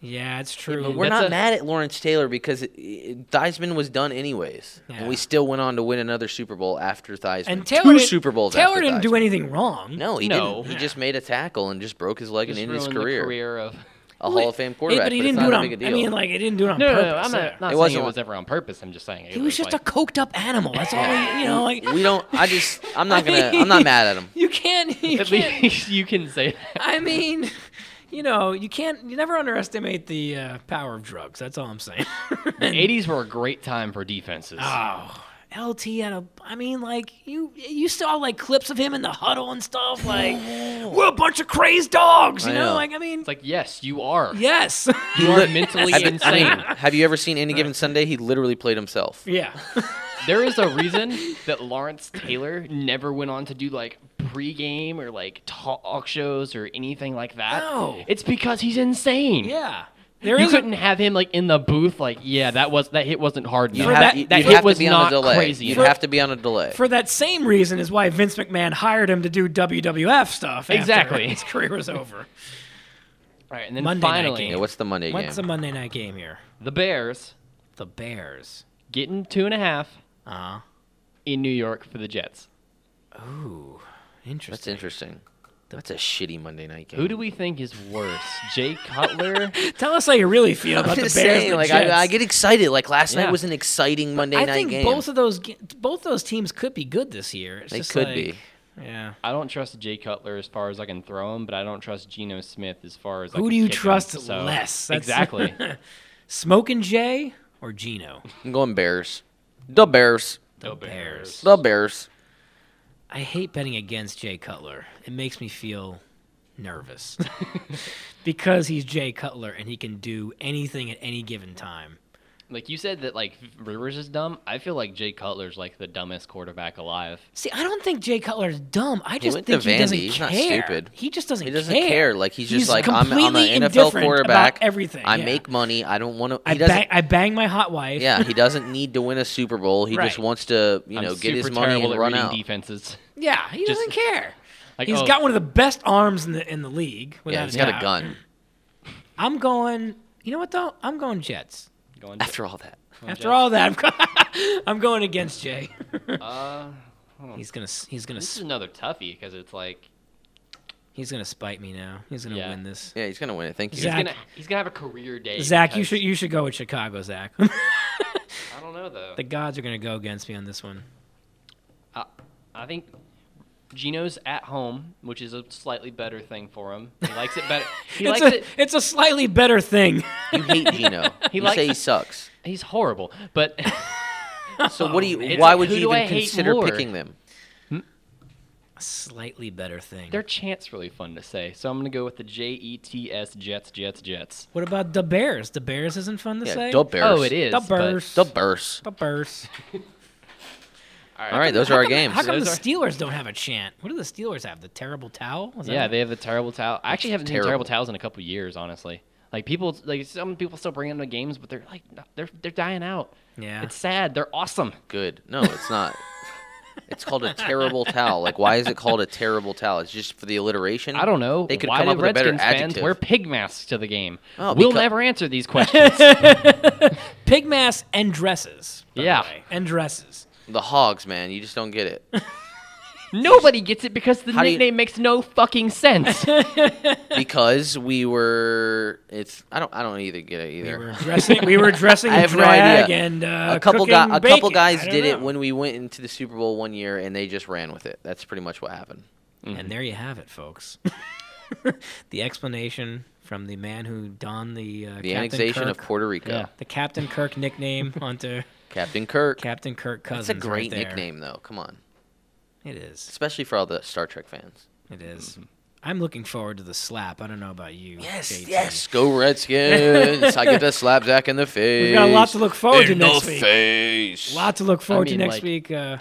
Speaker 2: Yeah, it's true.
Speaker 4: but
Speaker 3: We're
Speaker 4: That's
Speaker 3: not
Speaker 4: a-
Speaker 3: mad at Lawrence Taylor because it, it, Theismann was done anyways, and we
Speaker 2: Yeah.
Speaker 3: still went on to win another Super Bowl after Theismann.
Speaker 2: and Taylor
Speaker 3: two
Speaker 2: didn't-
Speaker 3: Super Bowls.
Speaker 2: Taylor
Speaker 3: after
Speaker 2: didn't do
Speaker 3: Theismann.
Speaker 2: anything wrong.
Speaker 3: No, he
Speaker 4: No.
Speaker 3: didn't. He just made a tackle and just broke his leg
Speaker 4: Just
Speaker 3: and ended his
Speaker 4: ruined the
Speaker 3: career.
Speaker 4: career of
Speaker 3: a Hall of Fame
Speaker 2: Hey,
Speaker 3: quarterback.
Speaker 2: but he
Speaker 3: it's
Speaker 2: didn't
Speaker 3: not
Speaker 2: do it
Speaker 3: that
Speaker 2: on.
Speaker 3: big a
Speaker 2: I
Speaker 3: deal.
Speaker 2: mean, like he didn't do it on
Speaker 4: No, no,
Speaker 2: purpose.
Speaker 4: no, I'm not, not
Speaker 3: It
Speaker 4: saying
Speaker 3: wasn't
Speaker 4: it
Speaker 3: wa-
Speaker 4: was ever on purpose. I'm just saying it
Speaker 2: He was just
Speaker 4: like,
Speaker 2: a coked up animal. That's all. He, you know, like
Speaker 3: we don't. I just. I'm not
Speaker 2: I
Speaker 3: gonna.
Speaker 2: mean-
Speaker 3: I'm not mad at him.
Speaker 2: you can't. You
Speaker 4: At
Speaker 2: can't
Speaker 4: least you can say that.
Speaker 2: I mean, you know, you can't. You never underestimate the uh, power of drugs. That's all I'm saying. And-
Speaker 4: 80s were a great time for defenses.
Speaker 2: Oh, LT had a. I mean, like you you saw like clips of him in the huddle and stuff. Like we're a bunch of crazed dogs. You
Speaker 3: I
Speaker 2: know?
Speaker 3: know.
Speaker 2: like I mean,
Speaker 4: It's like, yes, you are.
Speaker 2: yes,
Speaker 4: You are mentally
Speaker 3: Have, you- I mean,
Speaker 4: insane.
Speaker 3: have you ever seen any given Sunday? He literally played himself.
Speaker 2: yeah.
Speaker 4: There is a reason that Lawrence Taylor never went on to do like pregame or like talk shows or anything like that.
Speaker 2: No.
Speaker 4: It's because he's insane.
Speaker 2: Yeah, there
Speaker 4: you
Speaker 2: is a-
Speaker 4: couldn't have him like in the booth, like, yeah, that was that hit wasn't hard
Speaker 3: You
Speaker 4: enough.
Speaker 2: For
Speaker 3: have,
Speaker 2: that-
Speaker 3: you,
Speaker 2: that
Speaker 3: you'd
Speaker 2: hit
Speaker 3: have to
Speaker 4: was
Speaker 3: be on a
Speaker 4: not
Speaker 3: delay.
Speaker 4: crazy
Speaker 3: You'd
Speaker 4: enough.
Speaker 3: have to be on a delay.
Speaker 2: for that same reason is why Vince McMahon hired him to do WWF stuff. After
Speaker 4: Exactly.
Speaker 2: his career was over.
Speaker 4: All right, and then
Speaker 2: Monday night
Speaker 4: finally,
Speaker 3: yeah, what's the Monday
Speaker 2: What's the
Speaker 3: game?
Speaker 2: Monday night game here?
Speaker 4: the Bears
Speaker 2: The Bears.
Speaker 4: getting two and a half
Speaker 2: Uh
Speaker 4: in New York for the Jets.
Speaker 2: Ooh,
Speaker 3: That's
Speaker 2: interesting.
Speaker 3: interesting. That's a shitty Monday night game.
Speaker 4: Who do we think is worse, Jay Cutler?
Speaker 2: Tell us how you really feel
Speaker 3: I'm
Speaker 2: about the Bears.
Speaker 3: just saying,
Speaker 2: and the
Speaker 3: like I, I
Speaker 2: Jets.
Speaker 3: get excited. Like last
Speaker 4: Yeah.
Speaker 3: night was an exciting Monday
Speaker 2: I
Speaker 3: night
Speaker 2: think
Speaker 3: game.
Speaker 2: both of those ge- both those teams could be good this year. It's
Speaker 3: They
Speaker 2: just
Speaker 3: could
Speaker 2: like-
Speaker 3: be.
Speaker 2: Yeah.
Speaker 4: I don't trust Jay Cutler as far as I can throw him, but I don't trust Geno Smith as far as I
Speaker 2: Who
Speaker 4: can
Speaker 2: do you
Speaker 4: kick him,
Speaker 2: trust
Speaker 4: so-
Speaker 2: less? That's-
Speaker 4: Exactly.
Speaker 2: Smoking Jay or Gino?
Speaker 3: I'm going Bears. The Bears.
Speaker 4: the
Speaker 2: Bears.
Speaker 3: The Bears.
Speaker 2: I hate betting against Jay Cutler. It makes me feel nervous because he's Jay Cutler and he can do anything at any given time.
Speaker 4: Like you said that like Rivers is dumb. I feel like Jay Cutler's like the dumbest quarterback alive.
Speaker 2: See, I don't think Jay Cutler is dumb. I just
Speaker 3: went to
Speaker 2: think he doesn't
Speaker 3: Vandy. He's
Speaker 2: care.
Speaker 3: not stupid.
Speaker 2: He just doesn't.
Speaker 3: He doesn't care. Like he's just like I'm, I'm
Speaker 2: completely
Speaker 3: an NFL
Speaker 2: indifferent
Speaker 3: quarterback.
Speaker 2: About everything.
Speaker 3: I
Speaker 2: yeah.
Speaker 3: make money. I don't want to.
Speaker 2: I
Speaker 3: He doesn't.
Speaker 2: bang, I bang my hot wife.
Speaker 3: yeah, he doesn't need to win a Super Bowl. He just
Speaker 2: Right.
Speaker 3: wants to, you know,
Speaker 4: I'm
Speaker 3: get his
Speaker 4: super
Speaker 3: money
Speaker 4: terrible
Speaker 3: and
Speaker 4: at
Speaker 3: run
Speaker 4: reading
Speaker 3: out.
Speaker 4: defenses.
Speaker 2: Yeah, he
Speaker 4: Just-
Speaker 2: doesn't care.
Speaker 4: Like,
Speaker 2: He's
Speaker 4: oh,
Speaker 2: got one of the best arms in the in the league. Without
Speaker 3: Yeah, he's
Speaker 2: a
Speaker 3: got a
Speaker 2: doubt.
Speaker 3: gun.
Speaker 2: I'm going. You know what though? I'm going Jets.
Speaker 4: Going to-
Speaker 3: After all that,
Speaker 4: going
Speaker 2: After
Speaker 4: Jets.
Speaker 2: all that, I'm, go- I'm going against Jay.
Speaker 4: uh,
Speaker 2: he's gonna s- he's gonna
Speaker 4: this is
Speaker 2: s-
Speaker 4: another toughie because it's like
Speaker 2: he's gonna spite me now. He's gonna
Speaker 4: Yeah.
Speaker 2: win this.
Speaker 3: yeah, he's gonna win it. Thank you.
Speaker 4: he's
Speaker 2: Zach-
Speaker 4: gonna he's gonna have a career day.
Speaker 2: Zach, you
Speaker 4: because-
Speaker 2: should you should go with Chicago, Zach.
Speaker 4: I don't know though.
Speaker 2: the gods are gonna go against me on this one.
Speaker 4: I, I think Gino's at home, which is a slightly better thing for him. He likes it better. He
Speaker 2: it's
Speaker 4: likes
Speaker 2: a
Speaker 4: it.
Speaker 2: it's a slightly better thing.
Speaker 3: You hate Gino.
Speaker 4: He
Speaker 3: you
Speaker 4: likes-
Speaker 3: say he sucks.
Speaker 4: He's horrible, but
Speaker 3: So what do you?
Speaker 4: Oh, man.
Speaker 3: why
Speaker 4: It's like,
Speaker 3: would
Speaker 4: who
Speaker 3: you
Speaker 4: do
Speaker 3: even
Speaker 4: I hate
Speaker 3: consider
Speaker 4: more?
Speaker 3: picking them?
Speaker 2: a slightly better thing.
Speaker 4: their chant's really fun to say. So I'm gonna go with the J E T S Jets Jets Jets.
Speaker 2: what about the Bears? The Bears isn't fun to
Speaker 3: Yeah,
Speaker 2: say.
Speaker 3: the Bears.
Speaker 4: Oh, it is.
Speaker 2: The
Speaker 4: but-
Speaker 2: Bears.
Speaker 3: The Bears.
Speaker 2: The Bears.
Speaker 3: All right, those are our games.
Speaker 2: How come the
Speaker 4: Those are-
Speaker 2: Steelers don't have a chant? What do the Steelers have? The terrible towel? Is that
Speaker 4: Yeah,
Speaker 2: it?
Speaker 4: they have the terrible towel. I actually haven't seen
Speaker 3: terrible.
Speaker 4: terrible towels in a couple years, honestly. Like people, like some people still bring them to games, but they're like, no- they're they're dying out.
Speaker 2: Yeah.
Speaker 4: It's sad. They're awesome.
Speaker 3: Good. No, it's not. it's called a terrible towel. Like, why is it called a terrible towel? It's just for the alliteration.
Speaker 4: I don't know.
Speaker 3: They could
Speaker 4: why
Speaker 3: come
Speaker 4: do
Speaker 3: up with a better
Speaker 4: Redskins fans
Speaker 3: adjective.
Speaker 4: wear pig masks to the game.
Speaker 3: Oh,
Speaker 4: we'll
Speaker 3: becau-
Speaker 4: never answer these questions.
Speaker 2: Pig masks and dresses. by the
Speaker 4: Yeah.
Speaker 2: way. And dresses.
Speaker 3: The hogs, man. You just don't get it.
Speaker 4: Nobody gets it because the
Speaker 3: How do you-
Speaker 4: nickname makes no fucking sense.
Speaker 3: because we were. It's. I don't. I don't either get it
Speaker 2: We
Speaker 3: either.
Speaker 2: were dressing. We were dressing
Speaker 3: I
Speaker 2: in
Speaker 3: have no
Speaker 2: drag
Speaker 3: idea.
Speaker 2: and uh,
Speaker 3: a couple
Speaker 2: cooking,
Speaker 3: guys. A couple
Speaker 2: baking.
Speaker 3: guys
Speaker 2: I don't
Speaker 3: did it
Speaker 2: know.
Speaker 3: when we went into the Super Bowl one year, and they just ran with it. That's pretty much what happened.
Speaker 2: And there you have it, folks. the explanation from the man who donned the uh,
Speaker 3: The
Speaker 2: Captain
Speaker 3: annexation
Speaker 2: Kirk,
Speaker 3: of Puerto Rico.
Speaker 4: Yeah.
Speaker 2: the Captain Kirk nickname onto
Speaker 3: Captain Kirk.
Speaker 2: Captain Kirk Cousins.
Speaker 3: That's a great
Speaker 2: right there.
Speaker 3: nickname, though. Come on,
Speaker 2: It is.
Speaker 3: especially for all the Star Trek fans.
Speaker 2: It
Speaker 3: Mm-hmm.
Speaker 2: is. I'm looking forward to the slap. I don't know about you. JT.
Speaker 3: Go Redskins! I get to slap Zach in the face.
Speaker 2: We've got a lot to look forward to next week.
Speaker 3: face.
Speaker 2: lot to look forward
Speaker 4: mean,
Speaker 2: to next
Speaker 4: like-
Speaker 2: week. Uh,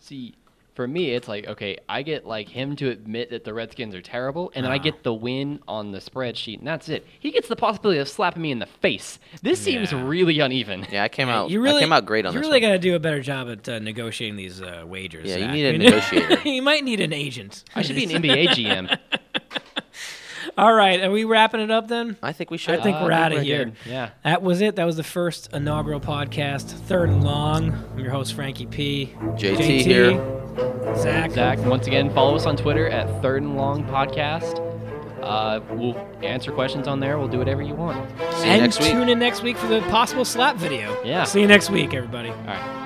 Speaker 4: See, for me, it's like okay, I get like him to admit that the Redskins are terrible, and then
Speaker 2: Ah.
Speaker 4: I get the win on the spreadsheet, and that's it. He gets the possibility of slapping me in the face. This seems
Speaker 2: Yeah.
Speaker 4: really uneven.
Speaker 3: Yeah, I came out.
Speaker 2: you really
Speaker 3: I came out great on
Speaker 2: you
Speaker 3: this.
Speaker 2: really
Speaker 3: one.
Speaker 2: got to do a better job at uh, negotiating these uh, wagers.
Speaker 3: Yeah, you
Speaker 2: Zach.
Speaker 3: need a
Speaker 2: I mean,
Speaker 3: negotiator.
Speaker 2: you might need an agent.
Speaker 4: I should be an NBA GM.
Speaker 2: All right, are we wrapping it up then?
Speaker 3: I think we should.
Speaker 2: I think
Speaker 4: Uh,
Speaker 2: we're
Speaker 4: I
Speaker 2: out
Speaker 4: think
Speaker 2: of
Speaker 4: we're
Speaker 2: here.
Speaker 4: good. Yeah.
Speaker 2: That was it. That was the first inaugural podcast, third and long. I'm your host Frankie P.
Speaker 3: JT here.
Speaker 2: Zach.
Speaker 4: Zach, once again, follow us on Twitter at Third and Long Podcast. Uh, we'll answer questions on there. We'll do whatever you want.
Speaker 3: See you
Speaker 2: and
Speaker 3: next week.
Speaker 2: tune in next week for the possible slap video.
Speaker 4: Yeah.
Speaker 2: See you next week, everybody.
Speaker 4: All right.